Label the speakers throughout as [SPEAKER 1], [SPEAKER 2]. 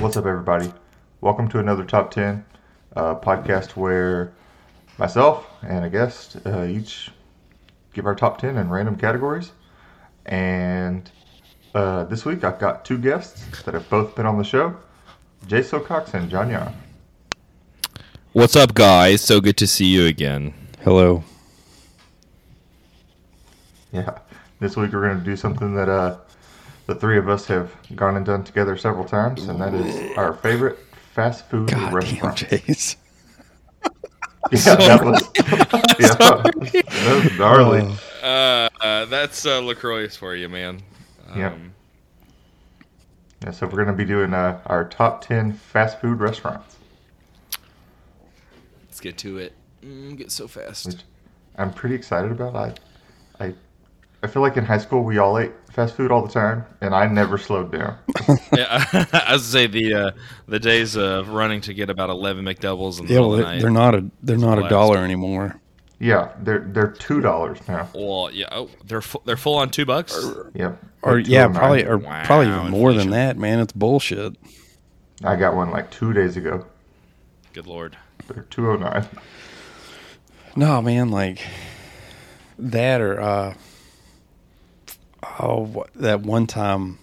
[SPEAKER 1] what's up, everybody? Welcome to another Top 10 uh, podcast where myself and a guest uh, each give our top 10 in random categories. And uh, this week I've got two guests that have both been on the show Jay Socox and John Young.
[SPEAKER 2] What's up, guys? So good to see you again.
[SPEAKER 3] Hello.
[SPEAKER 1] Yeah, this week we're going to do something that uh, the three of us have gone and done together several times, and that is our favorite fast food
[SPEAKER 3] Damn,
[SPEAKER 1] restaurant.
[SPEAKER 3] Jace.
[SPEAKER 1] Yeah, that was, yeah, that was gnarly.
[SPEAKER 3] Oh.
[SPEAKER 2] Uh, uh, that's uh, Lacroix for you, man. Um,
[SPEAKER 1] Yeah. Yeah, so we're going to be doing uh, our top 10 fast food restaurants,
[SPEAKER 2] Let's get to it. Mm, get so fast.
[SPEAKER 1] which I'm pretty excited about. I, I, I feel like in high school we all ate fast food all the time, and I never slowed down.
[SPEAKER 2] yeah, I was gonna say the uh, the days of running to get about eleven McDoubles in the
[SPEAKER 3] Yeah,
[SPEAKER 2] middle
[SPEAKER 3] well,
[SPEAKER 2] of the
[SPEAKER 3] they-
[SPEAKER 2] night.
[SPEAKER 3] they're not a they're not a
[SPEAKER 2] Relax.
[SPEAKER 3] dollar anymore.
[SPEAKER 1] Yeah, they're they're two dollars now.
[SPEAKER 2] Well, yeah, oh, they're fu- they're full on two bucks.
[SPEAKER 1] Yep.
[SPEAKER 3] Or
[SPEAKER 1] They're two
[SPEAKER 3] yeah,
[SPEAKER 1] of nine.
[SPEAKER 3] probably or
[SPEAKER 2] Wow,
[SPEAKER 3] probably even more
[SPEAKER 2] inflation.
[SPEAKER 3] than that, man. It's bullshit.
[SPEAKER 1] I got one like two days ago.
[SPEAKER 2] Good lord.
[SPEAKER 1] They're two oh nine.
[SPEAKER 3] No, man, like that or uh oh what, that one time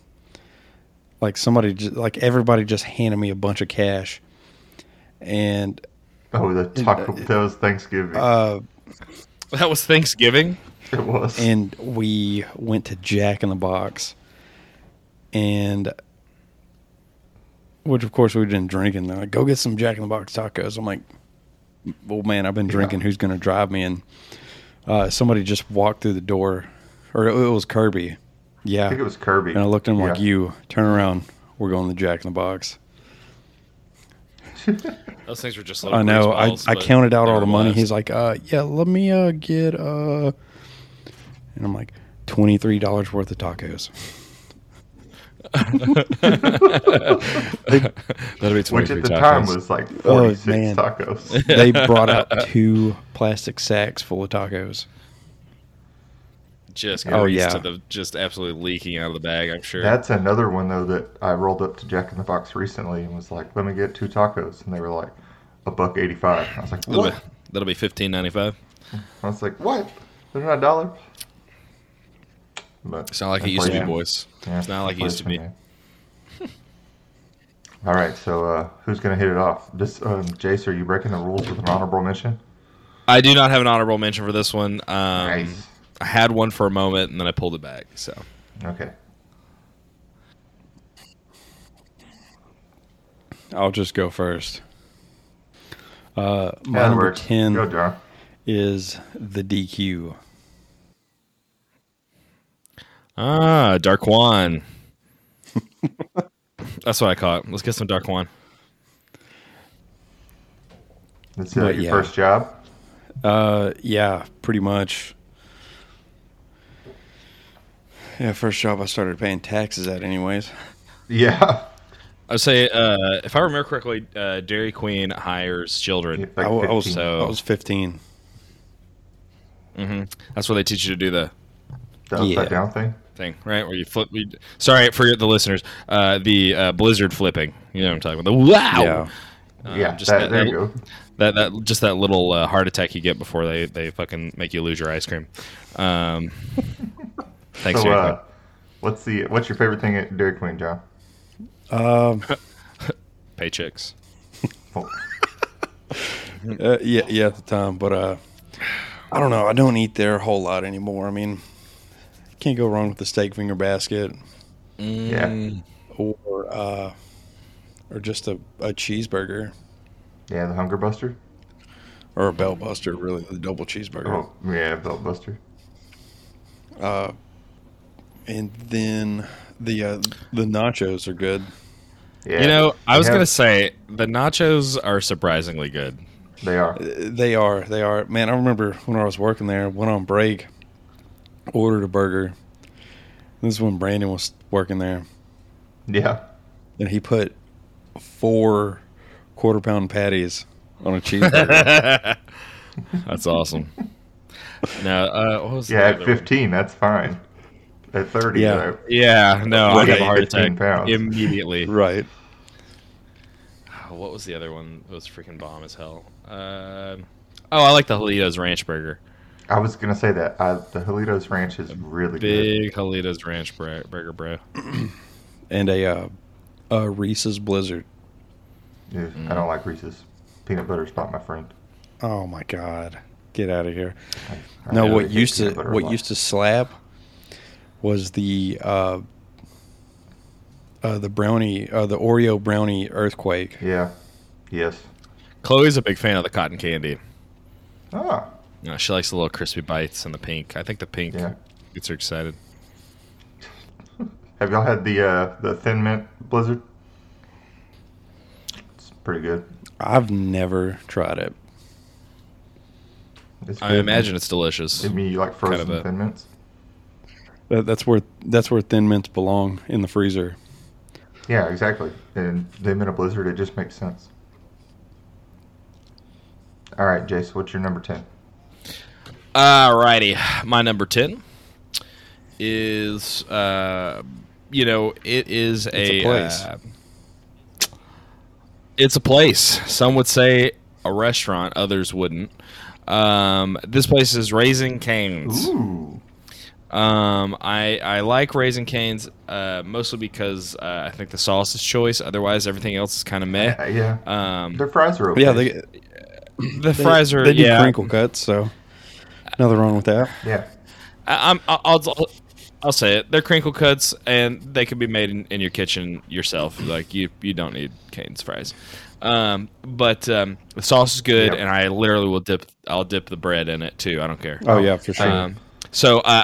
[SPEAKER 3] like somebody just, like everybody just handed me a bunch of cash and
[SPEAKER 1] Oh, the taco that was Thanksgiving.
[SPEAKER 3] uh
[SPEAKER 2] That was Thanksgiving.
[SPEAKER 1] it was.
[SPEAKER 3] and we went to Jack in the Box, and which of course we've been drinking. They're like, "Go get some Jack in the Box tacos." I'm like, "Well, man, I've been drinking. Who's going to drive me?" And uh, somebody just walked through the door, or it, it was Kirby.
[SPEAKER 1] I think it
[SPEAKER 3] Yeah,
[SPEAKER 1] was Kirby.
[SPEAKER 3] and I looked at him like,
[SPEAKER 1] Yeah.
[SPEAKER 3] "You turn around. We're going to Jack in the Box."
[SPEAKER 2] Those things were just.
[SPEAKER 3] I know. I, I counted out all the money. He's like, uh, yeah, let me uh, get uh, and I'm like, twenty three dollars worth of tacos.
[SPEAKER 4] That'll be
[SPEAKER 1] Which
[SPEAKER 4] 23
[SPEAKER 1] at the
[SPEAKER 4] tacos.
[SPEAKER 1] time was like
[SPEAKER 3] Oh,
[SPEAKER 1] 46
[SPEAKER 3] man.
[SPEAKER 1] tacos.
[SPEAKER 3] they brought out two plastic sacks full of tacos.
[SPEAKER 2] just
[SPEAKER 3] Oh,
[SPEAKER 2] oh
[SPEAKER 3] yeah.
[SPEAKER 2] yeah, to the, just absolutely leaking out of the bag. I'm sure.
[SPEAKER 1] That's another one though that I rolled up to Jack in the Box recently and was like, "Let me get two tacos," and they were like, "A buck eighty-five." I was like,
[SPEAKER 2] that'll
[SPEAKER 1] "What?"
[SPEAKER 2] be, that'll be fifteen ninety five.
[SPEAKER 1] I was like, "What? They're not a dollar." But
[SPEAKER 2] It's not like it used to be,
[SPEAKER 1] inflation.
[SPEAKER 2] boys.
[SPEAKER 1] Yeah,
[SPEAKER 2] It's not like it used to be.
[SPEAKER 1] inflation, man. All right, so uh, who's gonna hit it off? This um, Jace, are you breaking the rules with an honorable mention?
[SPEAKER 2] I do not have an honorable mention for this one. Um,
[SPEAKER 1] Nice.
[SPEAKER 2] I had one for a moment and then I pulled it back. So
[SPEAKER 1] Okay.
[SPEAKER 3] I'll just go first. Uh, my
[SPEAKER 1] Yeah, that
[SPEAKER 3] number
[SPEAKER 1] works.
[SPEAKER 3] ten
[SPEAKER 1] Go, John.
[SPEAKER 3] is the DQ.
[SPEAKER 2] ah, Darkwan. That's what I caught. Let's get some Darkwan.
[SPEAKER 1] That's uh,
[SPEAKER 3] But
[SPEAKER 1] your
[SPEAKER 3] yeah.
[SPEAKER 1] first job.
[SPEAKER 3] Uh, yeah, pretty much. Yeah, first job I started paying taxes at, anyways.
[SPEAKER 1] Yeah.
[SPEAKER 2] I'd say uh, if I remember correctly, uh, Dairy Queen hires children.
[SPEAKER 1] Like
[SPEAKER 3] I, wa- I was
[SPEAKER 1] 15.
[SPEAKER 2] So-
[SPEAKER 3] I was fifteen.
[SPEAKER 2] hmm That's where they teach you to do the
[SPEAKER 1] the upside
[SPEAKER 3] yeah.
[SPEAKER 1] down thing.
[SPEAKER 2] thing, right? Where you flip. You, sorry for the listeners. Uh, the uh, blizzard flipping. You know what I'm talking about. The wow.
[SPEAKER 3] Yeah,
[SPEAKER 2] Uh,
[SPEAKER 1] yeah.
[SPEAKER 2] just
[SPEAKER 1] that-
[SPEAKER 2] that-
[SPEAKER 1] there
[SPEAKER 2] that-
[SPEAKER 1] you go.
[SPEAKER 2] That that just that little uh, heart attack you get before they they fucking make you lose your ice cream. Um, thanks,
[SPEAKER 1] so,
[SPEAKER 2] Dairy
[SPEAKER 1] uh, what's the what's your favorite thing at Dairy Queen, John?
[SPEAKER 3] um,
[SPEAKER 2] Queen. Paychecks.
[SPEAKER 1] Well,
[SPEAKER 3] uh, yeah, yeah, at the time, but uh, I don't know. I don't eat there a whole lot anymore. I mean, can't go wrong with the steak finger basket.
[SPEAKER 2] Mm.
[SPEAKER 1] yeah,
[SPEAKER 3] or uh, or just a, a cheeseburger
[SPEAKER 1] yeah, the Hunger Buster.
[SPEAKER 3] or a bell buster really the double cheeseburger
[SPEAKER 1] Oh, yeah, Belt Buster.
[SPEAKER 3] uh, and then the uh, the nachos are good
[SPEAKER 1] Yeah,
[SPEAKER 2] You know, I
[SPEAKER 1] they
[SPEAKER 2] was
[SPEAKER 1] have-
[SPEAKER 2] gonna say the nachos are surprisingly good.
[SPEAKER 1] they are.
[SPEAKER 3] they are they are man i remember when i was working there went on break ordered a burger this is when brandon was working there
[SPEAKER 1] Yeah,
[SPEAKER 3] and he put four quarter pound patties on a cheeseburger
[SPEAKER 2] That's awesome. no, uh, what was the
[SPEAKER 1] yeah. At
[SPEAKER 2] other one?
[SPEAKER 1] fifteen, that's fine. At thirty,
[SPEAKER 3] Yeah.
[SPEAKER 1] though,
[SPEAKER 2] Yeah, no, I'd
[SPEAKER 3] Right
[SPEAKER 2] have
[SPEAKER 3] at
[SPEAKER 2] a heart
[SPEAKER 1] 15
[SPEAKER 2] attack
[SPEAKER 1] pounds.
[SPEAKER 2] immediately.
[SPEAKER 3] right
[SPEAKER 2] Oh, what was the other one? It was freaking bomb as hell. Um oh, I like the Jalitos Ranch Burger.
[SPEAKER 1] I was gonna say that I, the Jalitos Ranch is really good.
[SPEAKER 2] Big Jalitos Ranch bur- Burger, bro.
[SPEAKER 3] and a uh, a Reese's Blizzard.
[SPEAKER 1] Yeah, I don't like Reese's. Peanut butter's not my friend.
[SPEAKER 3] Oh my god, get out of here!
[SPEAKER 1] I- I
[SPEAKER 3] No,
[SPEAKER 1] really
[SPEAKER 3] what
[SPEAKER 1] hate
[SPEAKER 3] used to
[SPEAKER 1] peanut butter a
[SPEAKER 3] what
[SPEAKER 1] lot.
[SPEAKER 3] used to slap was the uh, uh, the brownie, uh, the Oreo brownie earthquake.
[SPEAKER 1] Yeah. Yes.
[SPEAKER 2] Chloe's a big fan of the cotton candy.
[SPEAKER 1] Ah.
[SPEAKER 2] You know, she likes the little crispy bites and the pink. I think the pink
[SPEAKER 1] Yeah.
[SPEAKER 2] gets her excited.
[SPEAKER 1] Have y'all had the uh, the Thin Mint Blizzard? It's pretty good.
[SPEAKER 3] I've never tried it.
[SPEAKER 1] It's
[SPEAKER 2] I
[SPEAKER 1] good.
[SPEAKER 2] imagine it's delicious.
[SPEAKER 1] I mean, you like
[SPEAKER 2] kind of
[SPEAKER 1] frozen
[SPEAKER 2] a-
[SPEAKER 1] Thin Mints?
[SPEAKER 3] That, that's where that's where thin mints belong in the freezer.
[SPEAKER 1] Yeah, exactly. And them in a blizzard, it just makes sense. All right, Jace, what's your number ten?
[SPEAKER 2] Alrighty, my number ten is, uh, you know, it is
[SPEAKER 3] It's a
[SPEAKER 2] a,
[SPEAKER 3] place.
[SPEAKER 2] uh, it's a place. Some would say a restaurant, others wouldn't. Um, this place is Raising Canes.
[SPEAKER 1] Ooh,
[SPEAKER 2] Um, I I like Raising Canes uh, mostly because uh, I think the sauce is choice. Otherwise, everything else is kind of
[SPEAKER 1] Uh,
[SPEAKER 2] meh.
[SPEAKER 1] yeah.
[SPEAKER 2] Um,
[SPEAKER 1] Their fries are okay.
[SPEAKER 3] Yeah, they,
[SPEAKER 2] the fries
[SPEAKER 3] they-
[SPEAKER 2] are
[SPEAKER 3] they do
[SPEAKER 2] yeah.
[SPEAKER 3] crinkle cuts, so nothing wrong with that.
[SPEAKER 1] yeah.
[SPEAKER 2] I, I'm, I'll, I'll, I'll say it. They're crinkle cuts, and they can be made in, in your kitchen yourself. Like you, you don't need Cane's fries. Um, but um, the sauce is good,
[SPEAKER 1] Yep.
[SPEAKER 2] and I literally will dip. I'll dip the bread in it too. I don't care.
[SPEAKER 3] Oh yeah, for sure.
[SPEAKER 2] Um, so uh,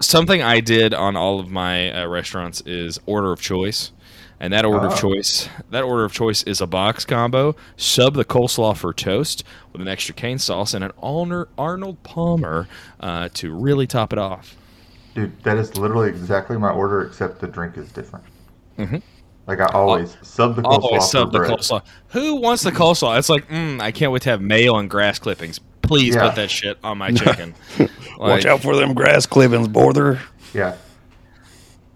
[SPEAKER 2] something I did on all of my uh, restaurants is order of choice, and that order
[SPEAKER 1] Oh.
[SPEAKER 2] of choice that order of choice is a box combo, sub the coleslaw for toast with an extra cane sauce and an Arnold Arnold Palmer uh, to really top it off.
[SPEAKER 1] Dude, that is literally exactly my order, except the drink is different. Like I always sub the coleslaw.
[SPEAKER 2] Mm-hmm. Oh. Always sub
[SPEAKER 1] for
[SPEAKER 2] the
[SPEAKER 1] bread.
[SPEAKER 2] coleslaw. Who wants the coleslaw? It's like, mm, I can't wait to have mayo and grass clippings. Please
[SPEAKER 1] Yeah.
[SPEAKER 2] put that shit on my chicken.
[SPEAKER 3] Watch out for them grass clippings, border.
[SPEAKER 1] Yeah.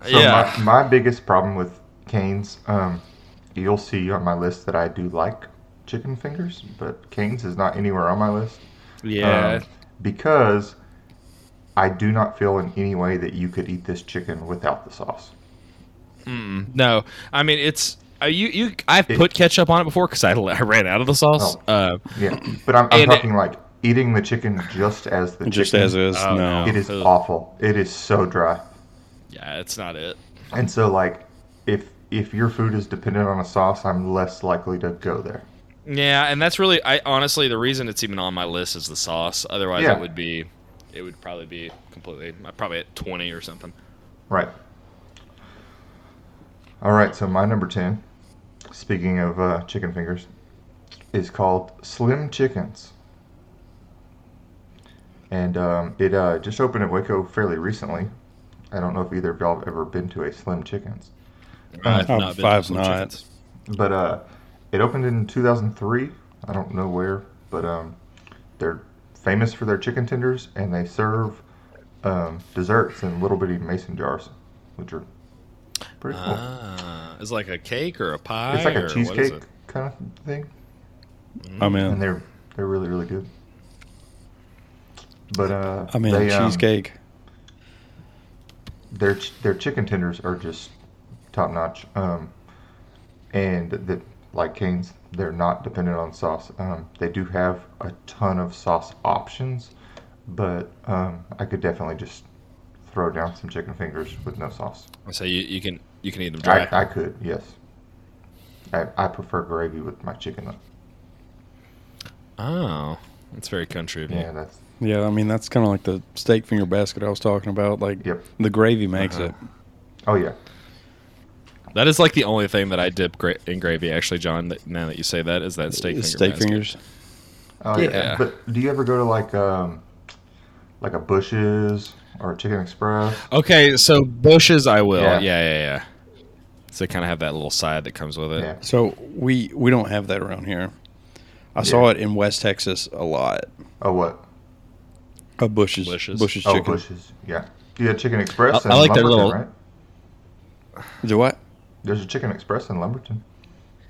[SPEAKER 1] So
[SPEAKER 2] Yeah.
[SPEAKER 1] my, my biggest problem with Canes, um, you'll see on my list that I do like chicken fingers, but Canes is not anywhere on my list.
[SPEAKER 2] yeah.
[SPEAKER 1] um, because I do not feel in any way that you could eat this chicken without the sauce.
[SPEAKER 2] No, I mean it's uh, you. You, I've put ketchup on it before because I, I ran out of the sauce.
[SPEAKER 1] Oh.
[SPEAKER 2] Uh,
[SPEAKER 1] Yeah, but I'm, I'm
[SPEAKER 2] And-
[SPEAKER 1] talking like eating the chicken just as the
[SPEAKER 3] Just
[SPEAKER 1] chicken.
[SPEAKER 3] as is.
[SPEAKER 2] Oh,
[SPEAKER 3] no.
[SPEAKER 1] It is
[SPEAKER 2] Ugh.
[SPEAKER 1] awful. It is so dry.
[SPEAKER 2] yeah, it's not it.
[SPEAKER 1] And so like if if your food is dependent on a sauce, I'm less likely to go there.
[SPEAKER 2] Yeah, and that's really, I honestly, the reason it's even on my list is the sauce. Otherwise,
[SPEAKER 1] Yeah.
[SPEAKER 2] it would be, it would probably be completely, uh, probably at twenty or something.
[SPEAKER 1] Right. All right, so my number 10, speaking of uh, chicken fingers, is called Slim Chickens. And um, it uh, just opened in Waco fairly recently. I don't know if either of y'all have ever been to a Slim Chickens.
[SPEAKER 2] I've
[SPEAKER 3] Oh,
[SPEAKER 2] not been to
[SPEAKER 3] five
[SPEAKER 2] Slim
[SPEAKER 3] not.
[SPEAKER 2] Chickens.
[SPEAKER 1] But uh, it opened in 2003. I don't know where, but um, they're famous for their chicken tenders, and they serve um, desserts in little bitty mason jars, which are pretty cool.
[SPEAKER 2] Ah, it's like a cake or a pie.
[SPEAKER 1] it's like
[SPEAKER 2] or
[SPEAKER 1] a
[SPEAKER 2] what is
[SPEAKER 1] cheesecake
[SPEAKER 2] it?
[SPEAKER 1] kind of thing,
[SPEAKER 3] I'm
[SPEAKER 1] and
[SPEAKER 3] in.
[SPEAKER 1] they're they're really really good. But uh,
[SPEAKER 3] I'm in.
[SPEAKER 1] they, um,
[SPEAKER 3] Cheesecake.
[SPEAKER 1] their ch- their chicken tenders are just top notch. Um, and that like Canes, they're not dependent on sauce. Um, they do have a ton of sauce options, but um, I could definitely just throw down some chicken fingers with no sauce.
[SPEAKER 2] So you, you can you can eat them dry.
[SPEAKER 1] I, I could, yes. I, I prefer gravy with my chicken. Though.
[SPEAKER 2] oh, that's very country of you.
[SPEAKER 1] Yeah, that's
[SPEAKER 3] Yeah, I mean that's kind of like the steak finger basket I was talking about. Like
[SPEAKER 1] Yep.
[SPEAKER 3] the gravy makes
[SPEAKER 2] Uh-huh.
[SPEAKER 3] it.
[SPEAKER 1] oh yeah.
[SPEAKER 2] That is like the only thing that I dip gra- in gravy. Actually, John, that, now that you say that, is that steak finger
[SPEAKER 3] Steak,
[SPEAKER 2] basket.
[SPEAKER 3] fingers.
[SPEAKER 1] Oh
[SPEAKER 2] Yeah.
[SPEAKER 1] yeah. But do you ever go to like um like a Bush's or a Chicken Express?
[SPEAKER 2] Okay, so bushes, I will.
[SPEAKER 1] Yeah.
[SPEAKER 2] Yeah, yeah, yeah. So they kind of have that little side that comes with it.
[SPEAKER 1] Yeah.
[SPEAKER 3] So we we don't have that around here. I saw it in West Texas a lot.
[SPEAKER 1] Oh what?
[SPEAKER 3] A Bush's
[SPEAKER 2] Bush's?
[SPEAKER 3] Bush's,
[SPEAKER 1] Oh
[SPEAKER 3] chicken.
[SPEAKER 1] Bush's. Yeah. You had Chicken Express
[SPEAKER 2] I- I like their
[SPEAKER 1] Lumberton,
[SPEAKER 2] little-
[SPEAKER 1] right?
[SPEAKER 3] Do what?
[SPEAKER 1] There's a Chicken Express in Lumberton.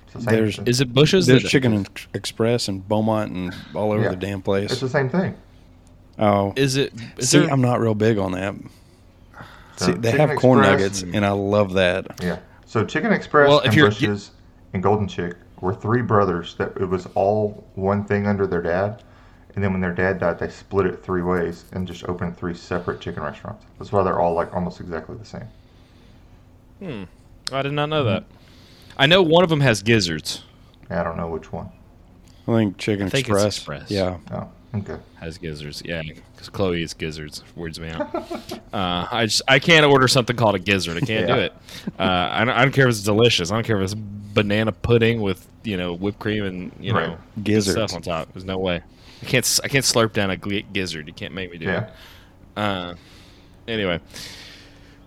[SPEAKER 1] It's the same
[SPEAKER 3] There's-
[SPEAKER 1] thing.
[SPEAKER 2] Is it Bush's?
[SPEAKER 3] There's
[SPEAKER 2] that-
[SPEAKER 3] Chicken Ex- Express and Beaumont and all over
[SPEAKER 1] Yeah.
[SPEAKER 3] the damn
[SPEAKER 1] It's
[SPEAKER 3] place.
[SPEAKER 1] the same thing.
[SPEAKER 3] Oh,
[SPEAKER 2] Is it? Is
[SPEAKER 3] see,
[SPEAKER 2] there,
[SPEAKER 3] I'm not real big on that. See,
[SPEAKER 1] So
[SPEAKER 3] they
[SPEAKER 1] Chicken
[SPEAKER 3] have corn
[SPEAKER 1] Express-
[SPEAKER 3] nuggets, and I love that.
[SPEAKER 1] Yeah. So Chicken Express
[SPEAKER 2] Well, if
[SPEAKER 1] and
[SPEAKER 2] you're-
[SPEAKER 1] Bush's and Golden Chick were three brothers that it was all one thing under their dad. And then when their dad died, they split it three ways and just opened three separate chicken restaurants. That's why they're all like almost exactly the same.
[SPEAKER 2] I did not know that. I know one of them has gizzards.
[SPEAKER 1] I don't know which one.
[SPEAKER 3] I think Chicken
[SPEAKER 2] I think it's
[SPEAKER 3] Express.
[SPEAKER 2] Express.
[SPEAKER 3] Yeah,
[SPEAKER 1] Oh, okay.
[SPEAKER 2] Has gizzards, yeah. Because Chloe eats gizzards, weirds me out. Uh, I just I can't order something called a gizzard. I can't do
[SPEAKER 1] Yeah.
[SPEAKER 2] it. Uh, I, don't, I don't care if it's delicious. I don't care if it's banana pudding with you know whipped cream and you
[SPEAKER 1] Right.
[SPEAKER 2] know
[SPEAKER 3] gizzards.
[SPEAKER 2] stuff on top. There's no way. I can't s- I can't slurp down a gli gizzard. You can't make me do
[SPEAKER 1] Yeah.
[SPEAKER 2] it. Uh, anyway,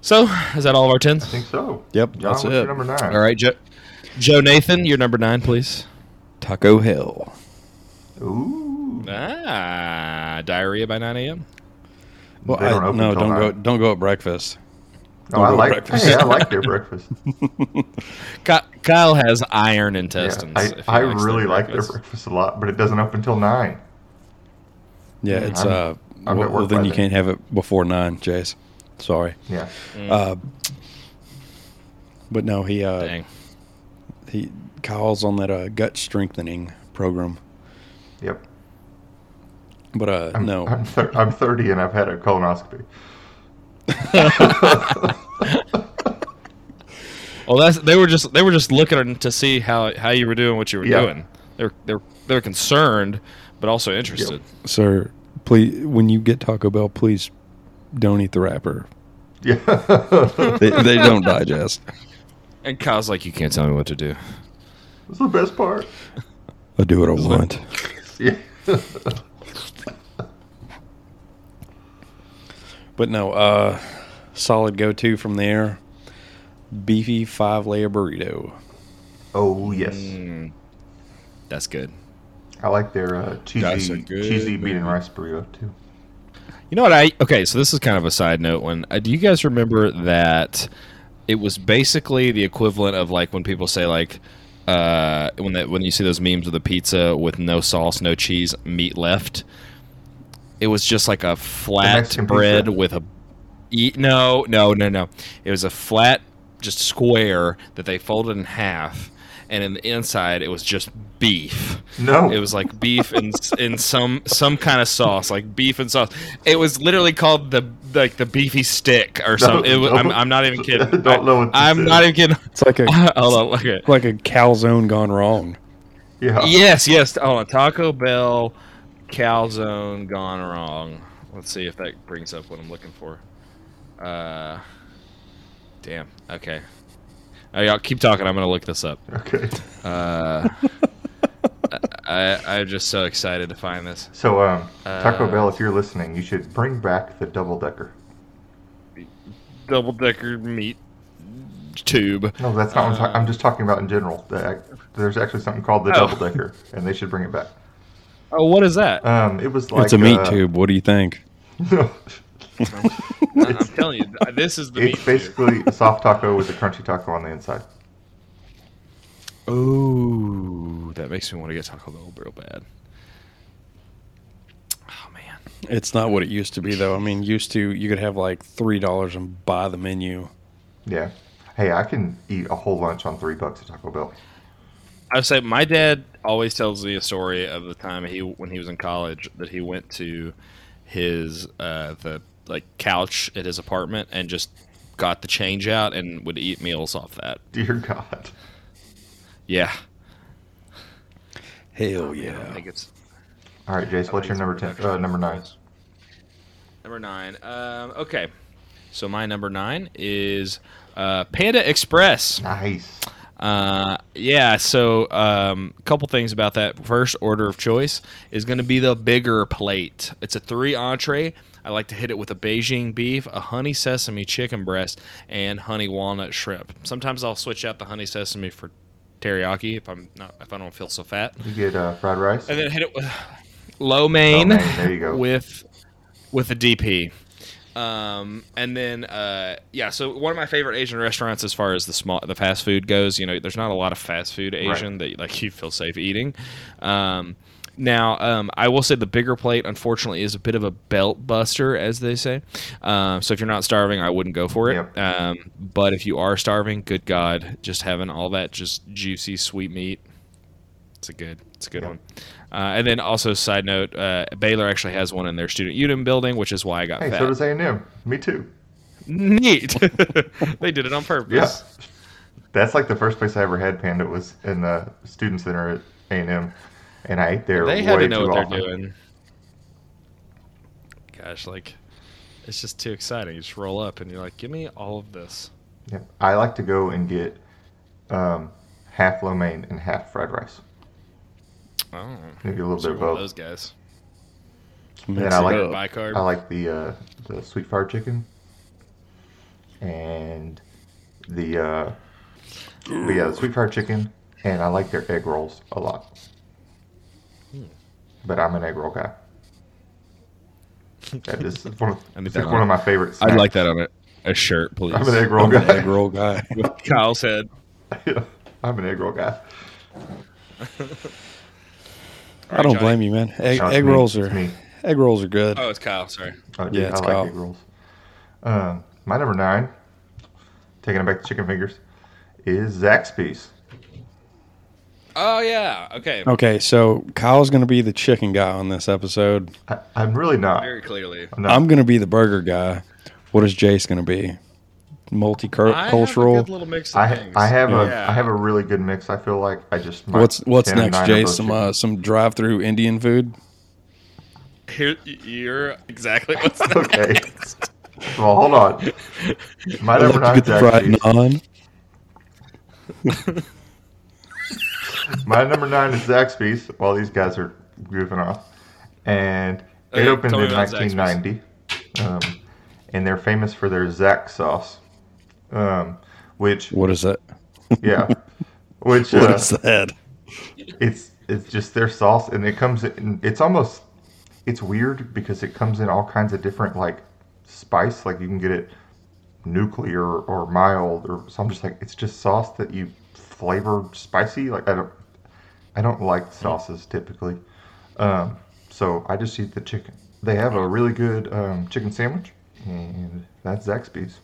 [SPEAKER 2] so is that all of our tens?
[SPEAKER 1] I think so.
[SPEAKER 3] Yep,
[SPEAKER 1] John,
[SPEAKER 3] that's
[SPEAKER 1] what's
[SPEAKER 3] it.
[SPEAKER 1] your number nine?
[SPEAKER 3] All right, Joe.
[SPEAKER 2] Joe Nathan, you're number nine, please.
[SPEAKER 3] Taco Hill.
[SPEAKER 1] Ooh.
[SPEAKER 2] Ah, diarrhea by 9 a.m.
[SPEAKER 3] Well,
[SPEAKER 1] They don't
[SPEAKER 3] I,
[SPEAKER 1] open
[SPEAKER 3] no,
[SPEAKER 1] till
[SPEAKER 3] don't go.
[SPEAKER 1] nine.
[SPEAKER 3] Don't go at breakfast.
[SPEAKER 1] Oh, I
[SPEAKER 3] go
[SPEAKER 1] like.
[SPEAKER 3] breakfast.
[SPEAKER 1] Hey, I like their breakfast.
[SPEAKER 2] Ky- Kyle has iron
[SPEAKER 1] Yeah,
[SPEAKER 2] intestines.
[SPEAKER 1] I,
[SPEAKER 2] if he
[SPEAKER 1] I
[SPEAKER 2] likes
[SPEAKER 1] really like
[SPEAKER 2] breakfast.
[SPEAKER 1] their breakfast a lot, but it doesn't open until nine.
[SPEAKER 3] Yeah, it's
[SPEAKER 1] I'm-
[SPEAKER 3] uh.
[SPEAKER 1] I'm at
[SPEAKER 3] well, well,
[SPEAKER 1] work
[SPEAKER 3] then
[SPEAKER 1] by
[SPEAKER 3] you
[SPEAKER 1] then.
[SPEAKER 3] can't have it before nine, Jace. Sorry.
[SPEAKER 1] Yeah.
[SPEAKER 3] Uh, but no, he uh,
[SPEAKER 2] Dang.
[SPEAKER 3] he Kyle's on that uh, gut strengthening program.
[SPEAKER 1] Yep.
[SPEAKER 3] But uh,
[SPEAKER 1] I'm,
[SPEAKER 3] no,
[SPEAKER 1] I'm, thir- I'm 30 and I've had a colonoscopy.
[SPEAKER 2] Well, that's they were just they were just looking to see how how you were doing what you were
[SPEAKER 1] Yeah.
[SPEAKER 2] doing. They're they're they're concerned, but also interested.
[SPEAKER 3] sir. Please, when you get Taco Bell, please don't eat the wrapper.
[SPEAKER 1] Yeah.
[SPEAKER 3] They, they don't digest.
[SPEAKER 2] And Kyle's like, "You can't tell me what to do."
[SPEAKER 1] That's the best part.
[SPEAKER 3] I do what I want.
[SPEAKER 1] Yeah.
[SPEAKER 3] But no, uh, solid go-to from there. Beefy five-layer burrito.
[SPEAKER 1] oh yes,
[SPEAKER 2] Mm, that's good.
[SPEAKER 1] I like their uh,
[SPEAKER 3] That's
[SPEAKER 1] cheesy
[SPEAKER 3] a good
[SPEAKER 1] cheesy bean and
[SPEAKER 3] movie.
[SPEAKER 1] rice burrito too.
[SPEAKER 2] You know what I okay, so this is kind of a side note one. Uh, do you guys remember that it was basically the equivalent of like when people say like uh, when that when you see those memes of the pizza with no sauce, no cheese, meat left. It was just like a flat
[SPEAKER 1] Mexican
[SPEAKER 2] bread
[SPEAKER 1] pizza.
[SPEAKER 2] with a e- no, no, no, no. It was a flat just square that they folded in half and in the inside it was just beef.
[SPEAKER 1] No,
[SPEAKER 2] It was like beef and in some some kind of sauce, like beef and sauce. It was literally called the like the beefy stick or something. It was, I'm, I'm not even kidding.
[SPEAKER 1] Don't know what this
[SPEAKER 2] I, am
[SPEAKER 1] is.
[SPEAKER 2] not even kidding.
[SPEAKER 3] It's like a
[SPEAKER 2] Hold on, okay.
[SPEAKER 3] like a calzone gone wrong.
[SPEAKER 1] yeah.
[SPEAKER 2] Yes, yes. Hold on. Taco Bell, calzone gone wrong. Let's see if that brings up what I'm looking for. Uh, damn. Okay. All right, y'all keep talking. I'm gonna look this up.
[SPEAKER 1] Okay,
[SPEAKER 2] Uh, I, I'm just so excited to find this.
[SPEAKER 1] so um, Taco
[SPEAKER 2] Uh,
[SPEAKER 1] Bell, if you're listening, you should bring back the double decker.
[SPEAKER 2] double decker meat tube.
[SPEAKER 1] No, that's not. what I'm,
[SPEAKER 2] Uh.
[SPEAKER 1] talk- I'm just talking about in general. The ac- there's actually something called the
[SPEAKER 2] Oh.
[SPEAKER 1] double decker, and they should bring it back.
[SPEAKER 2] Oh, what is that?
[SPEAKER 1] Um, it was like
[SPEAKER 3] it's a meat
[SPEAKER 1] uh,
[SPEAKER 3] tube. What do you think?
[SPEAKER 1] No,
[SPEAKER 2] I'm telling you, th- this is the meat
[SPEAKER 1] it's basically a soft taco with a crunchy taco on the inside.
[SPEAKER 2] tube. Ooh, that makes me want to get Taco Bell real bad. Oh man,
[SPEAKER 3] It's not what it used to be though. I mean, used to you could have like three dollars and buy the menu.
[SPEAKER 1] Yeah. Hey, I can eat a whole lunch on three bucks at Taco Bell.
[SPEAKER 2] I would say my dad always tells me a story of the time he when he was in college that he went to his uh, the like couch at his apartment and just got the change out and would eat meals off that.
[SPEAKER 1] Dear God.
[SPEAKER 2] Yeah,
[SPEAKER 3] Hell
[SPEAKER 2] I
[SPEAKER 3] yeah!
[SPEAKER 2] think it's
[SPEAKER 1] All right, Jace, what's your number ten? Uh, number nine.
[SPEAKER 2] Number nine. Um, okay. So my number nine is uh, Panda Express.
[SPEAKER 1] Nice.
[SPEAKER 2] Uh, yeah. So a um, couple things about that. First order of choice is going to be the bigger plate. It's a three entree. I like to hit it with a Beijing beef, a honey sesame chicken breast, and honey walnut shrimp. Sometimes I'll switch out the honey sesame for teriyaki if I'm not if I don't feel so fat.
[SPEAKER 1] You get uh, fried rice.
[SPEAKER 2] Oh, And then hit it with lo mein,
[SPEAKER 1] Lo mein, there you go.
[SPEAKER 2] with with a DP. Um, and then uh, yeah, so one of my favorite Asian restaurants as far as the small the fast food goes, you know, there's not a lot of fast food Asian that like you feel safe eating. Um, now, um, I will say the bigger plate, unfortunately, is a bit of a belt buster, as they say. Um, so if you're not starving, I wouldn't go for it.
[SPEAKER 1] Yep.
[SPEAKER 2] Um, but if you are starving, good God, just having all that just juicy sweet meat, it's a good, it's a good
[SPEAKER 1] Yep.
[SPEAKER 2] one. Uh, and then also, side note, uh, Baylor actually has one in their student union building, which is why I got
[SPEAKER 1] Hey,
[SPEAKER 2] fat.
[SPEAKER 1] so does A&M. Me too.
[SPEAKER 2] Neat. they did it on purpose.
[SPEAKER 1] Yeah. That's like the first place I ever had Panda was in the student center at A&M, and I ate there
[SPEAKER 2] They
[SPEAKER 1] way
[SPEAKER 2] had to know
[SPEAKER 1] too
[SPEAKER 2] what
[SPEAKER 1] often.
[SPEAKER 2] they're doing. Gosh, like it's just too exciting. You just roll up and you're like, "Give me all of this."
[SPEAKER 1] Yeah. I like to go and get um, half lo mein and half fried rice.
[SPEAKER 2] Oh,
[SPEAKER 1] Maybe a little
[SPEAKER 2] so
[SPEAKER 1] bit of
[SPEAKER 2] one of
[SPEAKER 1] both.
[SPEAKER 2] those guys.
[SPEAKER 1] And I
[SPEAKER 3] Mix it
[SPEAKER 1] like
[SPEAKER 3] up.
[SPEAKER 2] Bicarb.
[SPEAKER 1] I like the uh, the sweet fried chicken and the uh, but yeah, the sweet fried chicken, and I like their egg rolls a lot. But I'm an egg roll guy. That is one of,
[SPEAKER 2] I need
[SPEAKER 1] it's
[SPEAKER 2] that
[SPEAKER 1] one
[SPEAKER 2] on.
[SPEAKER 1] of my favorite.
[SPEAKER 2] I'd
[SPEAKER 1] snacks.
[SPEAKER 2] like that on a, a shirt, please.
[SPEAKER 1] I'm an egg roll
[SPEAKER 3] I'm an
[SPEAKER 1] guy.
[SPEAKER 3] egg roll guy.
[SPEAKER 2] With Kyle's head.
[SPEAKER 1] I'm an egg roll guy.
[SPEAKER 3] I don't
[SPEAKER 2] Johnny.
[SPEAKER 3] blame you, man. Egg,
[SPEAKER 1] No, it's
[SPEAKER 3] egg
[SPEAKER 1] me.
[SPEAKER 3] rolls
[SPEAKER 1] It's
[SPEAKER 3] are
[SPEAKER 1] me.
[SPEAKER 3] egg rolls are good.
[SPEAKER 2] Oh, it's Kyle. Sorry.
[SPEAKER 1] Oh, dude,
[SPEAKER 3] Yeah, it's
[SPEAKER 1] I like
[SPEAKER 3] Kyle.
[SPEAKER 1] egg rolls. Um, my number nine, taking it back to chicken fingers, is Zaxby's.
[SPEAKER 2] Oh yeah. Okay.
[SPEAKER 3] Okay, so Kyle's gonna be the chicken guy on this episode.
[SPEAKER 1] I, I'm really not.
[SPEAKER 2] Very clearly.
[SPEAKER 1] I'm not.
[SPEAKER 3] I'm gonna be the burger guy. What is Jace gonna be?
[SPEAKER 2] I have a good
[SPEAKER 3] Multicultural.
[SPEAKER 2] little mix of
[SPEAKER 1] I,
[SPEAKER 2] things.
[SPEAKER 1] I have a
[SPEAKER 2] Yeah.
[SPEAKER 1] I have a really good mix. I feel like I just might
[SPEAKER 3] What's what's
[SPEAKER 1] 10 or
[SPEAKER 3] next,
[SPEAKER 1] 9 of
[SPEAKER 3] Jace?
[SPEAKER 1] those
[SPEAKER 3] Some
[SPEAKER 1] chicken-
[SPEAKER 3] uh, some drive through Indian food.
[SPEAKER 2] Here, you're exactly what's
[SPEAKER 1] okay. well, hold on. My
[SPEAKER 3] I'd
[SPEAKER 1] number
[SPEAKER 3] like to
[SPEAKER 1] nine
[SPEAKER 3] get the fried
[SPEAKER 1] Zaxby's.
[SPEAKER 3] naan.
[SPEAKER 1] My number nine is Zaxby's. While these guys are goofing off, and it
[SPEAKER 2] Okay,
[SPEAKER 1] opened
[SPEAKER 2] Oh, tell me
[SPEAKER 1] in
[SPEAKER 2] about Zaxby's.
[SPEAKER 1] 1990, um, and they're famous for their Zax sauce, um, which
[SPEAKER 3] What is that?
[SPEAKER 1] yeah, which
[SPEAKER 3] What
[SPEAKER 1] uh,
[SPEAKER 3] is that?
[SPEAKER 1] it's it's just their sauce and it comes in it's almost it's weird because it comes in all kinds of different like spice like you can get it nuclear or mild or so i'm just like it's just sauce that you flavor spicy like i don't i don't like sauces typically um so i just eat the chicken they have a really good um, chicken sandwich and that's zaxby's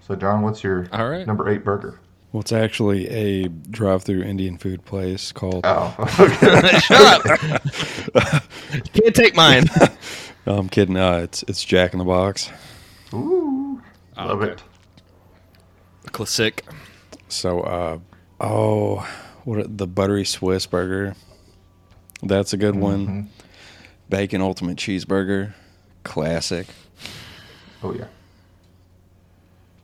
[SPEAKER 1] so john what's your
[SPEAKER 2] All right.
[SPEAKER 1] number eight burger
[SPEAKER 3] Well, it's actually a drive through Indian food place called
[SPEAKER 1] oh okay
[SPEAKER 2] Shut up. Can't take mine.
[SPEAKER 3] No, I'm kidding. Uh, it's it's Jack in the Box.
[SPEAKER 1] Ooh,
[SPEAKER 2] Oh,
[SPEAKER 1] love
[SPEAKER 2] okay.
[SPEAKER 1] it
[SPEAKER 2] Classic.
[SPEAKER 3] So, uh, oh, what are- the buttery Swiss burger? That's a good
[SPEAKER 1] Mm-hmm.
[SPEAKER 3] one. Bacon ultimate cheeseburger, classic.
[SPEAKER 1] Oh yeah.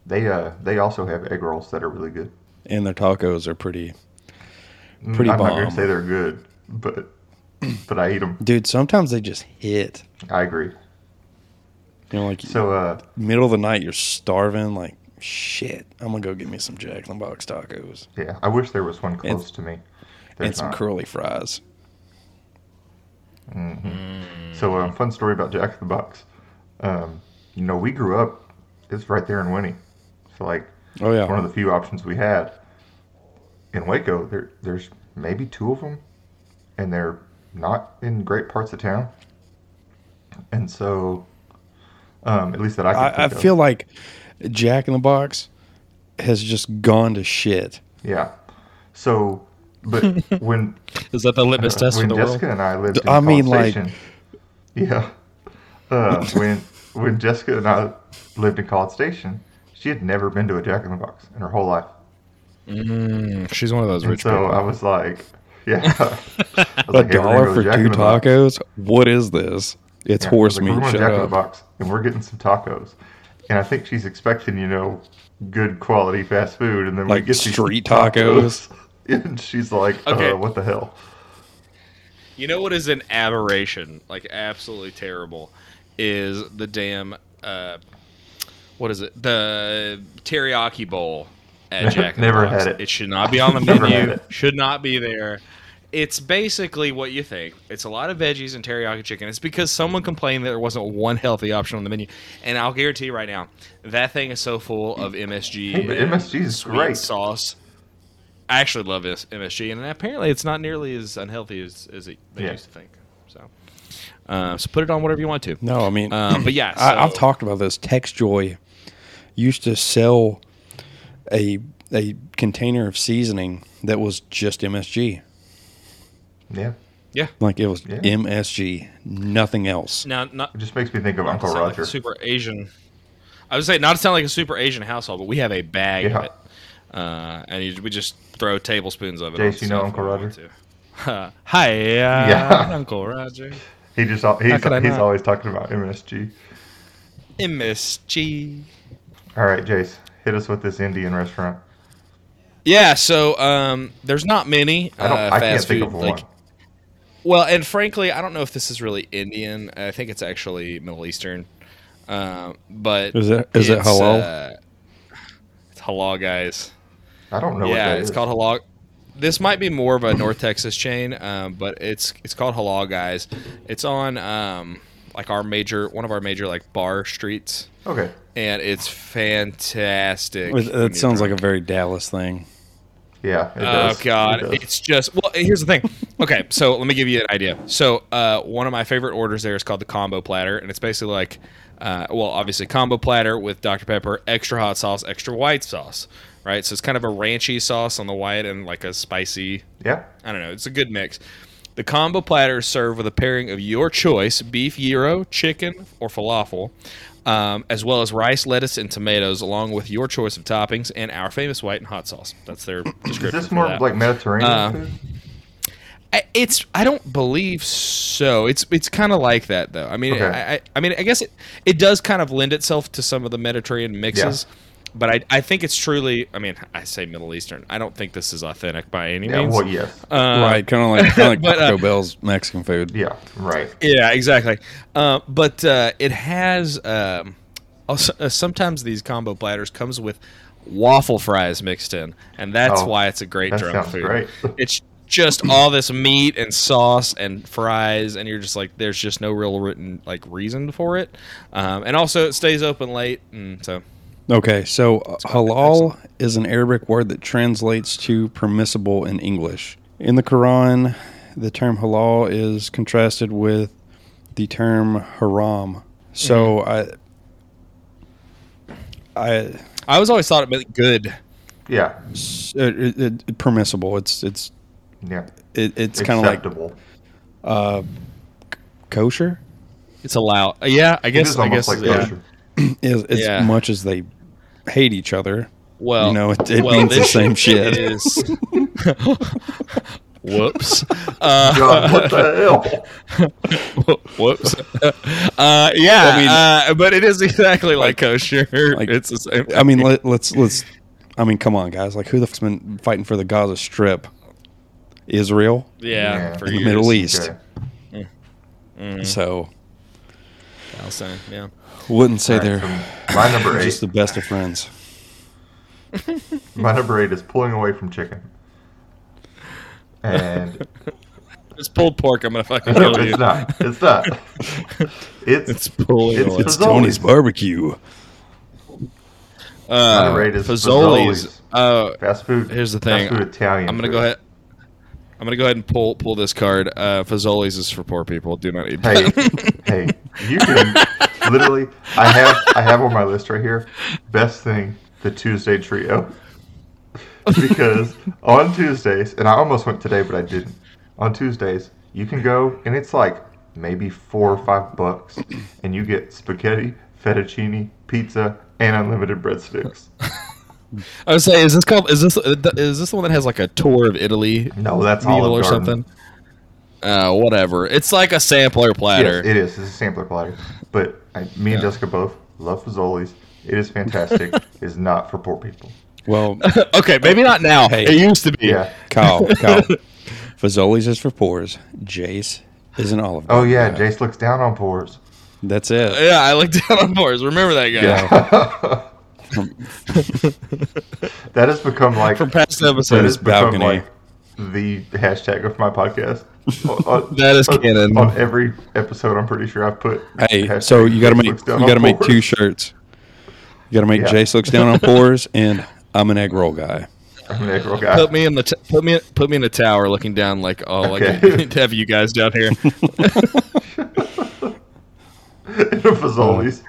[SPEAKER 1] They uh they also have egg rolls that are really good.
[SPEAKER 3] And their tacos are pretty,
[SPEAKER 1] Mm,
[SPEAKER 3] pretty
[SPEAKER 1] I'm not
[SPEAKER 3] bomb.
[SPEAKER 1] gonna say they're good, but but I eat them.
[SPEAKER 3] Dude, sometimes they just hit.
[SPEAKER 1] I agree.
[SPEAKER 3] You know, like
[SPEAKER 1] So uh
[SPEAKER 3] middle of the night, you're starving. Like shit, I'm gonna go get me some Jack in the Box tacos
[SPEAKER 1] yeah, I wish there was one close to me.
[SPEAKER 3] and
[SPEAKER 1] There's
[SPEAKER 3] some
[SPEAKER 1] not.
[SPEAKER 3] curly fries.
[SPEAKER 1] so um, fun story about Jack in the Box. Um, you know, we grew up. It's right there in Winnie. So like
[SPEAKER 3] Oh yeah,
[SPEAKER 1] one of the few options we had in Waco. There there's maybe two of them, and they're not in great parts of town. And so, um, at least that I can
[SPEAKER 3] I, I
[SPEAKER 1] think of.
[SPEAKER 3] feel like Jack in the Box has just gone to shit.
[SPEAKER 1] Yeah. So, but when
[SPEAKER 2] Is that the litmus test for
[SPEAKER 1] when
[SPEAKER 2] the
[SPEAKER 1] Jessica
[SPEAKER 2] world?
[SPEAKER 1] and I lived, in
[SPEAKER 3] I mean,
[SPEAKER 1] College
[SPEAKER 3] like-
[SPEAKER 1] Station, yeah. Uh, when when Jessica and I lived in College Station, she had never been to a Jack in the Box in her whole life.
[SPEAKER 2] Mm, she's one of those
[SPEAKER 1] And
[SPEAKER 2] rich
[SPEAKER 1] so
[SPEAKER 2] people.
[SPEAKER 1] I was like, yeah. I was
[SPEAKER 3] A
[SPEAKER 1] like, hey, we're gonna
[SPEAKER 3] dollar
[SPEAKER 1] go to
[SPEAKER 3] for
[SPEAKER 1] Jack in
[SPEAKER 3] two
[SPEAKER 1] the Box.
[SPEAKER 3] tacos? What is this? It's
[SPEAKER 1] Yeah, I was
[SPEAKER 3] horse
[SPEAKER 1] like, We're
[SPEAKER 3] meat.
[SPEAKER 1] going to
[SPEAKER 3] Shut
[SPEAKER 1] Jack in the
[SPEAKER 3] up.
[SPEAKER 1] Box, and we're getting some tacos. And I think she's expecting, you know, good quality fast food, and then
[SPEAKER 3] Like
[SPEAKER 1] we get
[SPEAKER 3] street
[SPEAKER 1] these
[SPEAKER 3] tacos?
[SPEAKER 1] and she's like,
[SPEAKER 2] Okay.
[SPEAKER 1] uh, "What the hell?"
[SPEAKER 2] You know what is an aberration, like absolutely terrible, is the damn uh, what is it? The teriyaki bowl at Jack. in the
[SPEAKER 1] Never
[SPEAKER 2] Box.
[SPEAKER 1] had it.
[SPEAKER 2] It should not be on the
[SPEAKER 1] Never had
[SPEAKER 2] menu.
[SPEAKER 1] it.
[SPEAKER 2] Should not be there. it's basically what you think. It's a lot of veggies and teriyaki chicken. It's because someone complained that there wasn't one healthy option on the menu, and I'll guarantee you right now, that thing is so full of MSG.
[SPEAKER 1] Hey, but
[SPEAKER 2] and
[SPEAKER 1] MSG is
[SPEAKER 2] sweet
[SPEAKER 1] great.
[SPEAKER 2] sauce. I actually love this MSG, and apparently it's not nearly as unhealthy as, as it, they
[SPEAKER 1] Yeah.
[SPEAKER 2] used to think. So, uh, so put it on whatever you want to.
[SPEAKER 3] No, I mean,
[SPEAKER 2] Uh, but yeah,
[SPEAKER 3] I, I've
[SPEAKER 2] so-
[SPEAKER 3] talked about this. TextJoy used to sell a a container of seasoning that was just MSG.
[SPEAKER 1] Yeah.
[SPEAKER 2] Yeah.
[SPEAKER 3] Like it was
[SPEAKER 1] Yeah.
[SPEAKER 3] MSG, nothing else.
[SPEAKER 2] Now, not
[SPEAKER 1] It just makes me think of Uncle
[SPEAKER 2] sound like
[SPEAKER 1] Roger.
[SPEAKER 2] a super Asian. I would say not to sound like a super Asian household, but we have a bag
[SPEAKER 1] Yeah.
[SPEAKER 2] of it, uh, and you, we just throw tablespoons of it.
[SPEAKER 1] Jace,
[SPEAKER 2] on
[SPEAKER 1] you know
[SPEAKER 2] stuff
[SPEAKER 1] Uncle
[SPEAKER 2] when we want
[SPEAKER 1] Roger?
[SPEAKER 2] to. Uh, hi, uh,
[SPEAKER 1] Yeah.
[SPEAKER 2] Uncle Roger.
[SPEAKER 1] He just al- he's,
[SPEAKER 2] could I
[SPEAKER 1] he's
[SPEAKER 2] not?
[SPEAKER 1] always talking about MSG.
[SPEAKER 2] MSG.
[SPEAKER 1] All right, Jace, hit us with this Indian restaurant.
[SPEAKER 2] Yeah, so um, there's not many
[SPEAKER 1] I don't.
[SPEAKER 2] uh,
[SPEAKER 1] I
[SPEAKER 2] fast
[SPEAKER 1] can't think
[SPEAKER 2] food
[SPEAKER 1] of
[SPEAKER 2] like
[SPEAKER 1] one.
[SPEAKER 2] Well, and frankly, I don't know if this is really Indian. I think it's actually Middle Eastern. Uh, but
[SPEAKER 3] Is it- is it
[SPEAKER 2] it's,
[SPEAKER 3] halal?
[SPEAKER 2] Uh, it's halal, guys.
[SPEAKER 1] I don't know.
[SPEAKER 3] Oh,
[SPEAKER 1] what
[SPEAKER 2] yeah,
[SPEAKER 1] that
[SPEAKER 2] it's
[SPEAKER 1] is.
[SPEAKER 2] called halal. This might be more of a North Texas chain, um, but it's it's called halal, guys. It's on um, like our major one of our major like bar streets,
[SPEAKER 1] Okay.
[SPEAKER 2] and it's fantastic.
[SPEAKER 3] It,
[SPEAKER 2] when you're
[SPEAKER 3] that sounds
[SPEAKER 2] drunk.
[SPEAKER 3] like a very Dallas thing.
[SPEAKER 1] Yeah. It
[SPEAKER 2] Oh
[SPEAKER 1] does.
[SPEAKER 2] god,
[SPEAKER 1] It does.
[SPEAKER 2] it's just well. Here's the thing. Okay, so let me give you an idea. So uh, one of my favorite orders there is called the combo platter, and it's basically like, uh, well, obviously combo platter with Dr Pepper, extra hot sauce, extra white sauce, right? So it's kind of a ranchy sauce on the white and like a spicy
[SPEAKER 1] yeah.
[SPEAKER 2] I don't know. It's a good mix. The combo platter is served with a pairing of your choice beef gyro, chicken, or falafel, um, as well as rice, lettuce, and tomatoes, along with your choice of toppings and our famous white and hot sauce. That's their description.
[SPEAKER 1] Is this
[SPEAKER 2] for
[SPEAKER 1] more
[SPEAKER 2] that.
[SPEAKER 1] like Mediterranean
[SPEAKER 2] Uh,
[SPEAKER 1] food?
[SPEAKER 2] I- It's. I don't believe so. It's. It's kind of like that though. I mean.
[SPEAKER 1] Okay.
[SPEAKER 2] I, I. I mean. I guess it. It does kind of lend itself to some of the Mediterranean mixes, but I. I think it's truly. I mean. I say Middle Eastern. I don't think this is authentic by any
[SPEAKER 1] Yeah.
[SPEAKER 2] means.
[SPEAKER 1] Well, yes.
[SPEAKER 2] Uh,
[SPEAKER 3] right, kind of like, kinda like
[SPEAKER 2] but, uh,
[SPEAKER 3] Taco Bell's Mexican food.
[SPEAKER 1] yeah. Right.
[SPEAKER 2] Yeah, exactly. Uh, but uh, it has um, also, uh, sometimes these combo platters comes with waffle fries mixed in, and that's
[SPEAKER 1] Oh,
[SPEAKER 2] why it's a great
[SPEAKER 1] that
[SPEAKER 2] drunk
[SPEAKER 1] sounds
[SPEAKER 2] food.
[SPEAKER 1] great.
[SPEAKER 2] It's just all this meat and sauce and fries, and you're just like, there's just no real written like reason for it. Um, and also, it stays open late, and so
[SPEAKER 3] Okay, so uh, halal is an Arabic word that translates to permissible in English. In the Quran, the term halal is contrasted with the term haram. So
[SPEAKER 2] Mm-hmm.
[SPEAKER 3] I, I,
[SPEAKER 2] I was always thought it meant good.
[SPEAKER 1] Yeah.
[SPEAKER 3] s- it, it, it- permissible. It's it's
[SPEAKER 1] Yeah.
[SPEAKER 3] it, it's kind of like
[SPEAKER 1] Acceptable.
[SPEAKER 3] kosher.
[SPEAKER 2] It's allowed. Yeah, I
[SPEAKER 1] It
[SPEAKER 2] guess.
[SPEAKER 1] is
[SPEAKER 2] I guess.
[SPEAKER 1] almost like
[SPEAKER 2] yeah.
[SPEAKER 1] kosher.
[SPEAKER 3] As, as
[SPEAKER 2] Yeah.
[SPEAKER 3] much as they hate each other,
[SPEAKER 2] Well,
[SPEAKER 3] you know, it, it
[SPEAKER 2] well,
[SPEAKER 3] means the
[SPEAKER 2] this
[SPEAKER 3] same shit.
[SPEAKER 2] is- whoops. Uh,
[SPEAKER 1] God, what the hell?
[SPEAKER 2] whoops. Uh, yeah,
[SPEAKER 3] I mean-
[SPEAKER 2] uh, but it is exactly like, kosher.
[SPEAKER 3] like-
[SPEAKER 2] it's the same.
[SPEAKER 3] I mean, let, let's let's. I mean, come on, guys. Like, who the fuck's been fighting for the Gaza Strip? Israel,
[SPEAKER 2] yeah,
[SPEAKER 1] Yeah.
[SPEAKER 2] for
[SPEAKER 1] In
[SPEAKER 3] the
[SPEAKER 2] years. Mm,
[SPEAKER 3] Middle East.
[SPEAKER 1] Okay. Mm-hmm.
[SPEAKER 3] So,
[SPEAKER 2] Palestine, yeah.
[SPEAKER 3] wouldn't say
[SPEAKER 1] All right,
[SPEAKER 3] they're
[SPEAKER 1] so my number
[SPEAKER 3] just
[SPEAKER 1] eight.
[SPEAKER 3] the best of friends.
[SPEAKER 1] My number eight is pulling away from chicken. And
[SPEAKER 2] It's pulled pork. I'm gonna fucking
[SPEAKER 1] no,
[SPEAKER 2] kill you.
[SPEAKER 1] it's not. It's not. It's,
[SPEAKER 2] It's pulling.
[SPEAKER 1] It's
[SPEAKER 2] away.
[SPEAKER 1] It's
[SPEAKER 3] Tony's barbecue.
[SPEAKER 2] uh,
[SPEAKER 1] underrated is
[SPEAKER 2] Fazoli's.
[SPEAKER 1] Fazoli's.
[SPEAKER 2] Uh,
[SPEAKER 1] fast food.
[SPEAKER 2] Here's the thing.
[SPEAKER 1] Fast food Italian.
[SPEAKER 2] I'm gonna
[SPEAKER 1] food.
[SPEAKER 2] go ahead. I'm gonna go ahead and pull pull this card. Uh, Fazoli's is for poor people. Do not eat.
[SPEAKER 1] hey, hey, you can literally. I have I have on my list right here. Best thing the Tuesday trio, because on Tuesdays, and I almost went today, but I didn't. On Tuesdays, you can go, and it's like maybe four or five bucks, and you get spaghetti, fettuccine, pizza, and unlimited breadsticks.
[SPEAKER 2] I would say, is this called? Is this uh, is this the one that has like a tour of Italy
[SPEAKER 1] No, that's
[SPEAKER 2] meal
[SPEAKER 1] Olive
[SPEAKER 2] or
[SPEAKER 1] Garden.
[SPEAKER 2] something? Uh, whatever. It's like a sampler platter.
[SPEAKER 1] Yes, it is. It's a sampler platter. But I, me and Jessica both love Fazoli's. It is fantastic. it is not for poor people.
[SPEAKER 3] Well,
[SPEAKER 2] okay, maybe not now. It used to be.
[SPEAKER 1] Yeah.
[SPEAKER 3] Kyle, Kyle, Fazoli's is for poors. Jace is an olive.
[SPEAKER 1] Oh
[SPEAKER 3] Garden
[SPEAKER 1] yeah,
[SPEAKER 3] guy.
[SPEAKER 1] Jace looks down on pores.
[SPEAKER 3] that's it.
[SPEAKER 2] Yeah, I looked down on boards. Remember that guy
[SPEAKER 3] Yeah.
[SPEAKER 1] That has become like
[SPEAKER 2] from past episodes.
[SPEAKER 1] that has
[SPEAKER 3] his balcony.
[SPEAKER 1] become like the hashtag of my podcast. On-
[SPEAKER 3] That is
[SPEAKER 1] on-
[SPEAKER 3] canon.
[SPEAKER 1] On every episode, I'm pretty sure I've put.
[SPEAKER 3] Hey,
[SPEAKER 1] hashtag
[SPEAKER 3] so you got to
[SPEAKER 1] Jace
[SPEAKER 3] make you
[SPEAKER 1] looks down
[SPEAKER 3] got to
[SPEAKER 1] on
[SPEAKER 3] make
[SPEAKER 1] porn.
[SPEAKER 3] two shirts. You got to make
[SPEAKER 1] Yeah.
[SPEAKER 3] Jace looks down on fours, and I'm an egg roll guy.
[SPEAKER 1] I'm an egg roll guy.
[SPEAKER 2] Put me in the t- put me put me in a tower looking down like oh like
[SPEAKER 1] Okay.
[SPEAKER 2] to have you guys down here.
[SPEAKER 1] in a Fazoli's.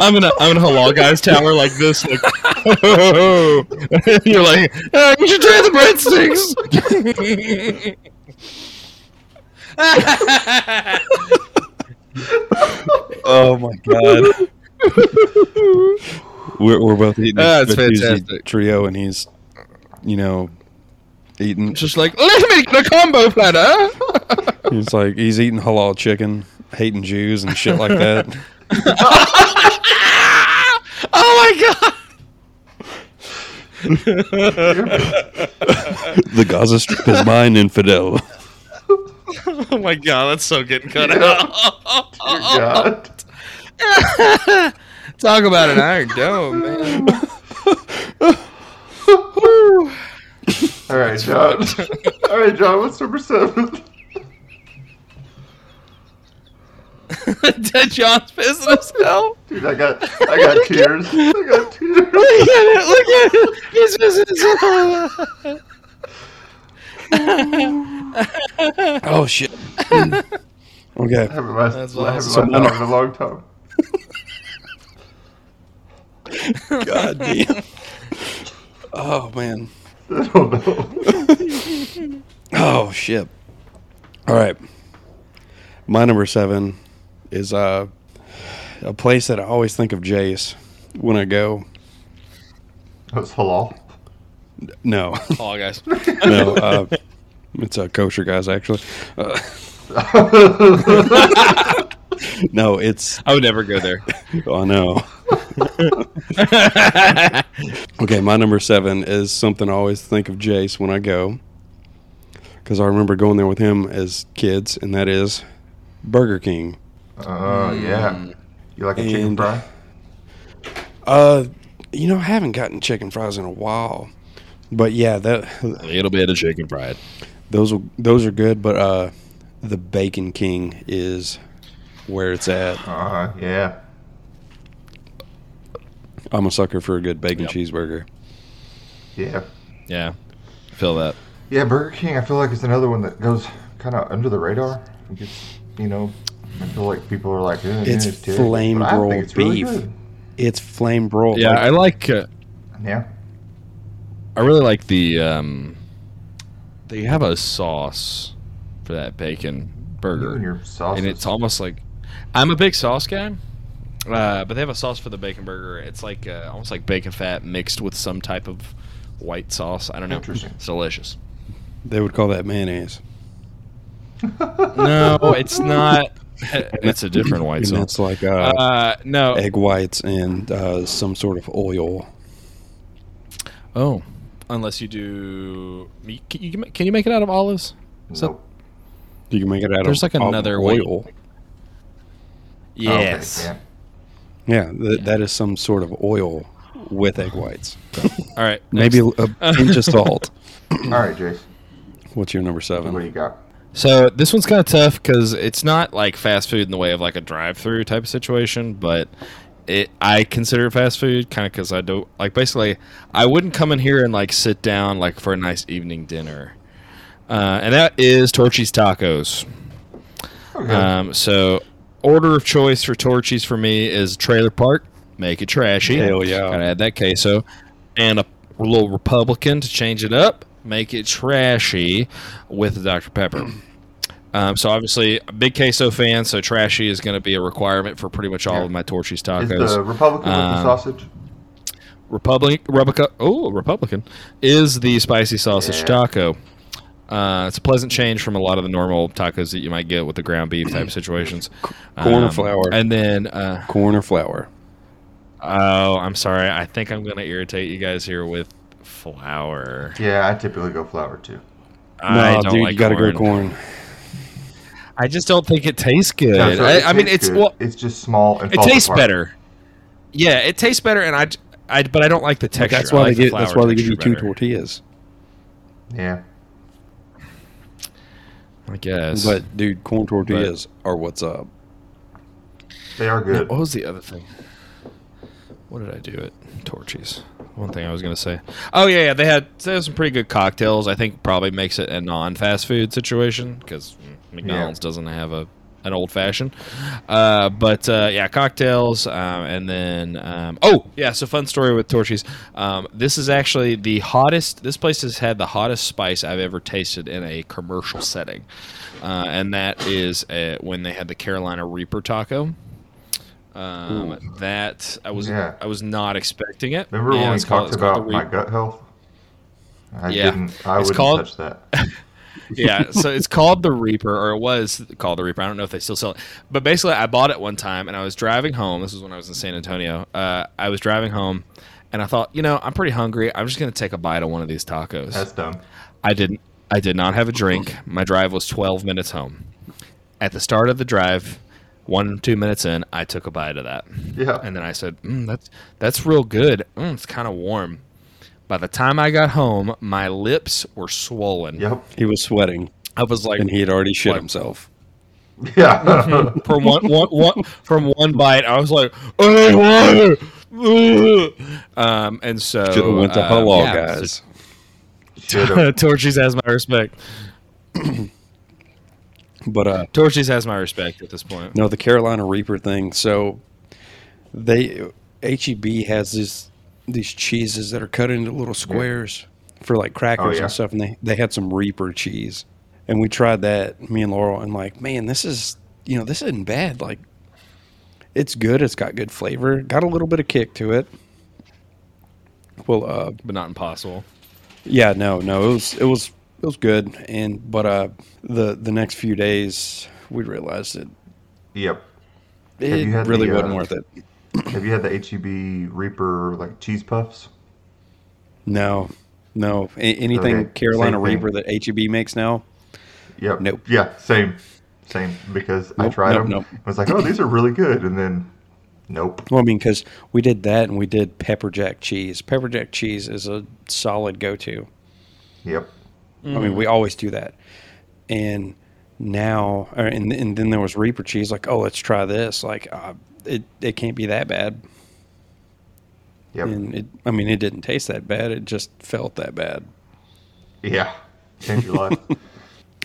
[SPEAKER 2] I'm in a I'm in a halal guys tower like this like you're like "Ah, you should try the breadsticks.
[SPEAKER 3] Oh my god. we're, we're both eating
[SPEAKER 2] Ah, it's
[SPEAKER 3] the Tuesday
[SPEAKER 2] fantastic.
[SPEAKER 3] trio, and he's, you know, eating.
[SPEAKER 2] just like let me make the combo platter.
[SPEAKER 3] He's like he's eating halal chicken, hating Jews and shit like that.
[SPEAKER 2] oh my god!
[SPEAKER 3] the Gaza Strip is mine, infidel.
[SPEAKER 2] oh my god, that's so getting cut
[SPEAKER 1] Yeah.
[SPEAKER 2] out.
[SPEAKER 1] Dear God.
[SPEAKER 2] Talk about an iron dome, man.
[SPEAKER 1] All right, John. All right, John. What's number seven?
[SPEAKER 2] Did John's business now?
[SPEAKER 1] Dude, I got, I got tears. I got tears.
[SPEAKER 2] Look at it! Look at it! His business.
[SPEAKER 3] Oh shit. Oh, okay.
[SPEAKER 1] I haven't laughed
[SPEAKER 2] That's
[SPEAKER 1] I haven't
[SPEAKER 2] awesome.
[SPEAKER 1] laughed out in a long time.
[SPEAKER 3] God damn. Oh man.
[SPEAKER 1] I don't know.
[SPEAKER 3] Oh shit. All right. My number seven is uh, a place that I always think of Jace when I go.
[SPEAKER 1] That's halal.
[SPEAKER 3] No,
[SPEAKER 2] Oh, guys.
[SPEAKER 3] no, uh, it's a kosher guys actually. Uh, no, it's
[SPEAKER 2] I would never go there.
[SPEAKER 3] oh no. Okay, my number seven is something I always think of Jace when I go, because I remember going there with him as kids, and that is Burger King.
[SPEAKER 1] Oh yeah.
[SPEAKER 2] Mm.
[SPEAKER 1] You like a chicken
[SPEAKER 3] And-
[SPEAKER 1] fry?
[SPEAKER 3] Uh, you know, I haven't gotten chicken fries in a while, but yeah, that
[SPEAKER 2] A little bit of chicken fried.
[SPEAKER 3] those will- those are good. But uh, the Bacon King is where it's at.
[SPEAKER 1] Uh yeah.
[SPEAKER 3] I'm a sucker for a good bacon
[SPEAKER 2] Yep.
[SPEAKER 3] cheeseburger.
[SPEAKER 1] Yeah.
[SPEAKER 2] Yeah, feel that.
[SPEAKER 1] Yeah, Burger King. I feel like it's another one that goes kind of under the radar. It gets, you know, I feel like people are like, eh,
[SPEAKER 3] It's
[SPEAKER 1] eh, terrible,
[SPEAKER 3] flame
[SPEAKER 1] but I think
[SPEAKER 3] broiled
[SPEAKER 1] it's really
[SPEAKER 3] beef.
[SPEAKER 1] good.
[SPEAKER 3] It's flame broiled.
[SPEAKER 2] Yeah,
[SPEAKER 3] Like,
[SPEAKER 2] I like. Uh,
[SPEAKER 1] Yeah.
[SPEAKER 2] I really like the. Um, they have a sauce for that bacon
[SPEAKER 1] You and
[SPEAKER 2] burger,
[SPEAKER 1] your sauces.
[SPEAKER 2] and it's almost like I'm a big sauce guy. Uh, but they have a sauce for the bacon burger. It's like uh, almost like bacon fat mixed with some type of white sauce. I don't know.
[SPEAKER 1] Interesting.
[SPEAKER 2] It's delicious.
[SPEAKER 3] they would call that mayonnaise.
[SPEAKER 2] No, it's not. it's a different white
[SPEAKER 3] and
[SPEAKER 2] sauce.
[SPEAKER 3] that's like uh,
[SPEAKER 2] Uh, no.
[SPEAKER 3] egg whites and uh, some sort of oil.
[SPEAKER 2] Oh, unless you do. you- Can you, can you make it out of olives? So-
[SPEAKER 1] Nope.
[SPEAKER 3] You can make it out
[SPEAKER 2] There's
[SPEAKER 3] of
[SPEAKER 2] like
[SPEAKER 3] olive
[SPEAKER 2] another way-
[SPEAKER 3] oil.
[SPEAKER 1] Oh, okay,
[SPEAKER 3] Yeah, th- that is some sort of oil with egg whites.
[SPEAKER 2] All right.
[SPEAKER 3] Maybe
[SPEAKER 2] next.
[SPEAKER 3] a pinch of salt.
[SPEAKER 1] yeah. All right, Jason.
[SPEAKER 3] What's your number seven?
[SPEAKER 1] What do you got?
[SPEAKER 2] So this one's kind of tough because it's not like fast food in the way of like a drive-through type of situation, but it I consider it fast food kind of because I don't like basically I wouldn't come in here and like sit down like for a nice evening dinner, uh, and that is Torchy's Tacos.
[SPEAKER 1] Okay.
[SPEAKER 2] Um, so order of choice for Torchy's for me is Trailer Park, make it trashy.
[SPEAKER 3] Hell yeah.
[SPEAKER 2] Gotta add that queso, and a little Republican to change it up, make it trashy with the Dr Pepper. Um, so obviously, a big queso fan, so trashy is going to be a requirement for pretty much all of my Torchy's
[SPEAKER 1] is
[SPEAKER 2] tacos.
[SPEAKER 1] the Republican with the
[SPEAKER 2] Um,
[SPEAKER 1] sausage?
[SPEAKER 2] Republic, Rebica, oh, Republican is the spicy sausage
[SPEAKER 1] Yeah.
[SPEAKER 2] taco. Uh, it's a pleasant change from a lot of the normal tacos that you might get with the ground beef type situations. Um,
[SPEAKER 3] corn or flour?
[SPEAKER 2] And then, uh,
[SPEAKER 3] Corn or flour?
[SPEAKER 2] oh, I'm sorry. I think I'm going to irritate you guys here with flour.
[SPEAKER 1] Yeah, I typically go flour too.
[SPEAKER 2] I don't
[SPEAKER 3] dude,
[SPEAKER 2] like
[SPEAKER 3] you gotta
[SPEAKER 2] corn.
[SPEAKER 3] go corn.
[SPEAKER 2] I just don't think it tastes good.
[SPEAKER 1] No, so
[SPEAKER 2] I,
[SPEAKER 1] it
[SPEAKER 2] I mean,
[SPEAKER 1] tastes
[SPEAKER 2] it's
[SPEAKER 1] good.
[SPEAKER 2] well,
[SPEAKER 1] it's just small and
[SPEAKER 2] it
[SPEAKER 1] falls
[SPEAKER 2] tastes
[SPEAKER 1] apart.
[SPEAKER 2] better. Yeah, it tastes better, and I I but I don't like the texture.
[SPEAKER 3] That's
[SPEAKER 2] I
[SPEAKER 3] why
[SPEAKER 2] like
[SPEAKER 3] they
[SPEAKER 2] the
[SPEAKER 3] get. That's
[SPEAKER 2] flour
[SPEAKER 3] why they give you
[SPEAKER 2] texture
[SPEAKER 3] two
[SPEAKER 2] better,
[SPEAKER 3] tortillas.
[SPEAKER 1] Yeah.
[SPEAKER 2] I guess. But
[SPEAKER 3] But dude, corn tortillas are what's up.
[SPEAKER 1] They are good.
[SPEAKER 2] what was the other thing? What did I do at Torchy's? One thing I was gonna say. Oh yeah, yeah. They had they had some pretty good cocktails. I think probably makes it a non-fast food situation because McDonald's doesn't have a an old fashioned. Uh, but uh, yeah, cocktails, um, and then um, oh yeah, so fun story with Torchy's. Um, this is actually the hottest. This place has had the hottest spice I've ever tasted in a commercial setting, uh, and that is uh, when they had the Carolina Reaper taco. Um, that I was
[SPEAKER 1] Yeah.
[SPEAKER 2] I was not expecting it.
[SPEAKER 1] Remember
[SPEAKER 2] Yeah,
[SPEAKER 1] when we
[SPEAKER 2] it's called-
[SPEAKER 1] talked
[SPEAKER 2] it's called the
[SPEAKER 1] about my
[SPEAKER 2] Reaper.
[SPEAKER 1] gut health? I
[SPEAKER 2] Yeah.
[SPEAKER 1] didn't. I
[SPEAKER 2] It's
[SPEAKER 1] wouldn't
[SPEAKER 2] called-
[SPEAKER 1] touch that.
[SPEAKER 2] yeah, so it's called the Reaper, or it was called the Reaper. I don't know if they still sell it, but basically, I bought it one time, and I was driving home. This was when I was in San Antonio. Uh, I was driving home, and I thought, you know, I'm pretty hungry. I'm just gonna take a bite of one of these tacos.
[SPEAKER 1] That's dumb.
[SPEAKER 2] I didn't. I did not have a drink. My drive was 12 minutes home. At the start of the drive, one two minutes in, I took a bite of that,
[SPEAKER 1] Yeah.
[SPEAKER 2] and then I said, mm, "That's that's real good. Mm, it's kind of warm." By the time I got home, my lips were swollen.
[SPEAKER 1] Yep.
[SPEAKER 3] He was sweating,
[SPEAKER 2] I was like,
[SPEAKER 3] and he had already shit
[SPEAKER 2] What?
[SPEAKER 3] himself.
[SPEAKER 1] Yeah.
[SPEAKER 2] from one, one, one from one bite, I was like, "Hey, water!" Ugh." Um, and so
[SPEAKER 3] Should have went to
[SPEAKER 2] uh,
[SPEAKER 3] halal,
[SPEAKER 2] yeah,
[SPEAKER 3] guys.
[SPEAKER 1] Should have.
[SPEAKER 2] Torchies has my respect.
[SPEAKER 3] But uh,
[SPEAKER 2] Torchies has my respect at this point.
[SPEAKER 3] No, the Carolina Reaper thing. So they HEB has this these cheeses that are cut into little squares for like crackers
[SPEAKER 1] Oh, yeah.
[SPEAKER 3] and stuff, and they they had some Reaper cheese, and we tried that me and Laurel, and like man, this is you know this isn't bad. Like it's good. It's got good flavor. Got a little bit of kick to it. Well, uh,
[SPEAKER 2] but not impossible.
[SPEAKER 3] yeah, no, no, it was it was it was good, and but uh, the the next few days we realized that
[SPEAKER 1] Yep. Have
[SPEAKER 3] it
[SPEAKER 1] you had
[SPEAKER 3] really
[SPEAKER 1] the, uh,
[SPEAKER 3] wasn't worth it.
[SPEAKER 1] Have you had the HEB Reaper like cheese puffs?
[SPEAKER 3] No, no. A- anything
[SPEAKER 1] Okay,
[SPEAKER 3] Carolina
[SPEAKER 1] same thing.
[SPEAKER 3] Reaper that HEB makes now?
[SPEAKER 1] Yep.
[SPEAKER 3] Nope.
[SPEAKER 1] Yeah. Same. Same. Because I
[SPEAKER 3] Nope,
[SPEAKER 1] tried
[SPEAKER 3] nope,
[SPEAKER 1] them.
[SPEAKER 3] nope.
[SPEAKER 1] I was like, oh, these are really good, and then, nope.
[SPEAKER 3] Well, I mean, because we did that and we did pepper jack cheese. Pepper jack cheese is a solid go-to.
[SPEAKER 1] Yep.
[SPEAKER 3] I mean, we always do that. And now, or, and and then there was Reaper cheese. Like, oh, let's try this. Like, uh, it it can't be that bad.
[SPEAKER 1] Yep.
[SPEAKER 3] And it, I mean, it didn't taste that bad. It just felt that bad.
[SPEAKER 1] Yeah. Change your life.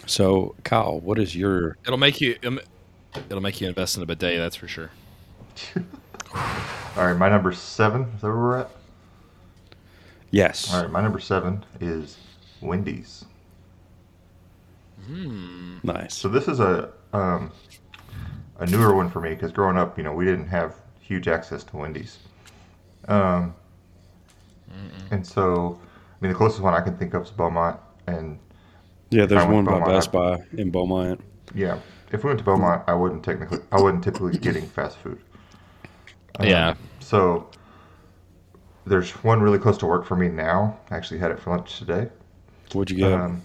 [SPEAKER 3] So, Kyle, what is your?
[SPEAKER 2] It'll make you. um, It'll make you invest in a bidet. That's for sure.
[SPEAKER 1] All right. My number seven. Is that where we're at?
[SPEAKER 3] Yes,
[SPEAKER 1] All right. My number seven is Wendy's.
[SPEAKER 3] nice.
[SPEAKER 1] So this is a um, a newer one for me because growing up, you know, we didn't have huge access to Wendy's, um, and so I mean the closest one I can think of is Beaumont, and
[SPEAKER 3] Yeah, there's
[SPEAKER 1] I went
[SPEAKER 3] one by
[SPEAKER 1] Beaumont, I-
[SPEAKER 3] Best Buy in Beaumont.
[SPEAKER 1] yeah, if we went to Beaumont, I wouldn't technically I wouldn't typically getting fast food.
[SPEAKER 2] yeah.
[SPEAKER 1] So there's one really close to work for me now. I actually had it for lunch today.
[SPEAKER 3] What'd you get?
[SPEAKER 1] Um,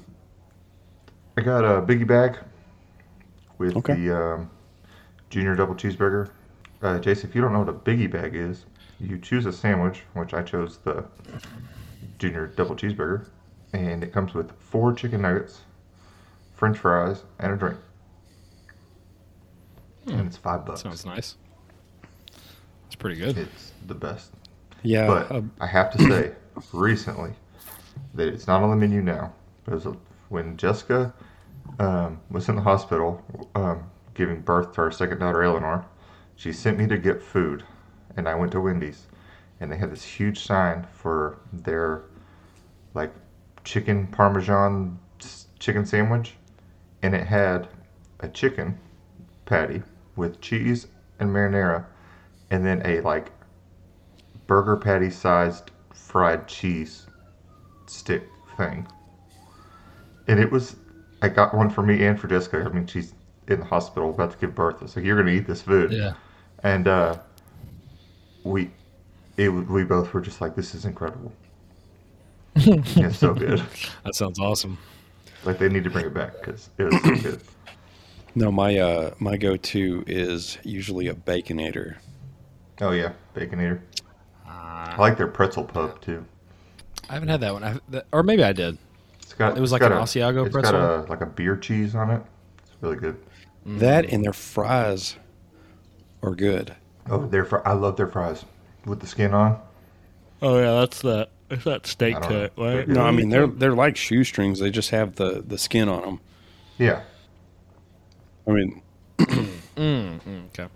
[SPEAKER 1] I got a biggie bag with
[SPEAKER 3] Okay.
[SPEAKER 1] the um, junior double cheeseburger. Uh, Jason, if you don't know what a biggie bag is, you choose a sandwich, which I chose the junior double cheeseburger, and it comes with four chicken nuggets, French fries, and a drink. And it's five bucks.
[SPEAKER 2] Sounds nice. It's pretty good.
[SPEAKER 1] It's the best.
[SPEAKER 3] yeah,
[SPEAKER 1] But
[SPEAKER 3] uh,
[SPEAKER 1] I have to say, recently, that it's not on the menu now. It was when Jessica um, was in the hospital um, giving birth to our second daughter, Eleanor. She sent me to get food, and I went to Wendy's, and they had this huge sign for their like chicken parmesan s- chicken sandwich, and it had a chicken patty with cheese and marinara, and then a like burger patty sized fried cheese stick thing. And it was, I got one for me and for Jessica. I mean, she's in the hospital about to give birth. It's like, you're going to eat this food.
[SPEAKER 2] Yeah.
[SPEAKER 1] And uh, we, it, we both were just like, this is incredible. it's so good.
[SPEAKER 2] That sounds awesome.
[SPEAKER 1] Like, they need to bring it back because it was so good.
[SPEAKER 3] No, my uh, my go-to is usually a baconator.
[SPEAKER 1] Oh, yeah. Baconator.
[SPEAKER 2] Uh,
[SPEAKER 1] I like their pretzel pub too.
[SPEAKER 2] I haven't had that one, I, that, or maybe I did.
[SPEAKER 1] It's got
[SPEAKER 2] It was
[SPEAKER 1] it's
[SPEAKER 2] like
[SPEAKER 1] got
[SPEAKER 2] an
[SPEAKER 1] a-
[SPEAKER 2] Asiago
[SPEAKER 1] it's
[SPEAKER 2] pretzel?
[SPEAKER 1] got a like a beer cheese on it. It's really good.
[SPEAKER 2] Mm.
[SPEAKER 3] That and their fries are good.
[SPEAKER 1] Oh, their fr- I love their fries with the skin on.
[SPEAKER 4] Oh yeah, that's that. It's that steak
[SPEAKER 1] I don't know.
[SPEAKER 4] cut, right?
[SPEAKER 3] No, I mean they're they're like shoestrings. They just have the the skin on them.
[SPEAKER 1] Yeah,
[SPEAKER 3] I mean,
[SPEAKER 2] Mm, Okay.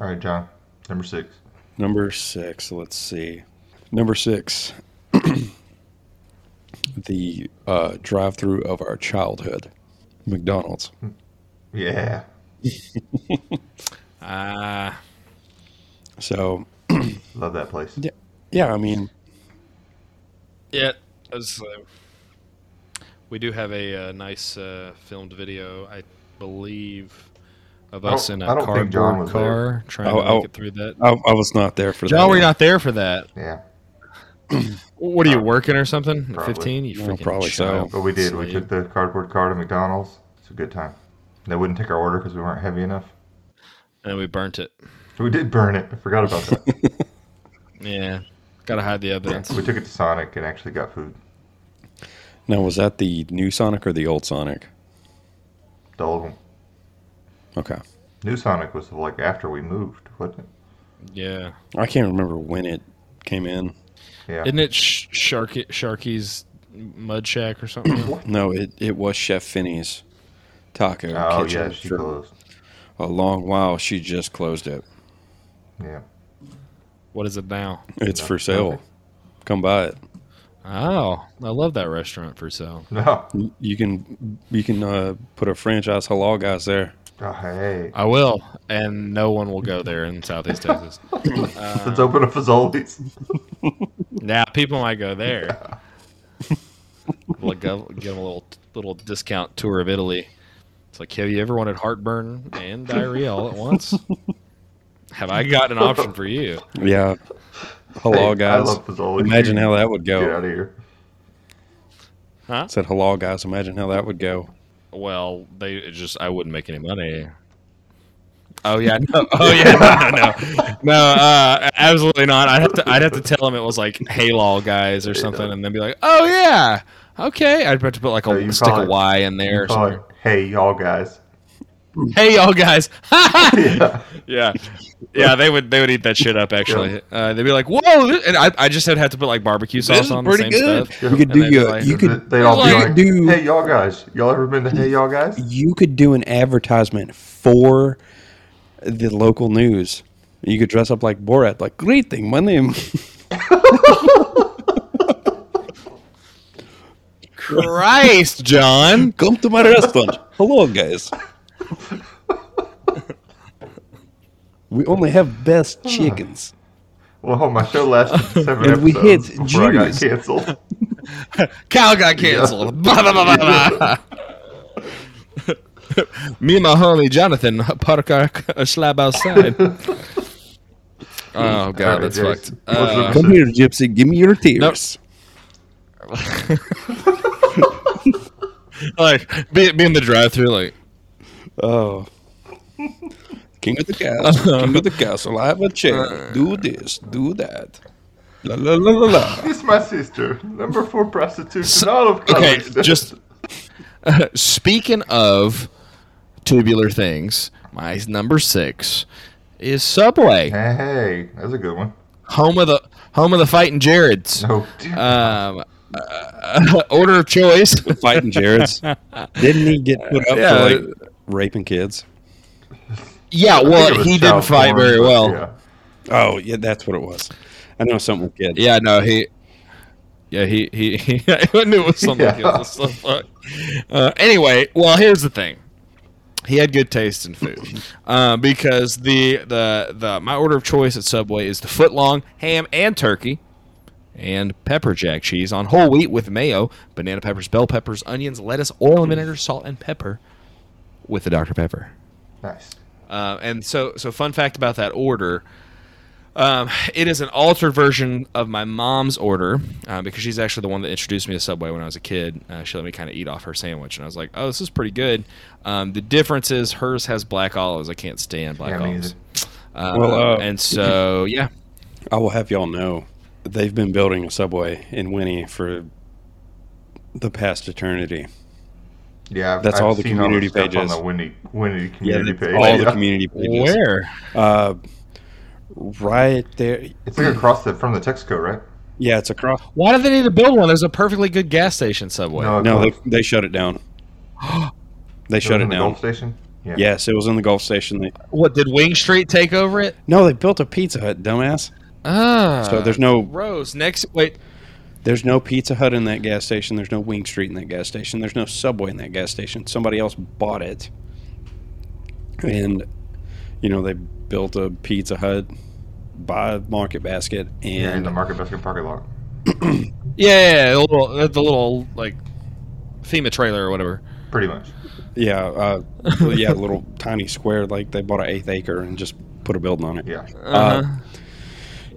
[SPEAKER 1] All right, John. Number six.
[SPEAKER 3] number six. Let's see. Number six. the uh, drive-through of our childhood, McDonald's.
[SPEAKER 1] Yeah.
[SPEAKER 2] Ah,
[SPEAKER 3] So
[SPEAKER 1] Love that place.
[SPEAKER 3] Yeah. yeah, I mean,
[SPEAKER 2] yeah. as, uh, we do have a uh, nice uh, filmed video, I believe, of
[SPEAKER 1] I don't-
[SPEAKER 2] us in a
[SPEAKER 1] I don't think John
[SPEAKER 2] cardboard
[SPEAKER 1] was there.
[SPEAKER 2] car trying
[SPEAKER 3] Oh,
[SPEAKER 2] to
[SPEAKER 3] oh.
[SPEAKER 2] make it through that.
[SPEAKER 3] I, I was not there for
[SPEAKER 2] John,
[SPEAKER 3] that.
[SPEAKER 2] were you not there for that?
[SPEAKER 1] Yeah.
[SPEAKER 2] What are you working or something? At
[SPEAKER 1] Probably.
[SPEAKER 2] Fifteen? You
[SPEAKER 3] Well,
[SPEAKER 2] freaking
[SPEAKER 3] probably so.
[SPEAKER 2] child.
[SPEAKER 1] But we did. We
[SPEAKER 2] slave.
[SPEAKER 1] took the cardboard car to McDonald's. It's a good time. They wouldn't take our order because we weren't heavy enough.
[SPEAKER 2] and we burnt it.
[SPEAKER 1] We did burn it. I forgot about that.
[SPEAKER 2] Yeah, gotta hide the evidence.
[SPEAKER 1] we took it to Sonic and actually got food.
[SPEAKER 3] Now, was that the new Sonic or the old Sonic?
[SPEAKER 1] The old one.
[SPEAKER 3] Okay,
[SPEAKER 1] New Sonic was like after we moved, wasn't it?
[SPEAKER 2] yeah,
[SPEAKER 3] I can't remember when it came in.
[SPEAKER 1] Yeah.
[SPEAKER 2] isn't it Sh- Shark Sharky's Mud Shack or something?
[SPEAKER 3] No, it, it was Chef Finney's taco
[SPEAKER 1] oh
[SPEAKER 3] kitchen
[SPEAKER 1] yeah, she
[SPEAKER 3] for
[SPEAKER 1] closed.
[SPEAKER 3] a long while. She just closed it.
[SPEAKER 1] Yeah.
[SPEAKER 2] what is it now?
[SPEAKER 3] It's for sale. Come buy it.
[SPEAKER 2] Oh, I love that restaurant for sale.
[SPEAKER 1] No.
[SPEAKER 3] You can you can uh, put a franchise halal guys there.
[SPEAKER 1] Oh, hey.
[SPEAKER 2] I will, and no one will go there in Southeast Texas. Uh,
[SPEAKER 1] Let's open a Fazoli's.
[SPEAKER 2] Now people might go there. Like, go- give them a little little discount tour of Italy. It's like, have you ever wanted heartburn and diarrhea all at once? Have I got an option for you?
[SPEAKER 3] Yeah,
[SPEAKER 1] Hey,
[SPEAKER 3] halal
[SPEAKER 1] I
[SPEAKER 3] guys.
[SPEAKER 1] love Fazoli's.
[SPEAKER 3] Imagine how that would go.
[SPEAKER 1] Get out of here.
[SPEAKER 2] Huh?
[SPEAKER 3] Said halal guys. Imagine how that would go.
[SPEAKER 2] Well, they it just I wouldn't make any money. Oh yeah, no. Oh yeah, no, no, no, no uh, absolutely not. I'd have to, I'd have to tell them it was like Halal guys or something, and then be like, oh yeah, okay. I'd have to put like
[SPEAKER 1] No,
[SPEAKER 2] a
[SPEAKER 1] you
[SPEAKER 2] stick
[SPEAKER 1] call
[SPEAKER 2] a
[SPEAKER 1] it-
[SPEAKER 2] Y in there. Or
[SPEAKER 1] Oh,
[SPEAKER 2] something.
[SPEAKER 1] hey, y'all guys.
[SPEAKER 2] Hey y'all guys,
[SPEAKER 1] Yeah.
[SPEAKER 2] yeah, yeah. They would they would eat that shit up. Actually, uh, they'd be like, whoa, thi- and I, I just would have to put like barbecue sauce on the same stuff.
[SPEAKER 3] You could
[SPEAKER 2] And they'd be
[SPEAKER 3] do uh,
[SPEAKER 2] like-
[SPEAKER 3] you could
[SPEAKER 1] they all be
[SPEAKER 3] you
[SPEAKER 1] like,
[SPEAKER 3] could do
[SPEAKER 1] hey, y'all guys. Y'all ever been to Hey, y'all guys?
[SPEAKER 3] you could do an advertisement for the local news. You could dress up like Borat, like greeting. My name.
[SPEAKER 2] Christ, John.
[SPEAKER 3] Come to my restaurant. Hello, guys. we only have best chickens.
[SPEAKER 1] Well, my show lasted seven
[SPEAKER 3] And we hit
[SPEAKER 1] episodes before I got
[SPEAKER 3] Jews.
[SPEAKER 1] canceled.
[SPEAKER 2] Cow got canceled. Blah, blah, blah, blah, blah. Me and my homie Jonathan uh, park our a slab outside. oh god, that's fucked.
[SPEAKER 1] Jason. What's
[SPEAKER 2] Uh,
[SPEAKER 1] up?
[SPEAKER 3] Come here, gypsy. Give me your tears.
[SPEAKER 2] like be, be in the drive-through, like
[SPEAKER 3] Oh. King of the castle. King of the castle. I have a chair. Do this. Do that. La la la la la.
[SPEAKER 1] This is my sister, number four prostitute in all of
[SPEAKER 2] okay,
[SPEAKER 1] college.
[SPEAKER 2] just speaking of tubular things, my number six is Subway,
[SPEAKER 1] Hey, hey, that's a good one.
[SPEAKER 2] home of the home of the fighting Jareds.
[SPEAKER 1] Oh, dear.
[SPEAKER 2] Um, uh, order of choice.
[SPEAKER 3] Fighting Jared's. Didn't he get put up
[SPEAKER 2] Yeah.
[SPEAKER 3] for like raping kids?
[SPEAKER 2] Yeah,
[SPEAKER 1] I think it
[SPEAKER 2] well,
[SPEAKER 1] was
[SPEAKER 2] he didn't
[SPEAKER 1] child
[SPEAKER 2] fight
[SPEAKER 1] porn,
[SPEAKER 2] very
[SPEAKER 1] but
[SPEAKER 2] well. Yeah.
[SPEAKER 1] Yeah.
[SPEAKER 3] Oh yeah, that's what it was. I know something with kids.
[SPEAKER 2] no, he. Yeah, he he. he I knew it was something
[SPEAKER 1] Yeah.
[SPEAKER 2] else. So fuck. Uh, anyway, well, here's the thing. He had good taste in food, uh, because the, the the my order of choice at Subway is the foot long ham and turkey, and pepper jack cheese on whole wheat with mayo, banana peppers, bell peppers, onions, lettuce, oil and vinegar, salt and pepper, with the Dr Pepper.
[SPEAKER 1] Nice.
[SPEAKER 2] Uh, and so, so fun fact about that order. Um, it is an altered version of my mom's order uh, because she's actually the one that introduced me to Subway when I was a kid. Uh, she let me kind of eat off her sandwich, and I was like, "Oh, this is pretty good." Um, the difference is hers has black olives. I can't stand black
[SPEAKER 1] Yeah, me
[SPEAKER 2] olives.
[SPEAKER 1] either.
[SPEAKER 2] Uh,
[SPEAKER 3] Well, uh,
[SPEAKER 2] and so yeah,
[SPEAKER 3] I will have y'all know they've been building a subway in Winnie for the past eternity.
[SPEAKER 1] Yeah, I've,
[SPEAKER 3] That's
[SPEAKER 1] I've
[SPEAKER 3] all the
[SPEAKER 1] seen
[SPEAKER 3] community
[SPEAKER 1] the stuff
[SPEAKER 3] pages.
[SPEAKER 1] on the Winnie Winnie
[SPEAKER 3] Yeah,
[SPEAKER 1] community
[SPEAKER 3] that's
[SPEAKER 1] page.
[SPEAKER 3] all
[SPEAKER 1] Yeah.
[SPEAKER 3] the community pages.
[SPEAKER 2] Where?
[SPEAKER 3] Uh, right there.
[SPEAKER 1] It's like across the from the Texaco, right?
[SPEAKER 3] Yeah, it's across.
[SPEAKER 2] Why do they need to build one? There's a perfectly good gas station subway.
[SPEAKER 1] No, it
[SPEAKER 3] No, they,
[SPEAKER 1] was-
[SPEAKER 3] they shut it down. They
[SPEAKER 1] it was
[SPEAKER 3] shut it
[SPEAKER 1] in the
[SPEAKER 3] down.
[SPEAKER 1] Gulf Station. Yeah.
[SPEAKER 3] Yes, it was in the Gulf Station. They,
[SPEAKER 2] What did Wing Street take over it?
[SPEAKER 3] no, they built a Pizza Hut, dumbass.
[SPEAKER 2] Ah,
[SPEAKER 1] Uh.
[SPEAKER 3] So there's no
[SPEAKER 2] Rose next. Wait,
[SPEAKER 3] there's no Pizza Hut in that gas station. There's no Wing Street in that gas station. There's no Subway in that gas station. Somebody else bought it, and you know they built a Pizza Hut by Market Basket
[SPEAKER 1] Yeah, in
[SPEAKER 3] and
[SPEAKER 1] the Market Basket parking lot.
[SPEAKER 2] yeah, yeah, yeah, the little, uh, the little like FEMA trailer or whatever.
[SPEAKER 1] Pretty much.
[SPEAKER 3] yeah, uh, yeah, little tiny square. Like they bought an eighth acre and just put a building on it.
[SPEAKER 1] Yeah.
[SPEAKER 3] Uh-huh.
[SPEAKER 2] Uh,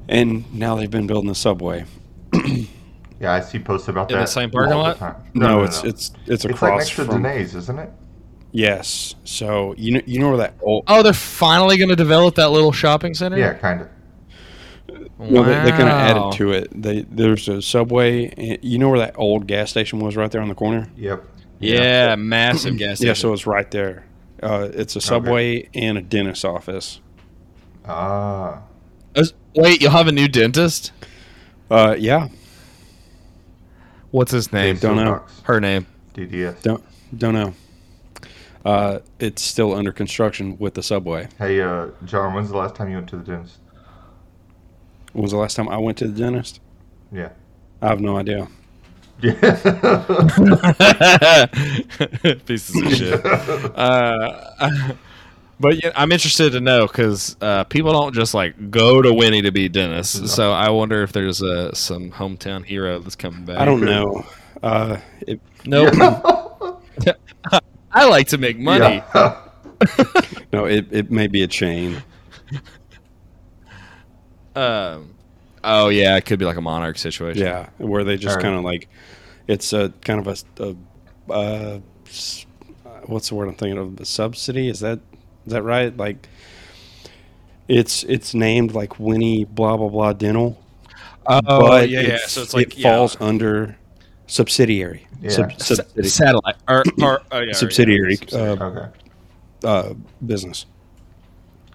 [SPEAKER 3] And now they've been building a Subway.
[SPEAKER 1] Yeah, I see posts about
[SPEAKER 2] In
[SPEAKER 1] that.
[SPEAKER 2] the same parking
[SPEAKER 1] all the
[SPEAKER 2] lot?
[SPEAKER 1] time.
[SPEAKER 3] No, it's it's it's
[SPEAKER 1] it's like
[SPEAKER 3] across
[SPEAKER 1] next to
[SPEAKER 3] from
[SPEAKER 1] Danae's, isn't it?
[SPEAKER 3] yes. So you know you know where that old
[SPEAKER 2] oh, they're finally going to develop that little shopping center.
[SPEAKER 1] Yeah, kind of.
[SPEAKER 3] No, they, they kind of
[SPEAKER 2] Wow.
[SPEAKER 3] added to it. They there's a subway. and You know where that old gas station was right there on the corner.
[SPEAKER 1] Yep.
[SPEAKER 2] Yeah, massive gas station.
[SPEAKER 3] Yeah, so it's right there. Uh, it's a subway and a dentist's office.
[SPEAKER 1] Ah.
[SPEAKER 2] Is- Uh, Wait, you'll have a new dentist?
[SPEAKER 3] Uh, yeah,
[SPEAKER 2] What's his name?
[SPEAKER 1] Dave Silcox,
[SPEAKER 3] know.
[SPEAKER 2] Her name.
[SPEAKER 1] DDS.
[SPEAKER 3] don't don't know. Uh, it's still under construction with the subway.
[SPEAKER 1] Hey, uh, John, when's the last time you went to the dentist?
[SPEAKER 3] When was the last time I went to the dentist?
[SPEAKER 1] Yeah.
[SPEAKER 3] I have no idea.
[SPEAKER 1] Yeah.
[SPEAKER 2] Pieces of shit. Uh, but yeah, I'm interested to know because uh, people don't just like go to Winnie to be dentists. So I wonder if there's uh, some hometown hero that's coming back.
[SPEAKER 3] I don't know. Uh, it,
[SPEAKER 2] Nope. I like to make money.
[SPEAKER 3] Uh,
[SPEAKER 1] Yeah.
[SPEAKER 3] no, it, it may be a chain.
[SPEAKER 2] Um, oh yeah, it could be like a monarch situation.
[SPEAKER 3] Yeah, where they just
[SPEAKER 1] Alright.
[SPEAKER 3] kind of like, it's a kind of a, a uh, s- uh, what's the word I'm thinking of? A subsidy? Is that is that right? Like, it's it's named like Winnie blah blah blah dental,
[SPEAKER 2] Oh
[SPEAKER 3] but
[SPEAKER 2] yeah,
[SPEAKER 3] it,
[SPEAKER 2] yeah. So it's like
[SPEAKER 3] it falls under subsidiary.
[SPEAKER 1] Yeah.
[SPEAKER 3] Sub,
[SPEAKER 2] yeah.
[SPEAKER 3] subsidy.
[SPEAKER 2] satellite or, or oh, yeah, yeah,
[SPEAKER 3] subsidiary
[SPEAKER 2] subsidiary.
[SPEAKER 1] okay.
[SPEAKER 3] uh, uh, business.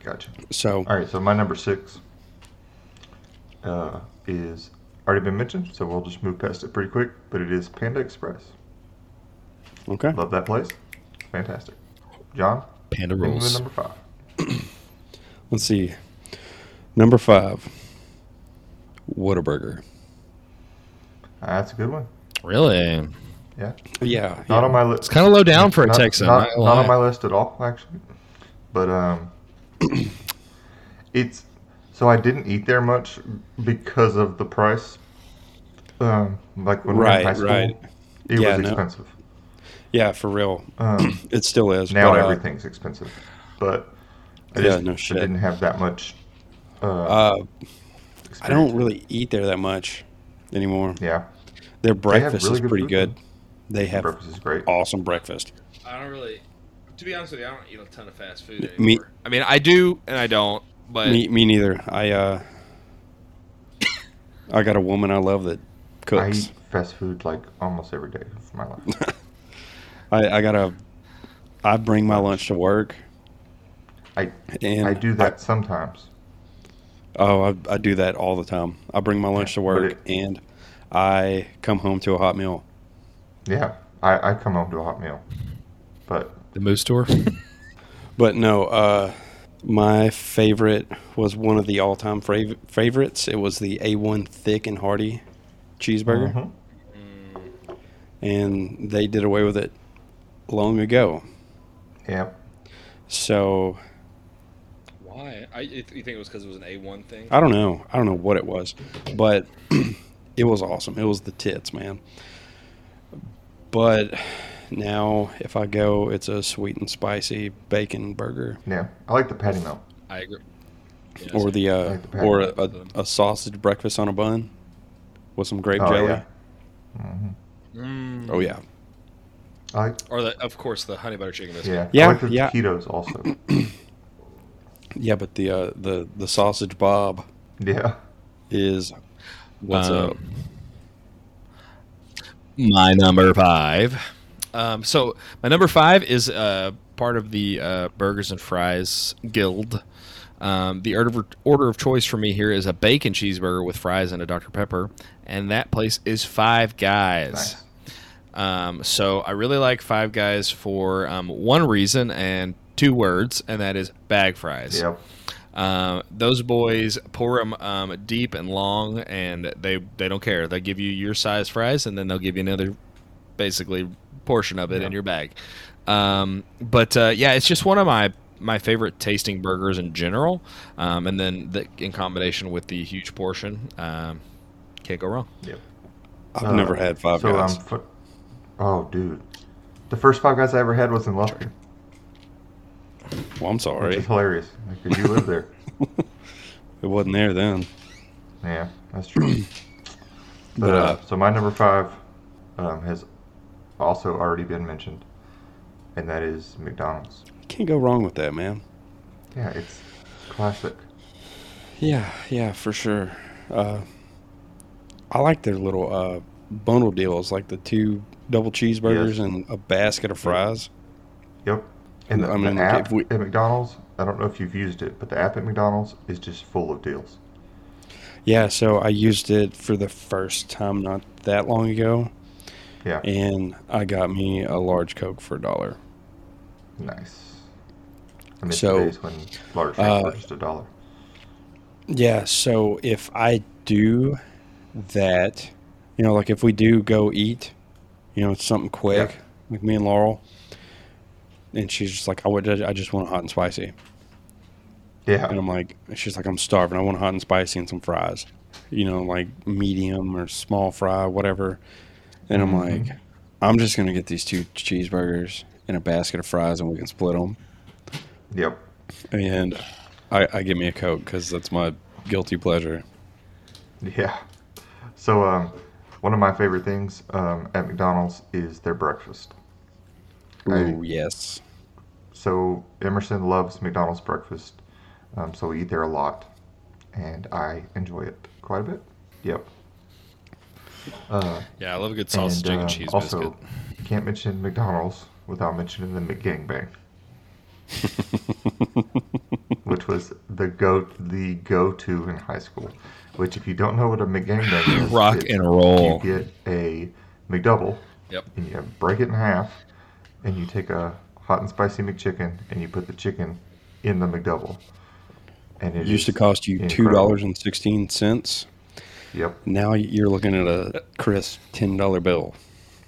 [SPEAKER 1] Gotcha.
[SPEAKER 3] So
[SPEAKER 1] All right, so my number six uh, is already been mentioned, so we'll just move past it pretty quick. But it is Panda Express.
[SPEAKER 3] okay,
[SPEAKER 1] Love that place. Fantastic. John,
[SPEAKER 2] Panda
[SPEAKER 1] give me the
[SPEAKER 2] rules.
[SPEAKER 1] number five.
[SPEAKER 3] let's see. Number five, Whataburger.
[SPEAKER 1] Uh, that's a good one.
[SPEAKER 2] Really?
[SPEAKER 1] Yeah,
[SPEAKER 3] Yeah,
[SPEAKER 1] not on my
[SPEAKER 2] It's
[SPEAKER 1] list.
[SPEAKER 2] kind of low down for a
[SPEAKER 1] not,
[SPEAKER 2] Texan.
[SPEAKER 1] Not,
[SPEAKER 2] not
[SPEAKER 1] not
[SPEAKER 2] gonna lie.
[SPEAKER 1] on my list at all, actually. But um, it's so I didn't eat there much because of the price. Um, like when we were in
[SPEAKER 3] Right,
[SPEAKER 1] high school,
[SPEAKER 3] right.
[SPEAKER 1] it
[SPEAKER 3] Yeah,
[SPEAKER 1] was
[SPEAKER 3] no.
[SPEAKER 1] expensive.
[SPEAKER 3] yeah, for real.
[SPEAKER 1] Um,
[SPEAKER 3] It still is.
[SPEAKER 1] now
[SPEAKER 3] but, uh,
[SPEAKER 1] everything's expensive. But I
[SPEAKER 3] Yeah,
[SPEAKER 1] just
[SPEAKER 3] no
[SPEAKER 1] I
[SPEAKER 3] shit.
[SPEAKER 1] didn't have that much. Uh,
[SPEAKER 3] Uh, I
[SPEAKER 1] experience.
[SPEAKER 3] don't really eat there that much anymore.
[SPEAKER 1] Yeah,
[SPEAKER 3] Their breakfast
[SPEAKER 1] really
[SPEAKER 3] is
[SPEAKER 1] good
[SPEAKER 3] pretty
[SPEAKER 1] food,
[SPEAKER 3] good.
[SPEAKER 1] though.
[SPEAKER 3] They have
[SPEAKER 1] breakfast is great.
[SPEAKER 3] awesome breakfast.
[SPEAKER 2] I don't really. To be honest with you, I don't eat a ton of fast food
[SPEAKER 3] Me-
[SPEAKER 2] anymore. I mean, I do and I don't. But
[SPEAKER 3] Me, me neither. I uh, I got a woman I love that
[SPEAKER 1] I
[SPEAKER 3] cooks.
[SPEAKER 1] eat fast food like almost every day of my life.
[SPEAKER 3] I, I got a. I bring my lunch to work,
[SPEAKER 1] I
[SPEAKER 3] and
[SPEAKER 1] I do that sometimes.
[SPEAKER 3] oh, I, I do that all the time. I bring my lunch to work,
[SPEAKER 1] it-
[SPEAKER 3] and I come home to a hot meal.
[SPEAKER 1] Yeah, I, I come home to a hot meal, but
[SPEAKER 2] the moose tour.
[SPEAKER 3] But no, uh, my favorite was one of the all-time fav- favorites. It was the A1 thick and hearty cheeseburger,
[SPEAKER 1] Mhm.
[SPEAKER 3] and they did away with it long ago.
[SPEAKER 1] yeah,
[SPEAKER 3] So
[SPEAKER 2] Why? I, you think it was because it was an A one thing?
[SPEAKER 3] I don't know. I don't know what it was, but it was awesome. It was the tits, man. But now, if I go, it's a sweet and spicy bacon burger,
[SPEAKER 1] yeah. I like the patty melt.
[SPEAKER 2] I agree. Yeah,
[SPEAKER 3] or the uh,
[SPEAKER 1] Like the
[SPEAKER 3] or a, a, a sausage breakfast on a bun with some grape
[SPEAKER 1] Oh,
[SPEAKER 3] jelly.
[SPEAKER 1] yeah. hmm
[SPEAKER 2] Mm.
[SPEAKER 3] Oh yeah,
[SPEAKER 1] I like
[SPEAKER 2] or the of course the honey butter chicken biscuit.
[SPEAKER 1] yeah.
[SPEAKER 3] Yeah,
[SPEAKER 1] I like the
[SPEAKER 3] yeah.
[SPEAKER 1] taquitos also.
[SPEAKER 3] yeah. But the uh, the the sausage bob
[SPEAKER 1] Yeah,
[SPEAKER 3] is what's
[SPEAKER 2] Um,
[SPEAKER 3] up.
[SPEAKER 2] my number five. Um, so my number five is uh, part of the uh, Burgers and Fries Guild. Um, the order of, order of choice for me here is a bacon cheeseburger with fries and a Dr Pepper, and that place is Five Guys.
[SPEAKER 1] Nice.
[SPEAKER 2] Um, so I really like Five Guys for um, one reason and two words, and that is bag fries.
[SPEAKER 1] Yep.
[SPEAKER 2] Um, those boys pour them um, deep and long, and they they don't care. They give you your size fries, and then they'll give you another, basically, portion of it in your bag. Um, but uh, yeah, it's just one of my my favorite tasting burgers in general, um, and then the, in combination with the huge portion, um, can't go wrong.
[SPEAKER 1] Yep.
[SPEAKER 3] I've never had five
[SPEAKER 1] so
[SPEAKER 3] guys.
[SPEAKER 1] I'm. Fu- oh, dude. The first five guys I ever had was in Lufkin.
[SPEAKER 3] well, I'm
[SPEAKER 1] Which
[SPEAKER 3] sorry.
[SPEAKER 1] is hilarious. Because you live there.
[SPEAKER 3] It wasn't there then.
[SPEAKER 1] Yeah, that's true. but
[SPEAKER 3] But,
[SPEAKER 1] uh,
[SPEAKER 3] uh,
[SPEAKER 1] so my number five um, has also already been mentioned, and that is McDonald's.
[SPEAKER 3] Can't go wrong with that, man.
[SPEAKER 1] Yeah, it's classic.
[SPEAKER 3] Yeah, yeah, for sure. Uh, I like their little uh, bundle deals, like the two double cheeseburgers
[SPEAKER 1] Yes.
[SPEAKER 3] and a basket of fries.
[SPEAKER 1] Yep. And the,
[SPEAKER 3] I mean,
[SPEAKER 1] the app
[SPEAKER 3] if we-
[SPEAKER 1] at McDonald's, I don't know if you've used it, but the app at McDonald's is just full of deals.
[SPEAKER 3] Yeah, so I used it for the first time not that long ago,
[SPEAKER 1] Yeah,
[SPEAKER 3] and I got me a large Coke for a dollar.
[SPEAKER 1] nice. I miss
[SPEAKER 3] So,
[SPEAKER 1] the days when large
[SPEAKER 3] uh,
[SPEAKER 1] drinks were just a dollar.
[SPEAKER 3] Yeah, so if I do that, you know, like if we do go eat, you know, it's something quick,
[SPEAKER 1] Yeah.
[SPEAKER 3] like me and Laurel, and she's just like, I would, I just want hot and spicy. And
[SPEAKER 1] Yeah,
[SPEAKER 3] I'm like, she's like, I'm starving. I want hot and spicy and some fries, you know, like medium or small fry, whatever. And I'm like, I'm just going to get these two cheeseburgers and a basket of fries and we can split them.
[SPEAKER 1] yep.
[SPEAKER 3] And I, I get me a Coke because that's my guilty pleasure.
[SPEAKER 1] Yeah. So, um, one of my favorite things um, at McDonald's is their breakfast.
[SPEAKER 3] Ooh,
[SPEAKER 1] I-
[SPEAKER 3] yes.
[SPEAKER 1] So Emerson loves McDonald's breakfast, um, so we eat there a lot, and I enjoy it quite a bit. Yep. Uh,
[SPEAKER 2] Yeah, I love a good sausage
[SPEAKER 1] and
[SPEAKER 2] egg
[SPEAKER 1] um,
[SPEAKER 2] and cheese
[SPEAKER 1] also,
[SPEAKER 2] biscuit.
[SPEAKER 1] can't mention McDonald's without mentioning the McGangbang, which was the go the go to in high school. Which, if you don't know what a McGangbang is,
[SPEAKER 2] Rock
[SPEAKER 1] it's-
[SPEAKER 2] and roll.
[SPEAKER 1] You get a McDouble,
[SPEAKER 2] Yep.
[SPEAKER 1] and you break it in half, and you take a hot and spicy McChicken, and you put the chicken in the McDouble. And it
[SPEAKER 3] It used to
[SPEAKER 1] is
[SPEAKER 3] cost you
[SPEAKER 1] incredible.
[SPEAKER 3] $2.16.
[SPEAKER 1] Yep.
[SPEAKER 3] Now you're looking at a crisp $10 bill.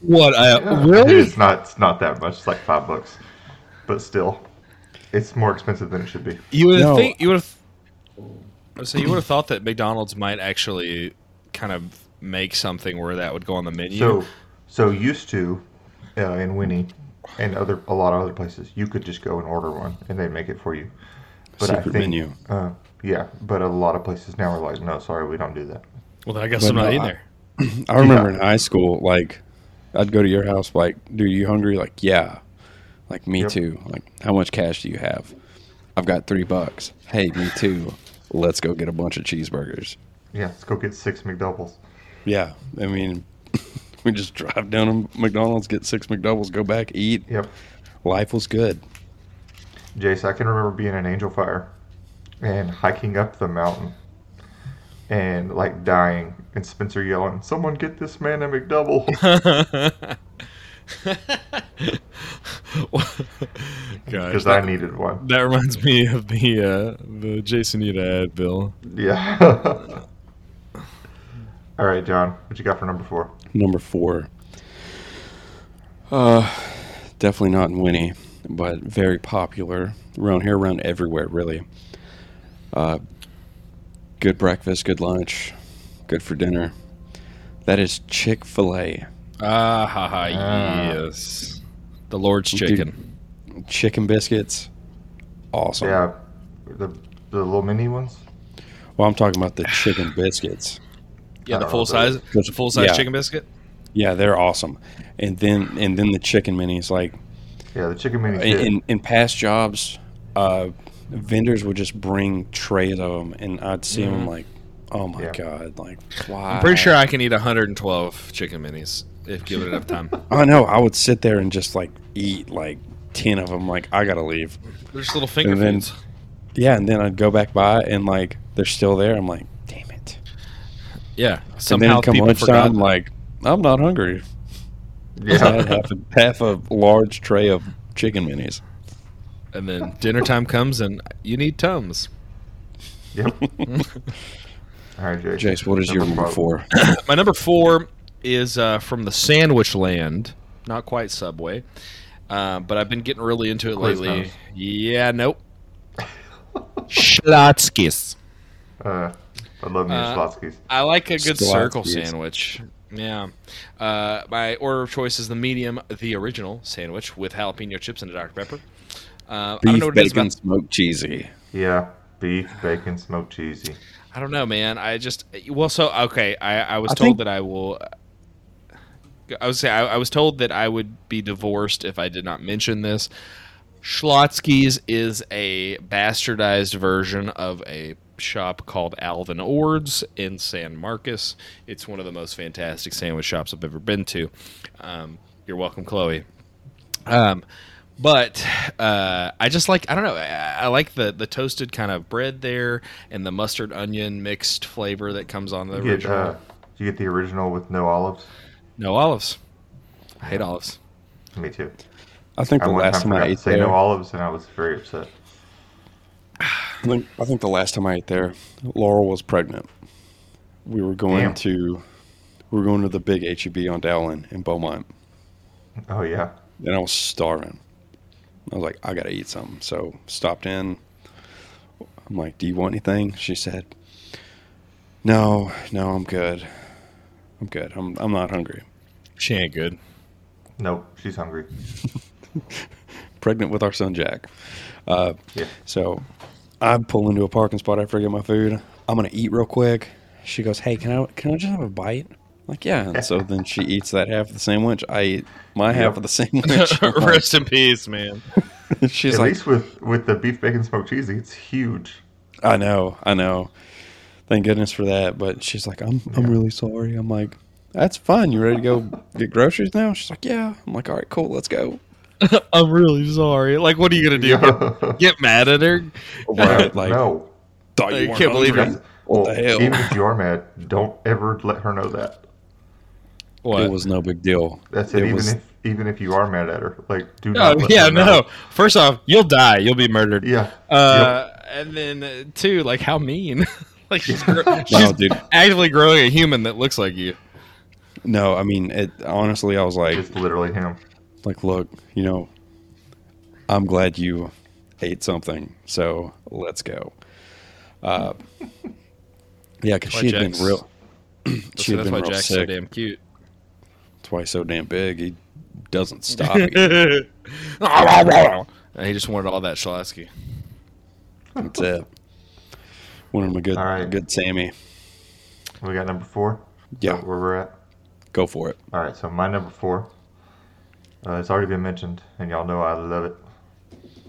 [SPEAKER 2] What? I,
[SPEAKER 1] Yeah.
[SPEAKER 2] Oh, Really?
[SPEAKER 1] It's not. It's not that much. It's like five bucks, but still, it's more expensive than it should be.
[SPEAKER 2] You would
[SPEAKER 3] No.
[SPEAKER 2] think you would have. So you would have thought that McDonald's might actually kind of make something where that would go on the menu.
[SPEAKER 1] So, so used to, uh, in Winnie, and other a lot of other places, you could just go and order one, and they'd make it for you. But I
[SPEAKER 3] Secret
[SPEAKER 1] think,
[SPEAKER 3] menu.
[SPEAKER 1] Uh, yeah, but a lot of places now are like, no, sorry, we don't do that.
[SPEAKER 2] well, then I guess
[SPEAKER 3] But
[SPEAKER 2] I'm not
[SPEAKER 3] no,
[SPEAKER 2] in
[SPEAKER 3] I-
[SPEAKER 2] there.
[SPEAKER 3] I remember in high school, like, I'd go to your house, like, dude, you hungry? Like, yeah. Like, me
[SPEAKER 1] Yep.
[SPEAKER 3] too. Like, how much cash do you have? I've got three bucks. Hey, me too. Let's go get a bunch of cheeseburgers.
[SPEAKER 1] Yeah, let's go get six McDoubles.
[SPEAKER 3] Yeah. I mean, we just drive down to McDonald's, get six McDoubles, go back, eat.
[SPEAKER 1] Yep.
[SPEAKER 3] Life was good.
[SPEAKER 1] Jace, I can remember being in Angel Fire and hiking up the mountain and like dying and Spencer yelling, Someone get this man a McDouble. Because I needed one.
[SPEAKER 2] that reminds me of the uh, the Jasonita ad, Bill.
[SPEAKER 1] Yeah. All right, John, what you got for number four?
[SPEAKER 3] Number four. Uh, definitely not in Winnie, but very popular around here, around everywhere, really. Uh, good breakfast, good lunch, good for dinner. That is Chick Fil A
[SPEAKER 2] Ah, ha, ha,
[SPEAKER 1] Ah.
[SPEAKER 2] yes, the Lord's chicken.
[SPEAKER 3] chicken biscuits. Awesome.
[SPEAKER 1] Yeah, the, the little mini ones?
[SPEAKER 3] Well, I'm talking about the chicken biscuits.
[SPEAKER 2] Yeah,
[SPEAKER 1] I
[SPEAKER 2] the
[SPEAKER 1] don't
[SPEAKER 2] full
[SPEAKER 1] know about
[SPEAKER 2] size, the full size
[SPEAKER 3] Yeah.
[SPEAKER 2] chicken biscuit.
[SPEAKER 3] Yeah, they're awesome. And then and then the chicken minis, like
[SPEAKER 1] Yeah, the chicken mini.
[SPEAKER 3] in, in, in past jobs, uh, vendors would just bring trays of them, and I'd see them like Oh my
[SPEAKER 1] Mm-hmm. Yeah.
[SPEAKER 3] god! Like why?
[SPEAKER 2] I'm pretty sure I can eat 112 chicken minis if given enough time.
[SPEAKER 3] I know. I would sit there and just like eat like ten of them. Like I gotta leave.
[SPEAKER 2] They're just little finger
[SPEAKER 3] And then-
[SPEAKER 2] foods.
[SPEAKER 3] Yeah, and then I'd go back by and like they're still there. I'm like, damn it.
[SPEAKER 2] Yeah.
[SPEAKER 3] And then
[SPEAKER 2] Somehow
[SPEAKER 3] it'd come
[SPEAKER 2] people forgot.
[SPEAKER 3] lunchtime, like I'm not hungry. So I
[SPEAKER 1] Yeah.
[SPEAKER 3] had half a, half a large tray of chicken minis.
[SPEAKER 2] and then dinner time comes and you need tums.
[SPEAKER 1] yep. All right, Jace.
[SPEAKER 3] Jace, what is your number
[SPEAKER 1] five.
[SPEAKER 3] four?
[SPEAKER 2] My number four is uh, from the Sandwich Land, not quite Subway, uh, but I've been getting really into it lately.
[SPEAKER 1] Quiznos.
[SPEAKER 2] Yeah, nope. Schlotzkis.
[SPEAKER 1] Uh, I love me
[SPEAKER 2] Uh,
[SPEAKER 1] Slotsky's.
[SPEAKER 2] I like a good
[SPEAKER 3] Schlotzkis.
[SPEAKER 2] circle sandwich. Yeah. Uh, my order of choice is the medium, the original sandwich with jalapeno chips and a Dr. Pepper. Uh, I don't
[SPEAKER 3] Beef
[SPEAKER 2] know what it is
[SPEAKER 3] bacon
[SPEAKER 2] about
[SPEAKER 3] smoked cheesy.
[SPEAKER 1] Yeah, beef, bacon, smoked cheesy.
[SPEAKER 2] I don't know, man. I just well, so okay. I, I was
[SPEAKER 3] I
[SPEAKER 2] told
[SPEAKER 3] think-
[SPEAKER 2] that I will. I was say I, I was told that I would be divorced if I did not mention this. Schlotzky's is a bastardized version of a shop called Alvin Ord's in San Marcos. It's one of the most fantastic sandwich shops I've ever been to. Um, you're welcome, Chloe. Um, but uh, I just like I don't know I, I like the the toasted kind of bread there and the mustard onion mixed flavor that comes on the
[SPEAKER 1] You get,
[SPEAKER 2] original.
[SPEAKER 1] uh, you get the original with no olives.
[SPEAKER 2] no olives. I hate olives.
[SPEAKER 1] Me too.
[SPEAKER 3] I think
[SPEAKER 1] I
[SPEAKER 3] Hmm. the
[SPEAKER 1] one
[SPEAKER 3] last
[SPEAKER 1] time
[SPEAKER 3] time I
[SPEAKER 1] forgot to
[SPEAKER 3] ate
[SPEAKER 1] say
[SPEAKER 3] there.
[SPEAKER 1] no olives, and I was very upset.
[SPEAKER 3] I think, I think the last time I ate there, Laurel was pregnant. We were going
[SPEAKER 1] Damn.
[SPEAKER 3] to we were going to the big HEB on Dowlin in Beaumont,
[SPEAKER 1] Oh yeah,
[SPEAKER 3] and I was starving. I was like, I gotta eat something. So stopped in. I'm like, Do you want anything? She said, No, no, I'm good. I'm good. I'm I'm not hungry.
[SPEAKER 2] She ain't good.
[SPEAKER 1] nope. She's hungry.
[SPEAKER 3] Pregnant with our son Jack. Uh,
[SPEAKER 1] Yeah,
[SPEAKER 3] So I pull into a parking spot after I get my food. I'm gonna eat real quick. She goes, "Hey, can I can I just have a bite?" I'm like, yeah. And so then she eats that half of the sandwich. I eat my half of the sandwich. I'm like-
[SPEAKER 2] Rest in peace, man.
[SPEAKER 3] She's
[SPEAKER 1] at
[SPEAKER 3] like,
[SPEAKER 1] least with with the beef, bacon, smoked cheesy, it's huge.
[SPEAKER 3] "I know, I know." Thank goodness for that. But she's like, "I'm I'm really sorry." I'm like, "That's fine. You ready to go get groceries now?" She's like, "Yeah." I'm like, "All right, cool. Let's go."
[SPEAKER 2] I'm really sorry. Like, what are you gonna do? Get, get mad at her?
[SPEAKER 3] Right? Like,
[SPEAKER 1] no,
[SPEAKER 3] thought
[SPEAKER 2] I
[SPEAKER 3] you
[SPEAKER 2] can't believe
[SPEAKER 3] it.
[SPEAKER 1] that's, well,
[SPEAKER 3] the hell?
[SPEAKER 1] even if you are mad, don't ever let her know that.
[SPEAKER 2] What?
[SPEAKER 3] It was no big deal.
[SPEAKER 1] That's it. even
[SPEAKER 3] was
[SPEAKER 1] if even if you are mad at her, like do
[SPEAKER 2] Oh,
[SPEAKER 1] not. let
[SPEAKER 2] yeah,
[SPEAKER 1] her know.
[SPEAKER 2] no. First off, you'll die. You'll be murdered.
[SPEAKER 1] Yeah.
[SPEAKER 2] Uh, And then uh, two, like how mean? like she's gr-
[SPEAKER 3] no,
[SPEAKER 2] she's
[SPEAKER 3] dude.
[SPEAKER 2] actively growing a human that looks like you.
[SPEAKER 3] No, I mean, it, honestly, I was
[SPEAKER 1] Yep.
[SPEAKER 3] like,
[SPEAKER 1] It's literally him.
[SPEAKER 3] like, look, you know, I'm glad you ate something, so let's go. Uh, yeah, because
[SPEAKER 2] Why
[SPEAKER 3] she had been
[SPEAKER 2] Jack's-
[SPEAKER 3] real.
[SPEAKER 2] So
[SPEAKER 3] she had
[SPEAKER 2] that's
[SPEAKER 3] been
[SPEAKER 2] why
[SPEAKER 3] real
[SPEAKER 2] Jack's so
[SPEAKER 3] sick.
[SPEAKER 2] damn cute.
[SPEAKER 3] That's why he's so damn big. He doesn't stop. eating.
[SPEAKER 2] And he just wanted all that Shalatsky.
[SPEAKER 3] That's it. One of my good,
[SPEAKER 1] All right.
[SPEAKER 3] good Sammy.
[SPEAKER 1] We got number four.
[SPEAKER 3] Yeah,
[SPEAKER 1] Where we're at.
[SPEAKER 3] go for it.
[SPEAKER 1] All right, so my number four. Uh, it's already been mentioned, and y'all know I love it.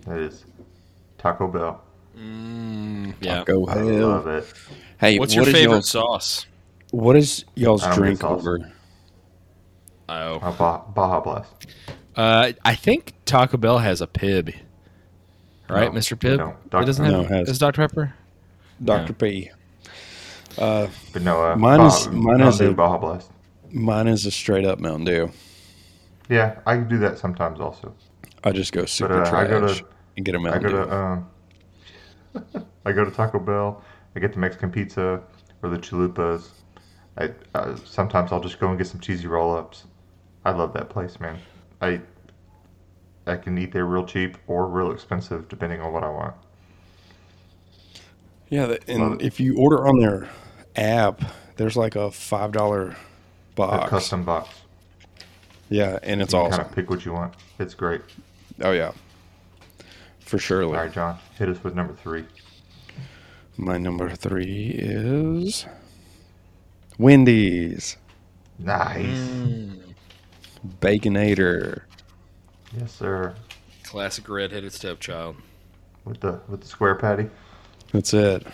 [SPEAKER 1] It is Taco Bell.
[SPEAKER 2] Yeah.
[SPEAKER 3] Go
[SPEAKER 1] I
[SPEAKER 3] hell.
[SPEAKER 1] love it.
[SPEAKER 3] Hey,
[SPEAKER 2] What's
[SPEAKER 3] What's
[SPEAKER 2] your favorite
[SPEAKER 3] y'all's,
[SPEAKER 2] sauce?
[SPEAKER 3] what is y'all's
[SPEAKER 1] I don't get
[SPEAKER 3] drink
[SPEAKER 1] sauce.
[SPEAKER 3] over?
[SPEAKER 2] Oh,
[SPEAKER 1] Uh, Baja, Baja Blast.
[SPEAKER 2] uh, I think Taco Bell has a Pib, right,
[SPEAKER 1] No,
[SPEAKER 2] Mr. Pib?
[SPEAKER 1] no.
[SPEAKER 2] it doesn't
[SPEAKER 3] No,
[SPEAKER 2] have.
[SPEAKER 3] it has-
[SPEAKER 2] Does Dr Pepper?
[SPEAKER 3] Dr. P.
[SPEAKER 1] But no, uh,
[SPEAKER 3] Mine is-
[SPEAKER 1] Baja,
[SPEAKER 3] mine is
[SPEAKER 1] Mountain Dew
[SPEAKER 3] a-
[SPEAKER 1] Baja Blast.
[SPEAKER 3] Mine is a straight up Mountain Dew.
[SPEAKER 1] Yeah, I do that sometimes also.
[SPEAKER 3] I just go super
[SPEAKER 1] uh, I
[SPEAKER 3] trash
[SPEAKER 1] go to-
[SPEAKER 3] and get a
[SPEAKER 1] I
[SPEAKER 3] Mountain
[SPEAKER 1] go
[SPEAKER 3] Dew.
[SPEAKER 1] to um, I go to Taco Bell. I get the Mexican pizza or the chalupas. I uh, sometimes I'll just go and get some cheesy roll ups. I love that place, man. I I can eat there real cheap or real expensive depending on what I want.
[SPEAKER 3] Yeah, the- and if you order on their app, there's like a five dollar
[SPEAKER 1] A
[SPEAKER 3] box.
[SPEAKER 1] custom box.
[SPEAKER 3] Yeah, and it's
[SPEAKER 1] You
[SPEAKER 3] awesome.
[SPEAKER 1] kind of pick what you want. It's great.
[SPEAKER 3] Oh yeah, for surely.
[SPEAKER 1] All right, John, hit us with number three.
[SPEAKER 3] My number three is Wendy's
[SPEAKER 1] Nice.
[SPEAKER 3] Mm.
[SPEAKER 2] Mm,
[SPEAKER 3] Baconator.
[SPEAKER 1] Yes, sir.
[SPEAKER 2] Classic red-headed stepchild.
[SPEAKER 1] With the with the square patty.
[SPEAKER 3] That's it.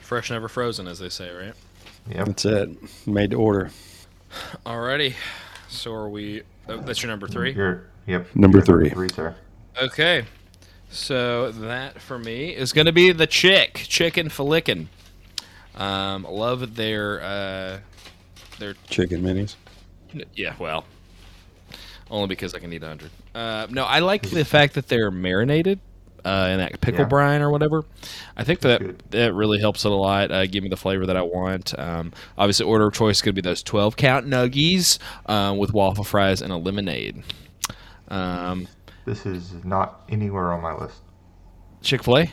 [SPEAKER 2] Fresh, never frozen, as they say, right?
[SPEAKER 1] Yep.
[SPEAKER 3] That's it. Made to order.
[SPEAKER 2] Alrighty. So are we? Oh, that's your number three.
[SPEAKER 1] You're, yep.
[SPEAKER 3] Number
[SPEAKER 1] you're
[SPEAKER 3] three.
[SPEAKER 1] Three, sir.
[SPEAKER 2] Okay. So that for me is going to be the chick, chicken flickin'. Um, love their uh, their
[SPEAKER 3] Chicken minis.
[SPEAKER 2] yeah. Well, only because I can eat a hundred. Uh, no, I like the fact that they're marinated uh, in that pickle
[SPEAKER 1] Yeah.
[SPEAKER 2] brine or whatever. I think that
[SPEAKER 1] Good.
[SPEAKER 2] that really helps it a lot. Uh, give me the flavor that I want. Um, obviously, order of choice could be those twelve count nuggies uh, with waffle fries and a lemonade. Um,
[SPEAKER 1] This is not anywhere on my list.
[SPEAKER 2] Chick Fil A.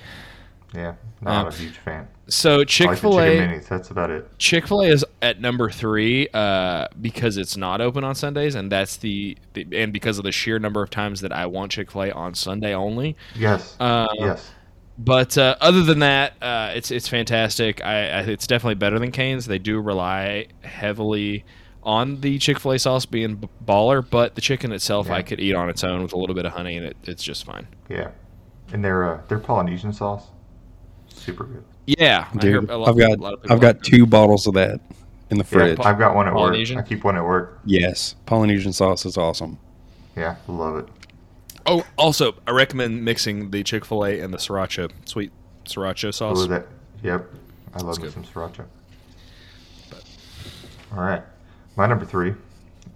[SPEAKER 1] Yeah. Not
[SPEAKER 2] Um,
[SPEAKER 1] a huge fan.
[SPEAKER 2] So Chick
[SPEAKER 1] I
[SPEAKER 2] Fil
[SPEAKER 1] like the
[SPEAKER 2] A,
[SPEAKER 1] chicken minis. That's about it.
[SPEAKER 2] Chick Fil A is at number three uh, because it's not open on Sundays, and that's the, the and because of the sheer number of times that I want Chick Fil A on Sunday only.
[SPEAKER 1] Yes.
[SPEAKER 2] Uh,
[SPEAKER 1] yes.
[SPEAKER 2] But uh, other than that, uh, it's it's fantastic. I, I it's definitely better than Canes. They do rely heavily on the Chick Fil A sauce being b- baller, but the chicken itself
[SPEAKER 1] Yeah.
[SPEAKER 2] I could eat on its own with a little bit of honey, and it, it's just fine.
[SPEAKER 1] Yeah. And their uh, their Polynesian sauce, super good.
[SPEAKER 2] Yeah, I hear
[SPEAKER 3] Dude,
[SPEAKER 2] a lot-
[SPEAKER 3] I've
[SPEAKER 2] a lot of
[SPEAKER 3] got
[SPEAKER 2] people
[SPEAKER 3] I've got
[SPEAKER 2] like
[SPEAKER 3] two bottles of that in the
[SPEAKER 1] Yeah,
[SPEAKER 3] fridge.
[SPEAKER 1] I've got one at
[SPEAKER 2] Polynesian?
[SPEAKER 1] work. I keep one at work.
[SPEAKER 3] yes, Polynesian sauce is awesome.
[SPEAKER 1] Yeah, love it.
[SPEAKER 2] that. Oh, also I recommend mixing the Chick Fil A and the sriracha sweet sriracha
[SPEAKER 1] I
[SPEAKER 2] sauce.
[SPEAKER 1] love that. Yep, I love me
[SPEAKER 2] good.
[SPEAKER 1] some sriracha. All right, my number three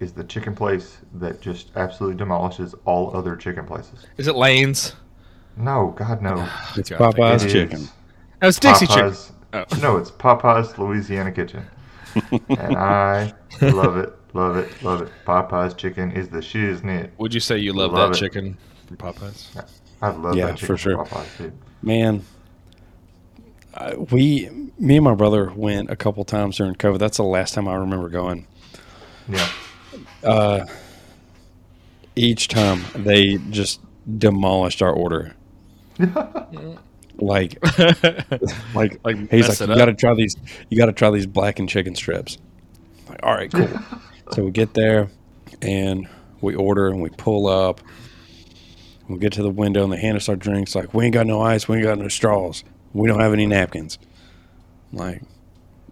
[SPEAKER 1] is the chicken place that just absolutely demolishes all other chicken places.
[SPEAKER 2] Is it Lane's?
[SPEAKER 1] No, God no.
[SPEAKER 3] It's
[SPEAKER 2] God, thank
[SPEAKER 3] Popeye's
[SPEAKER 1] It is
[SPEAKER 3] chicken.
[SPEAKER 2] No, it's Dixie Chick.
[SPEAKER 1] Popeye's.
[SPEAKER 2] Oh.
[SPEAKER 1] No, it's Popeye's Louisiana Kitchen, and I love it, love it, love it. Popeye's chicken is the shiznit.
[SPEAKER 2] Would you say you love,
[SPEAKER 1] Love
[SPEAKER 2] that
[SPEAKER 1] it.
[SPEAKER 2] chicken from Popeyes?
[SPEAKER 1] I love
[SPEAKER 3] Yeah,
[SPEAKER 1] that chicken
[SPEAKER 3] for sure.
[SPEAKER 1] from Popeye's, dude.
[SPEAKER 3] Man, I, we me and my brother went a couple times during COVID. That's the last time I remember going.
[SPEAKER 1] Yeah,
[SPEAKER 3] Uh, each time they just demolished our order. Like like
[SPEAKER 2] Like,
[SPEAKER 3] he's
[SPEAKER 2] mess it
[SPEAKER 3] like you
[SPEAKER 2] up."
[SPEAKER 3] got to try these you got to try these blackened chicken strips like all right cool so we get there and we order and we pull up we get to the window and they hand us our drinks like we ain't got no ice we ain't got no straws we don't have any napkins I'm like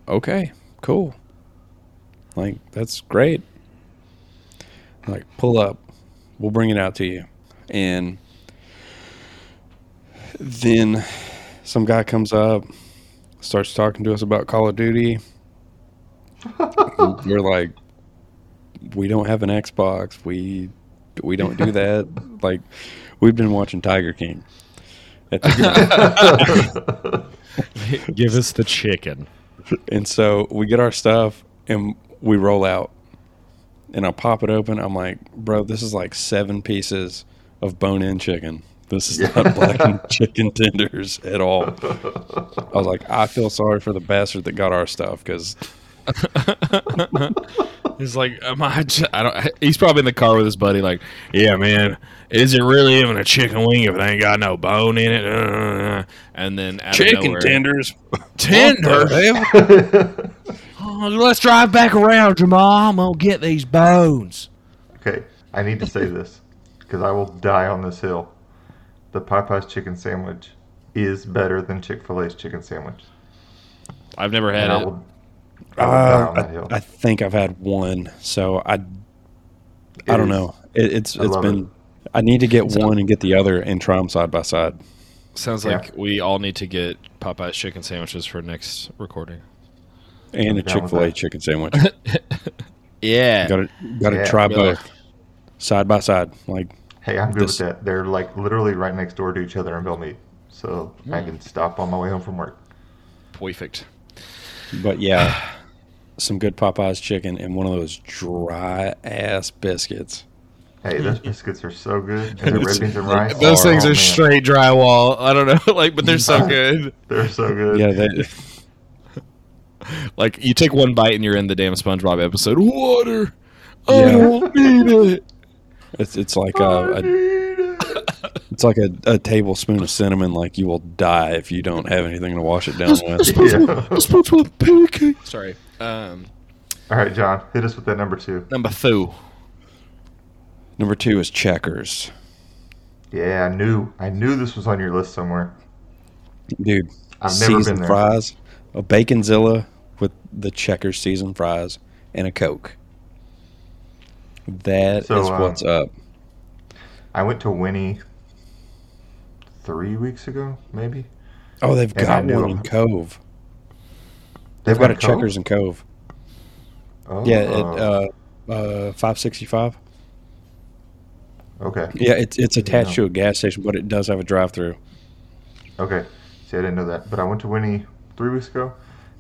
[SPEAKER 3] okay cool like that's great like pull up we'll bring it out to you and then some guy comes up starts talking to us about Call of Duty. We're like, we don't have an Xbox. We we don't do that. like, we've been watching Tiger King. At the
[SPEAKER 4] Give us the chicken.
[SPEAKER 3] and so we get our stuff and we roll out. And I pop it open. I'm like, bro, this is like seven pieces of bone-in chicken. This is not blackened chicken tenders at all. I was like, I feel sorry for the bastard that got our stuff because
[SPEAKER 2] He's like, Am I, j- I don't. He's probably in the car with his buddy. Like, yeah, man, is it really even a chicken wing if it ain't got no bone in it? Uh, and then out of nowhere,
[SPEAKER 3] tenders.
[SPEAKER 2] tender. Oh, let's drive back around, Jamal. I'm gonna get these bones.
[SPEAKER 1] Okay, I need to say this because I will die on this hill. The Popeyes chicken sandwich is better than Chick Fil A's chicken sandwich,
[SPEAKER 2] I've never had
[SPEAKER 1] and I
[SPEAKER 2] it.
[SPEAKER 1] will, I will die on
[SPEAKER 3] Uh,
[SPEAKER 1] that hill.
[SPEAKER 3] I, I think I've had one, so I I
[SPEAKER 1] It
[SPEAKER 3] don't
[SPEAKER 1] is-
[SPEAKER 3] know. It, it's
[SPEAKER 1] I
[SPEAKER 3] it's
[SPEAKER 1] love
[SPEAKER 3] been.
[SPEAKER 1] it.
[SPEAKER 3] I need to get one and get the other and try them side by side.
[SPEAKER 2] Sounds
[SPEAKER 1] Yeah.
[SPEAKER 2] like we all need to get Popeye's chicken sandwiches for next recording.
[SPEAKER 3] And a
[SPEAKER 1] down with
[SPEAKER 3] Chick Fil A
[SPEAKER 1] that.
[SPEAKER 3] chicken sandwich.
[SPEAKER 2] Yeah.
[SPEAKER 3] Got to got to
[SPEAKER 1] Yeah.
[SPEAKER 3] try
[SPEAKER 2] Yeah.
[SPEAKER 3] both side by side. Like
[SPEAKER 1] Hey, I'm good
[SPEAKER 3] This-
[SPEAKER 1] with that. They're like literally right next door to each other in Bell Mead, so
[SPEAKER 3] Hmm.
[SPEAKER 1] I can stop on my way home from work.
[SPEAKER 2] Perfect.
[SPEAKER 3] But yeah, some good Popeyes chicken and one of those dry ass biscuits.
[SPEAKER 1] Hey, those
[SPEAKER 3] Hmm.
[SPEAKER 1] biscuits are so good, and the red beans and rice.
[SPEAKER 2] Those things
[SPEAKER 1] oh,
[SPEAKER 2] are
[SPEAKER 1] man,
[SPEAKER 2] straight drywall. I don't know, like, but they're so good.
[SPEAKER 1] They're so good.
[SPEAKER 3] Yeah, that,
[SPEAKER 2] Like you take one bite and you're in the damn SpongeBob episode. Water. I
[SPEAKER 3] Yeah.
[SPEAKER 2] don't need it.
[SPEAKER 3] it's it's like a, a it's like a, a tablespoon of cinnamon. Like you will die if you don't have anything to wash it down with.
[SPEAKER 1] Yeah.
[SPEAKER 2] SpongeBob pancake. Sorry. Um,
[SPEAKER 1] All right, John, hit us with that number two.
[SPEAKER 2] number two.
[SPEAKER 3] Number two is checkers.
[SPEAKER 1] Yeah, I knew, I knew this was on your list somewhere.
[SPEAKER 3] dude.
[SPEAKER 1] I've never
[SPEAKER 3] seasoned
[SPEAKER 1] been there.
[SPEAKER 3] fries a baconzilla with the checker seasoned fries and a coke. That is
[SPEAKER 1] So, um,
[SPEAKER 3] what's up.
[SPEAKER 1] I went to Winnie three weeks ago, maybe.
[SPEAKER 3] Oh, they've
[SPEAKER 1] and I
[SPEAKER 3] got
[SPEAKER 1] knew-
[SPEAKER 3] one in Cove.
[SPEAKER 1] They've
[SPEAKER 3] They've got a
[SPEAKER 1] a
[SPEAKER 3] Checkers in Cove.
[SPEAKER 1] Oh,
[SPEAKER 3] Yeah, at uh, uh, five sixty five.
[SPEAKER 1] okay,
[SPEAKER 3] Yeah, it's it's attached
[SPEAKER 1] Yeah.
[SPEAKER 3] to a gas station, but it does have a drive through.
[SPEAKER 1] okay. See, I didn't know that, but I went to Winnie three weeks ago,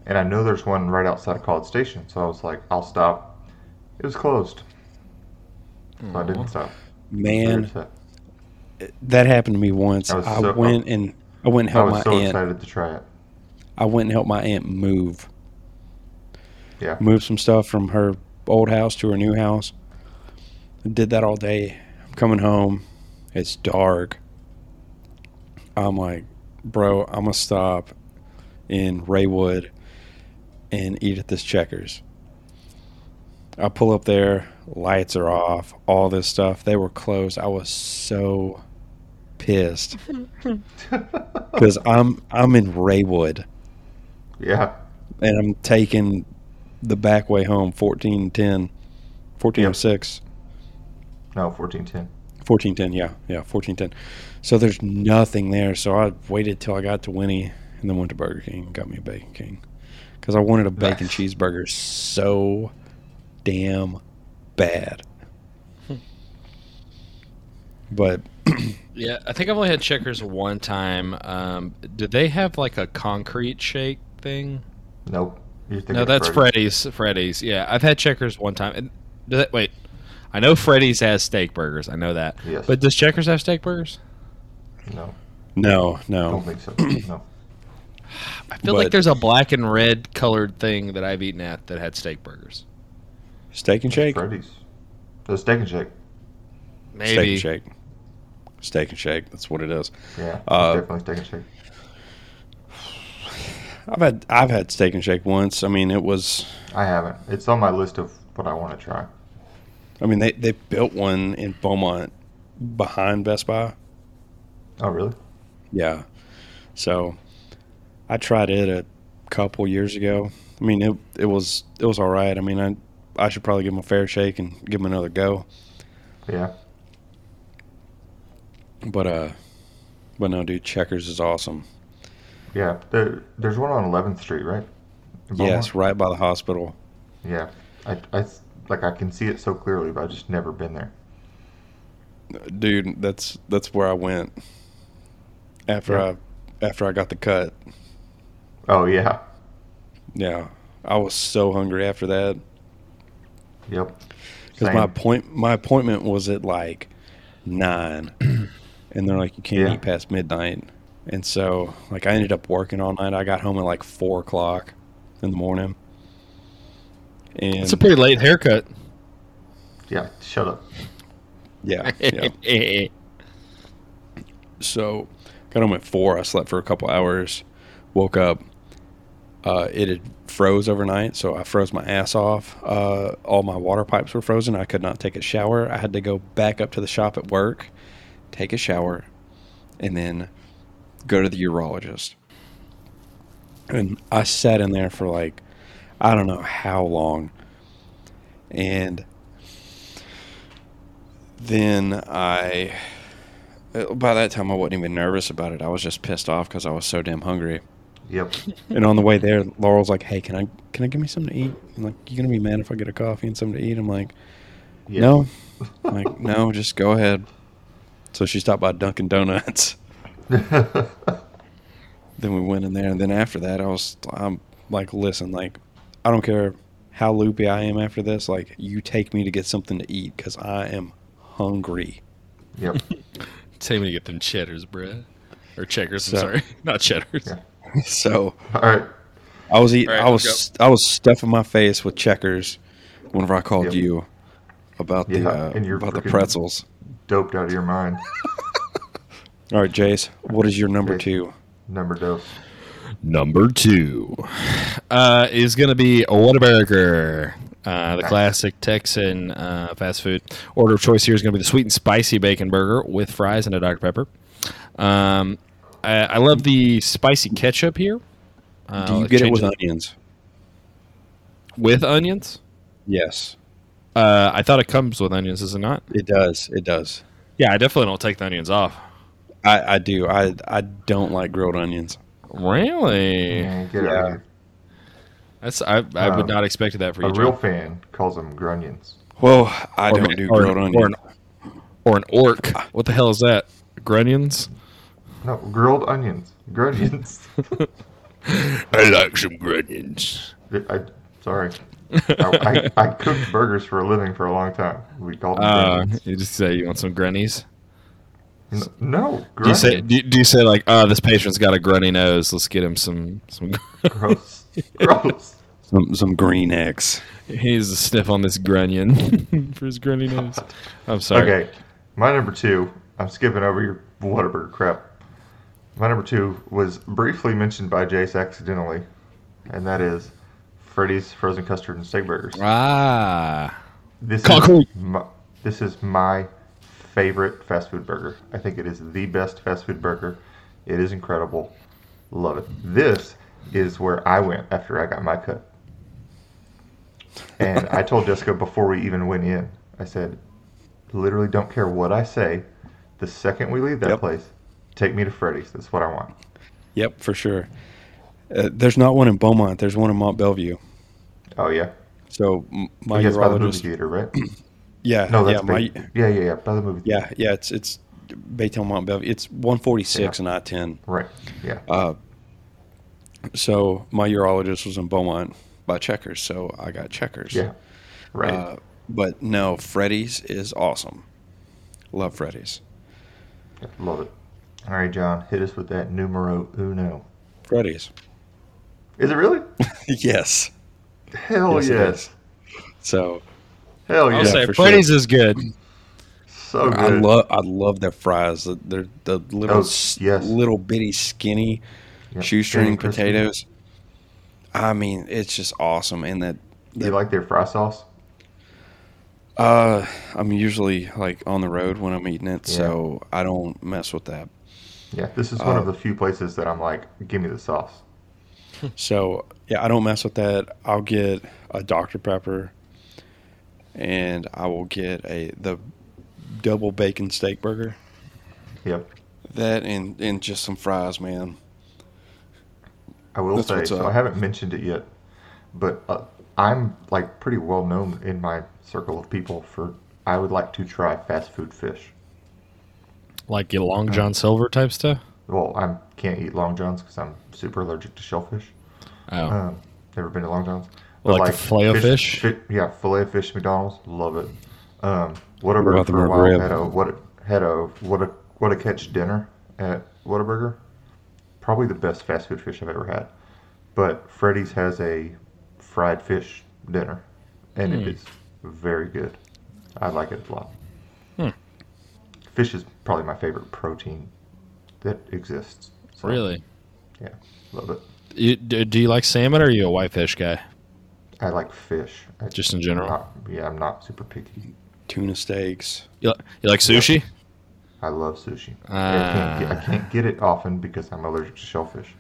[SPEAKER 1] and I know there's one right outside of College Station, so I was like, I'll stop. It was closed, so I didn't stop.
[SPEAKER 3] Man,
[SPEAKER 1] Upset.
[SPEAKER 3] that happened to me once.
[SPEAKER 1] I
[SPEAKER 3] I,
[SPEAKER 1] was so-
[SPEAKER 3] went and I went and
[SPEAKER 1] I
[SPEAKER 3] helped
[SPEAKER 1] was
[SPEAKER 3] my
[SPEAKER 1] so
[SPEAKER 3] aunt.
[SPEAKER 1] excited to try it.
[SPEAKER 3] I went and helped my aunt move.
[SPEAKER 1] Yeah.
[SPEAKER 3] Move some stuff from her old house to her new house. Did that all day. I'm coming home. It's dark. I'm like, bro, I'm gonna stop in Raywood and eat at this Checkers. I pull up there, lights are off, all this stuff. They were closed. I was so pissed because I'm I'm in Raywood
[SPEAKER 1] yeah,
[SPEAKER 3] and I'm taking the back way home, 1410, 1406,
[SPEAKER 1] no, fourteen ten.
[SPEAKER 3] 1410, yeah, yeah, 1410. So there's nothing there. So I waited till I got to Winnie and then went to Burger King and got me a Bacon King because I wanted a bacon
[SPEAKER 1] Nice.
[SPEAKER 3] cheeseburger so damn bad. But
[SPEAKER 2] Yeah, I think I've only had checkers one time. Um, did they have like a concrete shake thing?
[SPEAKER 1] Nope. You're thinking
[SPEAKER 2] No,
[SPEAKER 1] of
[SPEAKER 2] that's
[SPEAKER 1] Freddy's.
[SPEAKER 2] Freddy's. Freddy's. Yeah, I've had checkers one time. And did that, wait, I know Freddy's has steak burgers. I know that.
[SPEAKER 1] Yes.
[SPEAKER 2] But does checkers have steak burgers?
[SPEAKER 1] No,
[SPEAKER 3] no,
[SPEAKER 1] I don't
[SPEAKER 3] no.
[SPEAKER 1] think so. no.
[SPEAKER 2] I feel
[SPEAKER 3] But-
[SPEAKER 2] like there's a black and red colored thing that I've eaten at that had steak burgers.
[SPEAKER 3] Steak and Shake?
[SPEAKER 1] Freddy's. The Steak and Shake.
[SPEAKER 3] Steak
[SPEAKER 2] Maybe.
[SPEAKER 3] and Shake. Steak and Shake. That's what it is.
[SPEAKER 1] Yeah,
[SPEAKER 3] Uh,
[SPEAKER 1] definitely Steak and Shake.
[SPEAKER 3] I've had I've had Steak and Shake once. I mean, it was
[SPEAKER 1] I haven't. It's on my list of what I want to try.
[SPEAKER 3] I mean, they, they built one in Beaumont behind Best Buy.
[SPEAKER 1] Oh, really?
[SPEAKER 3] Yeah. So I tried it a couple years ago. I mean, it, it was it was all right. I mean, I I should probably give them a fair shake and give them another go.
[SPEAKER 1] Yeah.
[SPEAKER 3] But uh, but no, dude, Checkers is awesome.
[SPEAKER 1] Yeah. There, there's one on 11th Street, right? In Beaumont?
[SPEAKER 3] Yes, right by the hospital.
[SPEAKER 1] Yeah. I, I, like, I can see it so clearly, but I've just never been there.
[SPEAKER 3] Dude, that's that's where I went after
[SPEAKER 1] Yeah.
[SPEAKER 3] I after I got the cut.
[SPEAKER 1] Oh, yeah.
[SPEAKER 3] Yeah, I was so hungry after that.
[SPEAKER 1] Yep.
[SPEAKER 3] because
[SPEAKER 1] Same.
[SPEAKER 3] my point my appointment was at like nine, and they're like you can't
[SPEAKER 1] Yeah.
[SPEAKER 3] eat past midnight, and so like I ended up working all night. I got home at like four o'clock in the morning, and
[SPEAKER 2] It's a pretty late haircut.
[SPEAKER 1] Yeah. Shut up.
[SPEAKER 3] yeah, yeah. So got home at four. I slept for a couple hours, woke up. Uh, it had froze overnight, so I froze my ass off. Uh, all my water pipes were frozen. I could not take a shower. I had to go back up to the shop at work, take a shower, and then go to the urologist. And I sat in there for like, I don't know how long. And then I, uh, by that time, I wasn't even nervous about it. I was just pissed off because I was so damn hungry.
[SPEAKER 1] Yep.
[SPEAKER 3] And on the way there, Laurel's like, "Hey, can I can I give me something to eat?" And like, "You gonna be mad if I get a coffee and something to eat?" I'm like,
[SPEAKER 1] Yeah.
[SPEAKER 3] "No, I'm like no, just go ahead." So she stopped by Dunkin' Donuts. then we went in there, and then after that, I was I'm like, "Listen, like, I don't care how loopy I am after this. Like, you take me to get something to eat because I am hungry."
[SPEAKER 1] yep.
[SPEAKER 2] Tell me to get them cheddars, bruh. Or checkers,
[SPEAKER 3] So-
[SPEAKER 2] I'm sorry. Not cheddars.
[SPEAKER 1] Yeah.
[SPEAKER 3] so
[SPEAKER 1] All right.
[SPEAKER 3] I was eating.
[SPEAKER 2] All right,
[SPEAKER 3] I was
[SPEAKER 2] let's
[SPEAKER 3] I was stuffing my face with checkers whenever I called
[SPEAKER 1] Yep.
[SPEAKER 3] you about the
[SPEAKER 1] Yeah,
[SPEAKER 3] uh,
[SPEAKER 1] and you're
[SPEAKER 3] about the
[SPEAKER 1] freaking-
[SPEAKER 3] pretzels.
[SPEAKER 1] Doped out of your mind.
[SPEAKER 3] All right, Jace, what is your number
[SPEAKER 1] Jace.
[SPEAKER 3] two?
[SPEAKER 1] Number dose.
[SPEAKER 2] Number two uh, is going to be Whataburger, uh, the classic Texan uh, fast food. Order of choice here is going to be the sweet and spicy bacon burger with fries and a Dr. Pepper. Um, I, I love the spicy ketchup here. Uh,
[SPEAKER 3] Do you
[SPEAKER 2] like
[SPEAKER 3] get it
[SPEAKER 2] change
[SPEAKER 3] with onions?
[SPEAKER 2] with onions?
[SPEAKER 3] Yes,
[SPEAKER 2] Uh, I thought it comes with onions. Is it not?
[SPEAKER 3] it does. It does.
[SPEAKER 2] Yeah, I definitely don't take the onions off.
[SPEAKER 3] I, I do. I I don't like grilled onions.
[SPEAKER 2] Really?
[SPEAKER 1] Yeah, get it
[SPEAKER 3] Yeah.
[SPEAKER 1] right.
[SPEAKER 2] That's I, I
[SPEAKER 1] Um,
[SPEAKER 2] would not expected that for you.
[SPEAKER 1] A real
[SPEAKER 2] Joe.
[SPEAKER 1] fan calls them grunions.
[SPEAKER 3] Well, I
[SPEAKER 2] Or-
[SPEAKER 3] don't do
[SPEAKER 2] or-
[SPEAKER 3] grilled
[SPEAKER 2] Or
[SPEAKER 3] onions.
[SPEAKER 2] an, or an orc. What the hell is that? Grunions?
[SPEAKER 1] No, grilled onions. Grunions.
[SPEAKER 2] I like some grunions.
[SPEAKER 1] I, sorry. I, I, I cooked burgers for a living for a long time. We called them
[SPEAKER 2] Uh,
[SPEAKER 1] grunions.
[SPEAKER 2] you just say you want some grunnies.
[SPEAKER 1] N- No,
[SPEAKER 2] Do you say
[SPEAKER 1] grunions.
[SPEAKER 2] do you, do you say like, oh, this patient's got a grunny nose. Let's get him some some.
[SPEAKER 1] Gross. Gross.
[SPEAKER 3] Some some green eggs.
[SPEAKER 2] he needs to sniff on this grunion for his grunny nose. I'm sorry.
[SPEAKER 1] Okay, my number two. I'm skipping over your Whataburger crap. My number two was briefly mentioned by Jace accidentally, and that is Freddy's frozen custard and steak burgers.
[SPEAKER 2] Ah.
[SPEAKER 1] This
[SPEAKER 2] Cockle.
[SPEAKER 1] is my, this is my favorite fast food burger. I think it is the best fast food burger. It is incredible. Love it. This is where I went after I got my cut. And I told Jessica before we even went in, I said, literally don't care what I say. The second we leave that
[SPEAKER 3] Yep.
[SPEAKER 1] place, take me to Freddy's. That's what I want.
[SPEAKER 3] Yep, for sure. Uh, there's not one in Beaumont. There's one in Mont Bellevue.
[SPEAKER 1] Oh, yeah.
[SPEAKER 3] So m- my
[SPEAKER 1] I guess by the movie
[SPEAKER 3] urologist.
[SPEAKER 1] theater, right?
[SPEAKER 3] Yeah,
[SPEAKER 1] No, that's
[SPEAKER 3] yeah, my,
[SPEAKER 1] big- yeah, yeah, yeah. By the movie
[SPEAKER 3] yeah, yeah. It's it's Baytown Mont Bellevue. It's 146 and I 10.
[SPEAKER 1] Right. Yeah.
[SPEAKER 3] So my urologist was in Beaumont by Checkers, so I got Checkers.
[SPEAKER 1] yeah. Right.
[SPEAKER 3] Uh, but no, Freddy's is awesome. Love Freddy's.
[SPEAKER 1] Love it. All right, John, hit us with that numero uno.
[SPEAKER 3] Freddy's.
[SPEAKER 1] Is it really?
[SPEAKER 3] yes.
[SPEAKER 1] Hell yes.
[SPEAKER 3] it is. So
[SPEAKER 1] Hell
[SPEAKER 2] I'll
[SPEAKER 1] yes.
[SPEAKER 2] say
[SPEAKER 3] for
[SPEAKER 2] Freddy's is good.
[SPEAKER 1] so good.
[SPEAKER 3] I love I love their fries. The- They're the little
[SPEAKER 1] Oh,
[SPEAKER 3] s-
[SPEAKER 1] yes.
[SPEAKER 3] little bitty skinny
[SPEAKER 1] Yeah,
[SPEAKER 3] shoestring
[SPEAKER 1] and crispy.
[SPEAKER 3] potatoes. I mean, it's just awesome. And that
[SPEAKER 1] You like their fry sauce?
[SPEAKER 3] uh, I'm usually like on the road when I'm eating it, so I don't mess with that.
[SPEAKER 1] Yeah, this is one
[SPEAKER 3] Uh,
[SPEAKER 1] of the few places that I'm like, give me the sauce. Hmm.
[SPEAKER 3] So yeah, I don't mess with that. I'll get a Dr Pepper, and I will get a the double bacon steak burger.
[SPEAKER 1] Yep.
[SPEAKER 3] That and and just some fries, man.
[SPEAKER 1] I will
[SPEAKER 3] That's
[SPEAKER 1] say,
[SPEAKER 3] what's
[SPEAKER 1] so
[SPEAKER 3] up.
[SPEAKER 1] I haven't mentioned it yet, but uh, I'm like pretty well known in my circle of people for I would like to try fast food fish.
[SPEAKER 2] Like your Long John Silver type stuff.
[SPEAKER 1] Well, I can't eat Long Johns because I'm super allergic to shellfish.
[SPEAKER 2] Oh.
[SPEAKER 1] Um, never been to Long John's.
[SPEAKER 2] Like the filet-o-fish?
[SPEAKER 1] fi- yeah, filet of fish McDonald's, love it. Um, Whataburger
[SPEAKER 3] about the
[SPEAKER 1] for a
[SPEAKER 3] rubber
[SPEAKER 1] while
[SPEAKER 3] rib?
[SPEAKER 1] had a what had a what a what a catch dinner at Whataburger. Probably the best fast food fish I've ever had. But Freddy's has a fried fish dinner, and
[SPEAKER 2] Hmm.
[SPEAKER 1] it is very good. I like it a lot.
[SPEAKER 2] Hmm.
[SPEAKER 1] Fish is probably my favorite protein that exists. So,
[SPEAKER 2] Really?
[SPEAKER 1] Yeah, love it.
[SPEAKER 2] You, do, do you like salmon or are you a whitefish guy?
[SPEAKER 1] I like fish. I
[SPEAKER 2] Just in general.
[SPEAKER 1] not- Uh, yeah, I'm not super picky.
[SPEAKER 3] Tuna steaks.
[SPEAKER 2] You, li- you like sushi?
[SPEAKER 1] I love sushi.
[SPEAKER 2] Uh,
[SPEAKER 1] I, can't get, I can't get it often because I'm allergic to shellfish.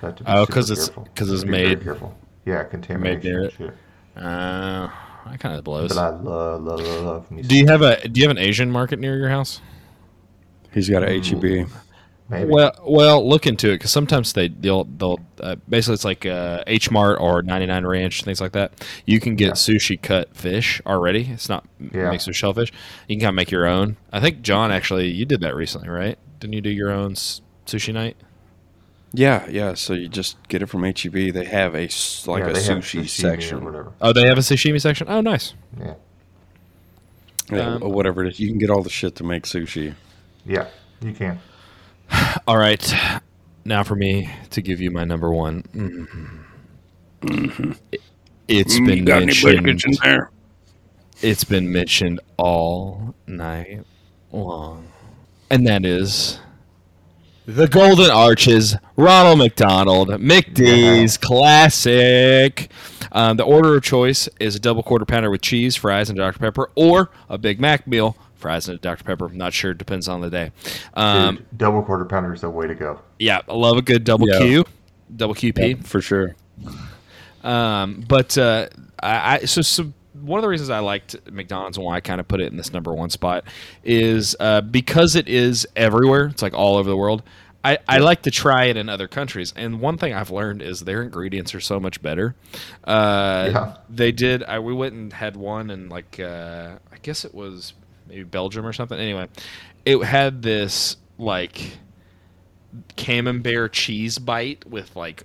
[SPEAKER 1] So I have to be
[SPEAKER 2] Oh,
[SPEAKER 1] super
[SPEAKER 2] 'cause it's-
[SPEAKER 1] careful.
[SPEAKER 2] 'cause it's
[SPEAKER 1] Be very
[SPEAKER 2] made-
[SPEAKER 1] Careful. Yeah, contamination.
[SPEAKER 2] near
[SPEAKER 1] and
[SPEAKER 2] it.
[SPEAKER 1] Shit.
[SPEAKER 2] Uh, that kind of blows.
[SPEAKER 1] But uh, I love, love, love, love me
[SPEAKER 2] Do you have a Do you have an Asian market near your house?
[SPEAKER 3] He's
[SPEAKER 1] Mm.
[SPEAKER 3] got a E HEB.
[SPEAKER 1] some- maybe.
[SPEAKER 2] Well, well, look into it because sometimes they they'll they'll uh, basically it's like uh, H Mart or 99 Ranch things like that. You can get sushi cut fish already. It's not
[SPEAKER 1] Yeah.
[SPEAKER 2] mixed with shellfish. You can kind of make your own. I think John actually you did that recently, right? Didn't you do your own s- sushi night?
[SPEAKER 3] Yeah, yeah. So you just get it from HEB. They have a s- like
[SPEAKER 1] yeah,
[SPEAKER 3] a
[SPEAKER 1] they have
[SPEAKER 3] sushi
[SPEAKER 1] sashimi or
[SPEAKER 3] section,
[SPEAKER 1] whatever.
[SPEAKER 2] Oh, they have a sashimi section. Oh, nice.
[SPEAKER 1] Yeah,
[SPEAKER 3] Yeah,
[SPEAKER 2] Um,
[SPEAKER 3] or whatever it is. You can get all the shit to make sushi.
[SPEAKER 1] yeah, you can.
[SPEAKER 2] All right, now for me to give you my number one. It's
[SPEAKER 3] Mm-hmm.
[SPEAKER 2] been
[SPEAKER 3] Mm,
[SPEAKER 2] mentioned.
[SPEAKER 3] there?
[SPEAKER 2] It's been mentioned all night long, and that is the Golden Arches, Ronald McDonald, McD's classic. Um, the order of choice is a double quarter pounder with cheese, fries, and Dr Pepper, or a Big Mac meal, fries and a Dr Pepper. Not sure, depends on the day. Um,
[SPEAKER 1] Dude, double quarter pounder is the way to go.
[SPEAKER 2] yeah, I love a good double
[SPEAKER 3] Yeah.
[SPEAKER 2] Q. double QP.
[SPEAKER 3] for sure.
[SPEAKER 2] Um, but uh, I, I so, so one of the reasons I liked McDonald's and why I kind of put it in this number one spot is uh, because it is everywhere. It's like all over the world. I, I like to try it in other countries, and one thing I've learned is their ingredients are so much better. Uh,
[SPEAKER 1] Yeah.
[SPEAKER 2] They did. I we went and had one, and like uh, I guess it was maybe Belgium or something. Anyway, it had this like camembert cheese bite with like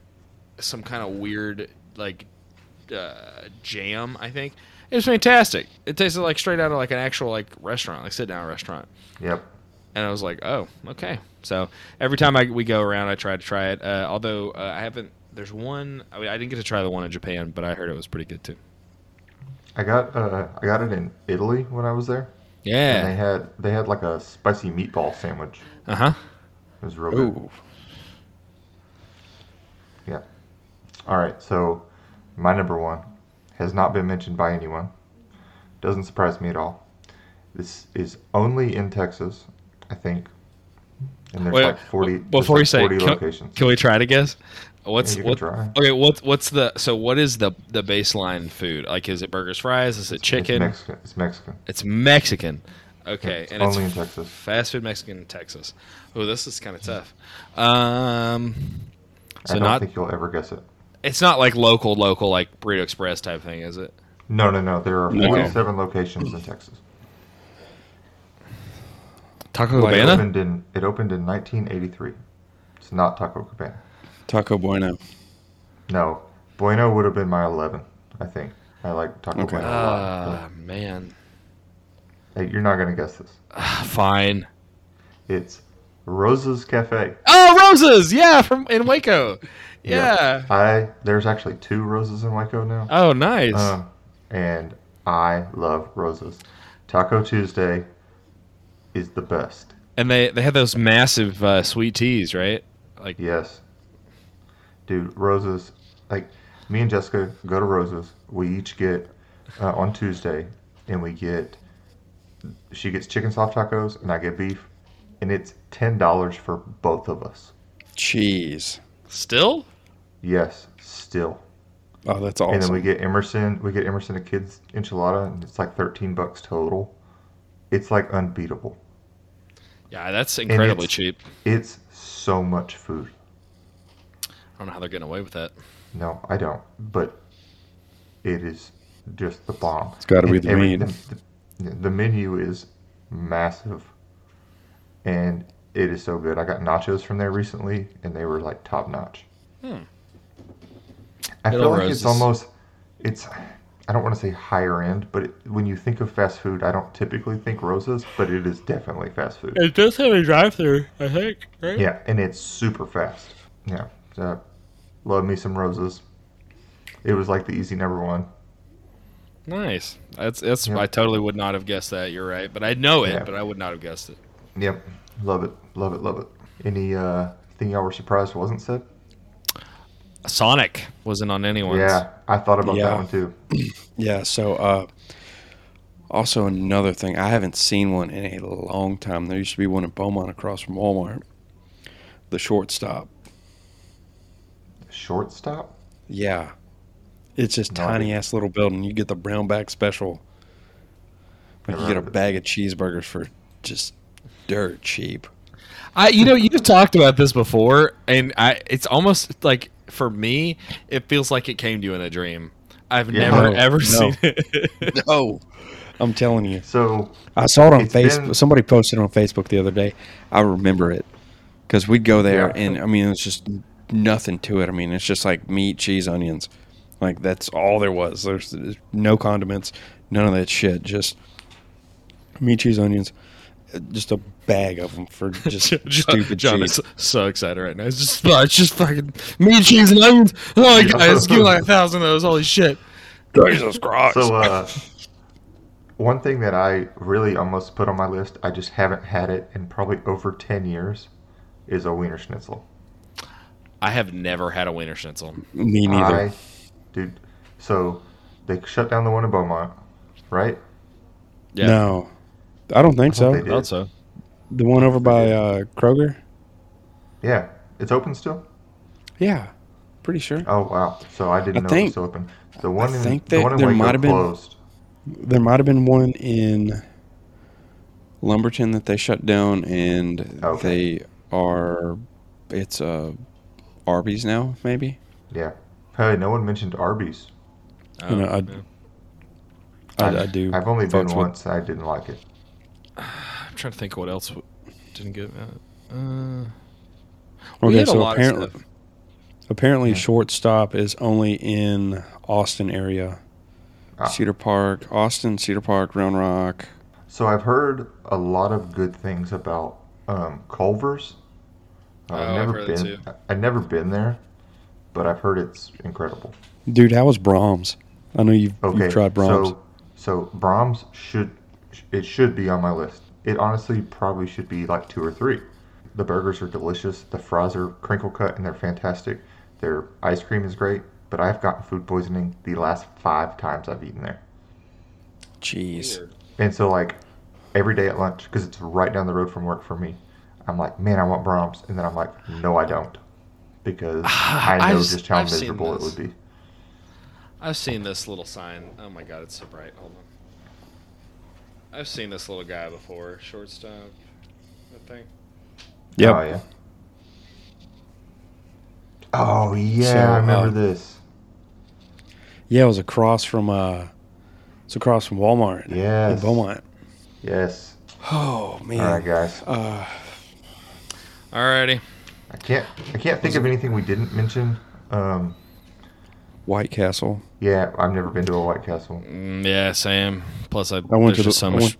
[SPEAKER 2] some kind of weird like uh, jam. I think it was fantastic. It tasted like straight out of like an actual like restaurant, like sit down restaurant.
[SPEAKER 1] Yep.
[SPEAKER 2] And I was like, oh, okay. So every time I we go around, I try to try it. Uh, although uh, I haven't. There's one. I, mean, I didn't get to try the one in Japan, but I heard it was pretty good too.
[SPEAKER 1] I got uh, I got it in Italy when I was there, and they
[SPEAKER 2] Yeah.
[SPEAKER 1] had they had like a spicy meatball sandwich.
[SPEAKER 2] Uh huh.
[SPEAKER 1] It was real good.
[SPEAKER 3] Ooh,
[SPEAKER 1] Yeah. All right. So my number one has not been mentioned by anyone. Doesn't surprise me at all. This is only in Texas, I think. And there's
[SPEAKER 2] Wait,
[SPEAKER 1] like 40
[SPEAKER 2] w-
[SPEAKER 1] there's
[SPEAKER 2] before you
[SPEAKER 1] like
[SPEAKER 2] say,
[SPEAKER 1] 40
[SPEAKER 2] can,
[SPEAKER 1] locations.
[SPEAKER 2] can we try to guess? What's
[SPEAKER 1] Yeah, you can
[SPEAKER 2] what?
[SPEAKER 1] try.
[SPEAKER 2] Okay, what what's the so what is the the baseline food? Like, is it burgers, fries? Is it
[SPEAKER 1] It's
[SPEAKER 2] chicken?
[SPEAKER 1] Mexican. It's Mexican.
[SPEAKER 2] It's Mexican. Okay,
[SPEAKER 1] It's
[SPEAKER 2] and
[SPEAKER 1] only
[SPEAKER 2] it's
[SPEAKER 1] in Texas.
[SPEAKER 2] fast food Mexican in Texas. Oh, this is kind of tough. Um,
[SPEAKER 1] I
[SPEAKER 2] so
[SPEAKER 1] don't
[SPEAKER 2] not
[SPEAKER 1] think you'll ever guess it.
[SPEAKER 2] it's not like local local like Burrito Express type thing, is it?
[SPEAKER 1] No, no, no. There are
[SPEAKER 3] No.
[SPEAKER 1] 47 locations in Texas.
[SPEAKER 2] Taco
[SPEAKER 3] Like
[SPEAKER 1] It
[SPEAKER 2] Cabana.
[SPEAKER 1] opened in it opened in 1983. It's not Taco Cabana.
[SPEAKER 3] Taco Bueno.
[SPEAKER 1] No, Bueno would have been my 11. I think I like Taco
[SPEAKER 3] Okay.
[SPEAKER 1] Bueno a lot.
[SPEAKER 2] Ah man,
[SPEAKER 1] but- hey, you're not gonna guess this.
[SPEAKER 2] Ah, fine.
[SPEAKER 1] It's Rosa's Cafe.
[SPEAKER 2] Oh, roses, yeah, from in Waco. Yeah.
[SPEAKER 1] I there's actually two Roses in Waco now.
[SPEAKER 2] Oh, nice.
[SPEAKER 1] Um, and I love Roses. Taco Tuesday is the best.
[SPEAKER 2] and they they had those massive uh, sweet teas, right? Like
[SPEAKER 1] Yes. Dude, Roses, like, me and Jessica go to Roses. We each get, uh, on Tuesday, and we get, she gets chicken soft tacos, and I get beef, and it's $10 for both of us.
[SPEAKER 3] Cheese.
[SPEAKER 2] still.
[SPEAKER 1] Yes, still.
[SPEAKER 3] Oh, that's
[SPEAKER 1] And then
[SPEAKER 3] awesome.
[SPEAKER 1] we get Emerson, we get Emerson a kid's enchilada, and it's like 13 bucks total. It's like unbeatable.
[SPEAKER 2] Yeah, that's incredibly
[SPEAKER 1] it's-
[SPEAKER 2] cheap.
[SPEAKER 1] It's so much food.
[SPEAKER 2] I don't know how they're getting away with that.
[SPEAKER 1] No, I don't. But it is just the bomb. It's
[SPEAKER 3] gotta be the meat.
[SPEAKER 1] The, the menu is massive, and it is so good. I got nachos from there recently, and they were like top notch. I
[SPEAKER 2] Little
[SPEAKER 1] feel like
[SPEAKER 2] Roses.
[SPEAKER 1] it's almost it's. I don't want to say higher end, but it, when you think of fast food, I don't typically think Roses, but it is definitely fast food.
[SPEAKER 4] It does have a drive-through, I think. Right?
[SPEAKER 1] Yeah, and it's super fast. Yeah. So, love me some roses. It was like the easy number one.
[SPEAKER 2] Nice. That's that's.
[SPEAKER 1] Yep.
[SPEAKER 2] I totally would not have guessed that. You're right, but I know it,
[SPEAKER 1] Yeah.
[SPEAKER 2] but I would not have guessed it.
[SPEAKER 1] Yep. Love it. Love it. Love it. Any uh thing y'all were surprised wasn't said?
[SPEAKER 2] Sonic wasn't on anyone's.
[SPEAKER 1] Yeah. I thought about
[SPEAKER 3] Yeah.
[SPEAKER 1] that one too.
[SPEAKER 3] Yeah. So, uh, also another thing, I haven't seen one in a long time. There used to be one in Beaumont across from Walmart. The shortstop.
[SPEAKER 1] Shortstop?
[SPEAKER 3] Yeah. It's this
[SPEAKER 1] No idea.
[SPEAKER 3] tiny ass little building. You get the brown bag special. Like
[SPEAKER 1] Never
[SPEAKER 3] you get a
[SPEAKER 1] heard of it.
[SPEAKER 3] bag of cheeseburgers for just dirt cheap.
[SPEAKER 2] I. You know, you've talked about this before, and I. It's almost like for me, it feels like it came to you in a dream. I've
[SPEAKER 1] Yeah.
[SPEAKER 2] never
[SPEAKER 1] No,
[SPEAKER 2] ever
[SPEAKER 3] no.
[SPEAKER 2] seen it.
[SPEAKER 3] No. I'm telling you.
[SPEAKER 1] So
[SPEAKER 3] I saw it on
[SPEAKER 1] It's
[SPEAKER 3] Facebook.
[SPEAKER 1] been-
[SPEAKER 3] Somebody posted it on Facebook the other day. I remember it because we'd go there,
[SPEAKER 1] Yeah.
[SPEAKER 3] and I mean, it's just nothing to it. I mean, it's just like meat, cheese, onions. Like that's all there was. There's no condiments, none of that shit. Just meat, cheese, onions. Just a bag of them for just
[SPEAKER 2] John,
[SPEAKER 3] stupid
[SPEAKER 2] John
[SPEAKER 3] cheap.
[SPEAKER 2] is so excited right now. It's just, oh, it's just fucking meat, and cheese, and onions. Oh my god, it's giving like a thousand of those. Holy shit!
[SPEAKER 3] Jesus Christ!
[SPEAKER 1] so uh one thing that I really almost put on my list, I just haven't had it in probably over ten years, is a wiener schnitzel.
[SPEAKER 2] I have never had a wiener schnitzel.
[SPEAKER 3] Me neither.
[SPEAKER 1] I, dude. So they shut down the one in Beaumont, right?
[SPEAKER 2] Yeah.
[SPEAKER 3] No, I don't
[SPEAKER 1] hope
[SPEAKER 3] think so.
[SPEAKER 1] they do.
[SPEAKER 2] Thought so.
[SPEAKER 3] The one over by uh, Kroger.
[SPEAKER 1] Yeah. It's open still?
[SPEAKER 3] Yeah, Pretty sure.
[SPEAKER 1] Oh wow! So I didn't
[SPEAKER 3] I
[SPEAKER 1] know
[SPEAKER 3] think-
[SPEAKER 1] it was open. The one in,
[SPEAKER 3] think
[SPEAKER 1] the
[SPEAKER 3] that
[SPEAKER 1] one in
[SPEAKER 3] there
[SPEAKER 1] Waco
[SPEAKER 3] might have been-
[SPEAKER 1] closed.
[SPEAKER 3] There might have been one in Lumberton that they shut down, and
[SPEAKER 1] Okay.
[SPEAKER 3] they are it's uh, Arby's now, maybe.
[SPEAKER 1] Yeah. Hey, no one mentioned Arby's.
[SPEAKER 3] You know,
[SPEAKER 2] Oh,
[SPEAKER 3] I-
[SPEAKER 2] man.
[SPEAKER 3] I,
[SPEAKER 1] I've-
[SPEAKER 3] I do.
[SPEAKER 1] I've only been
[SPEAKER 3] fucks with-
[SPEAKER 1] once. I didn't like it.
[SPEAKER 2] I'm trying to think what else w- didn't get. Uh, uh, we
[SPEAKER 3] Okay,
[SPEAKER 2] had a
[SPEAKER 3] so
[SPEAKER 2] lot of
[SPEAKER 3] apparently,
[SPEAKER 2] stuff.
[SPEAKER 3] apparently, shortstop is only in Austin area,
[SPEAKER 1] Ah.
[SPEAKER 3] Cedar Park, Austin, Cedar Park, Round Rock.
[SPEAKER 1] So I've heard a lot of good things about um, Culver's. Uh,
[SPEAKER 2] Oh, I've heard that
[SPEAKER 1] been. I've never been there, but I've heard it's incredible.
[SPEAKER 3] Dude, how was Brahms? I know you've,
[SPEAKER 1] Okay.
[SPEAKER 3] you've tried Brahms.
[SPEAKER 1] So, so Brahms should it should be on my list. It honestly probably should be like two or three. The burgers are delicious. The fries are crinkle cut and they're fantastic. Their ice cream is great. But I've gotten food poisoning the last five times I've eaten there.
[SPEAKER 3] Jeez.
[SPEAKER 1] And so like every day at lunch, because it's right down the road from work for me, I'm like, man, I want Brahms, and then I'm like, no, I don't, because I know
[SPEAKER 2] I've s-
[SPEAKER 1] just how
[SPEAKER 2] I've seen
[SPEAKER 1] miserable it
[SPEAKER 2] this.
[SPEAKER 1] would be.
[SPEAKER 2] I've seen this little sign. Oh my god, it's so bright. Hold on. I've seen this little guy before. Shortstop. I think.
[SPEAKER 3] Yep.
[SPEAKER 1] Oh yeah. Oh yeah, I
[SPEAKER 3] So,
[SPEAKER 1] remember
[SPEAKER 3] uh,
[SPEAKER 1] this.
[SPEAKER 3] Yeah, it was across from uh, it's across from Walmart.
[SPEAKER 1] Yes.
[SPEAKER 3] in Beaumont.
[SPEAKER 1] Yes.
[SPEAKER 3] Oh man.
[SPEAKER 1] All right, guys.
[SPEAKER 3] Uh,
[SPEAKER 2] Alrighty.
[SPEAKER 1] I can't. I can't think of anything we didn't mention. Um.
[SPEAKER 3] White Castle.
[SPEAKER 1] Yeah, I've never been to a White Castle.
[SPEAKER 2] Mm, yeah, Sam. Plus, I,
[SPEAKER 3] I went
[SPEAKER 2] there's
[SPEAKER 3] to the
[SPEAKER 2] just so
[SPEAKER 3] I
[SPEAKER 2] much.
[SPEAKER 3] went,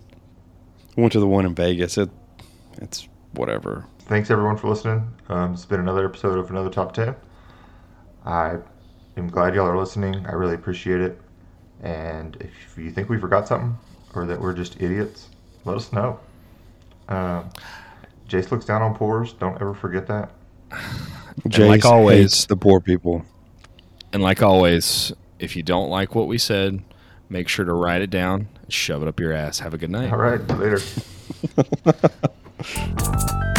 [SPEAKER 3] I went to the one in Vegas. It, it's whatever.
[SPEAKER 1] Thanks everyone for listening. Um, it's been another episode of another top ten. I am glad y'all are listening. I really appreciate it. And if you think we forgot something or that we're just idiots, let us know. Um, Jace looks down on pores. Don't ever forget that.
[SPEAKER 3] Jace
[SPEAKER 2] like always-
[SPEAKER 3] hates the poor people.
[SPEAKER 2] And like always, if you don't like what we said, make sure to write it down, shove it up your ass. Have a good night.
[SPEAKER 1] All right, later.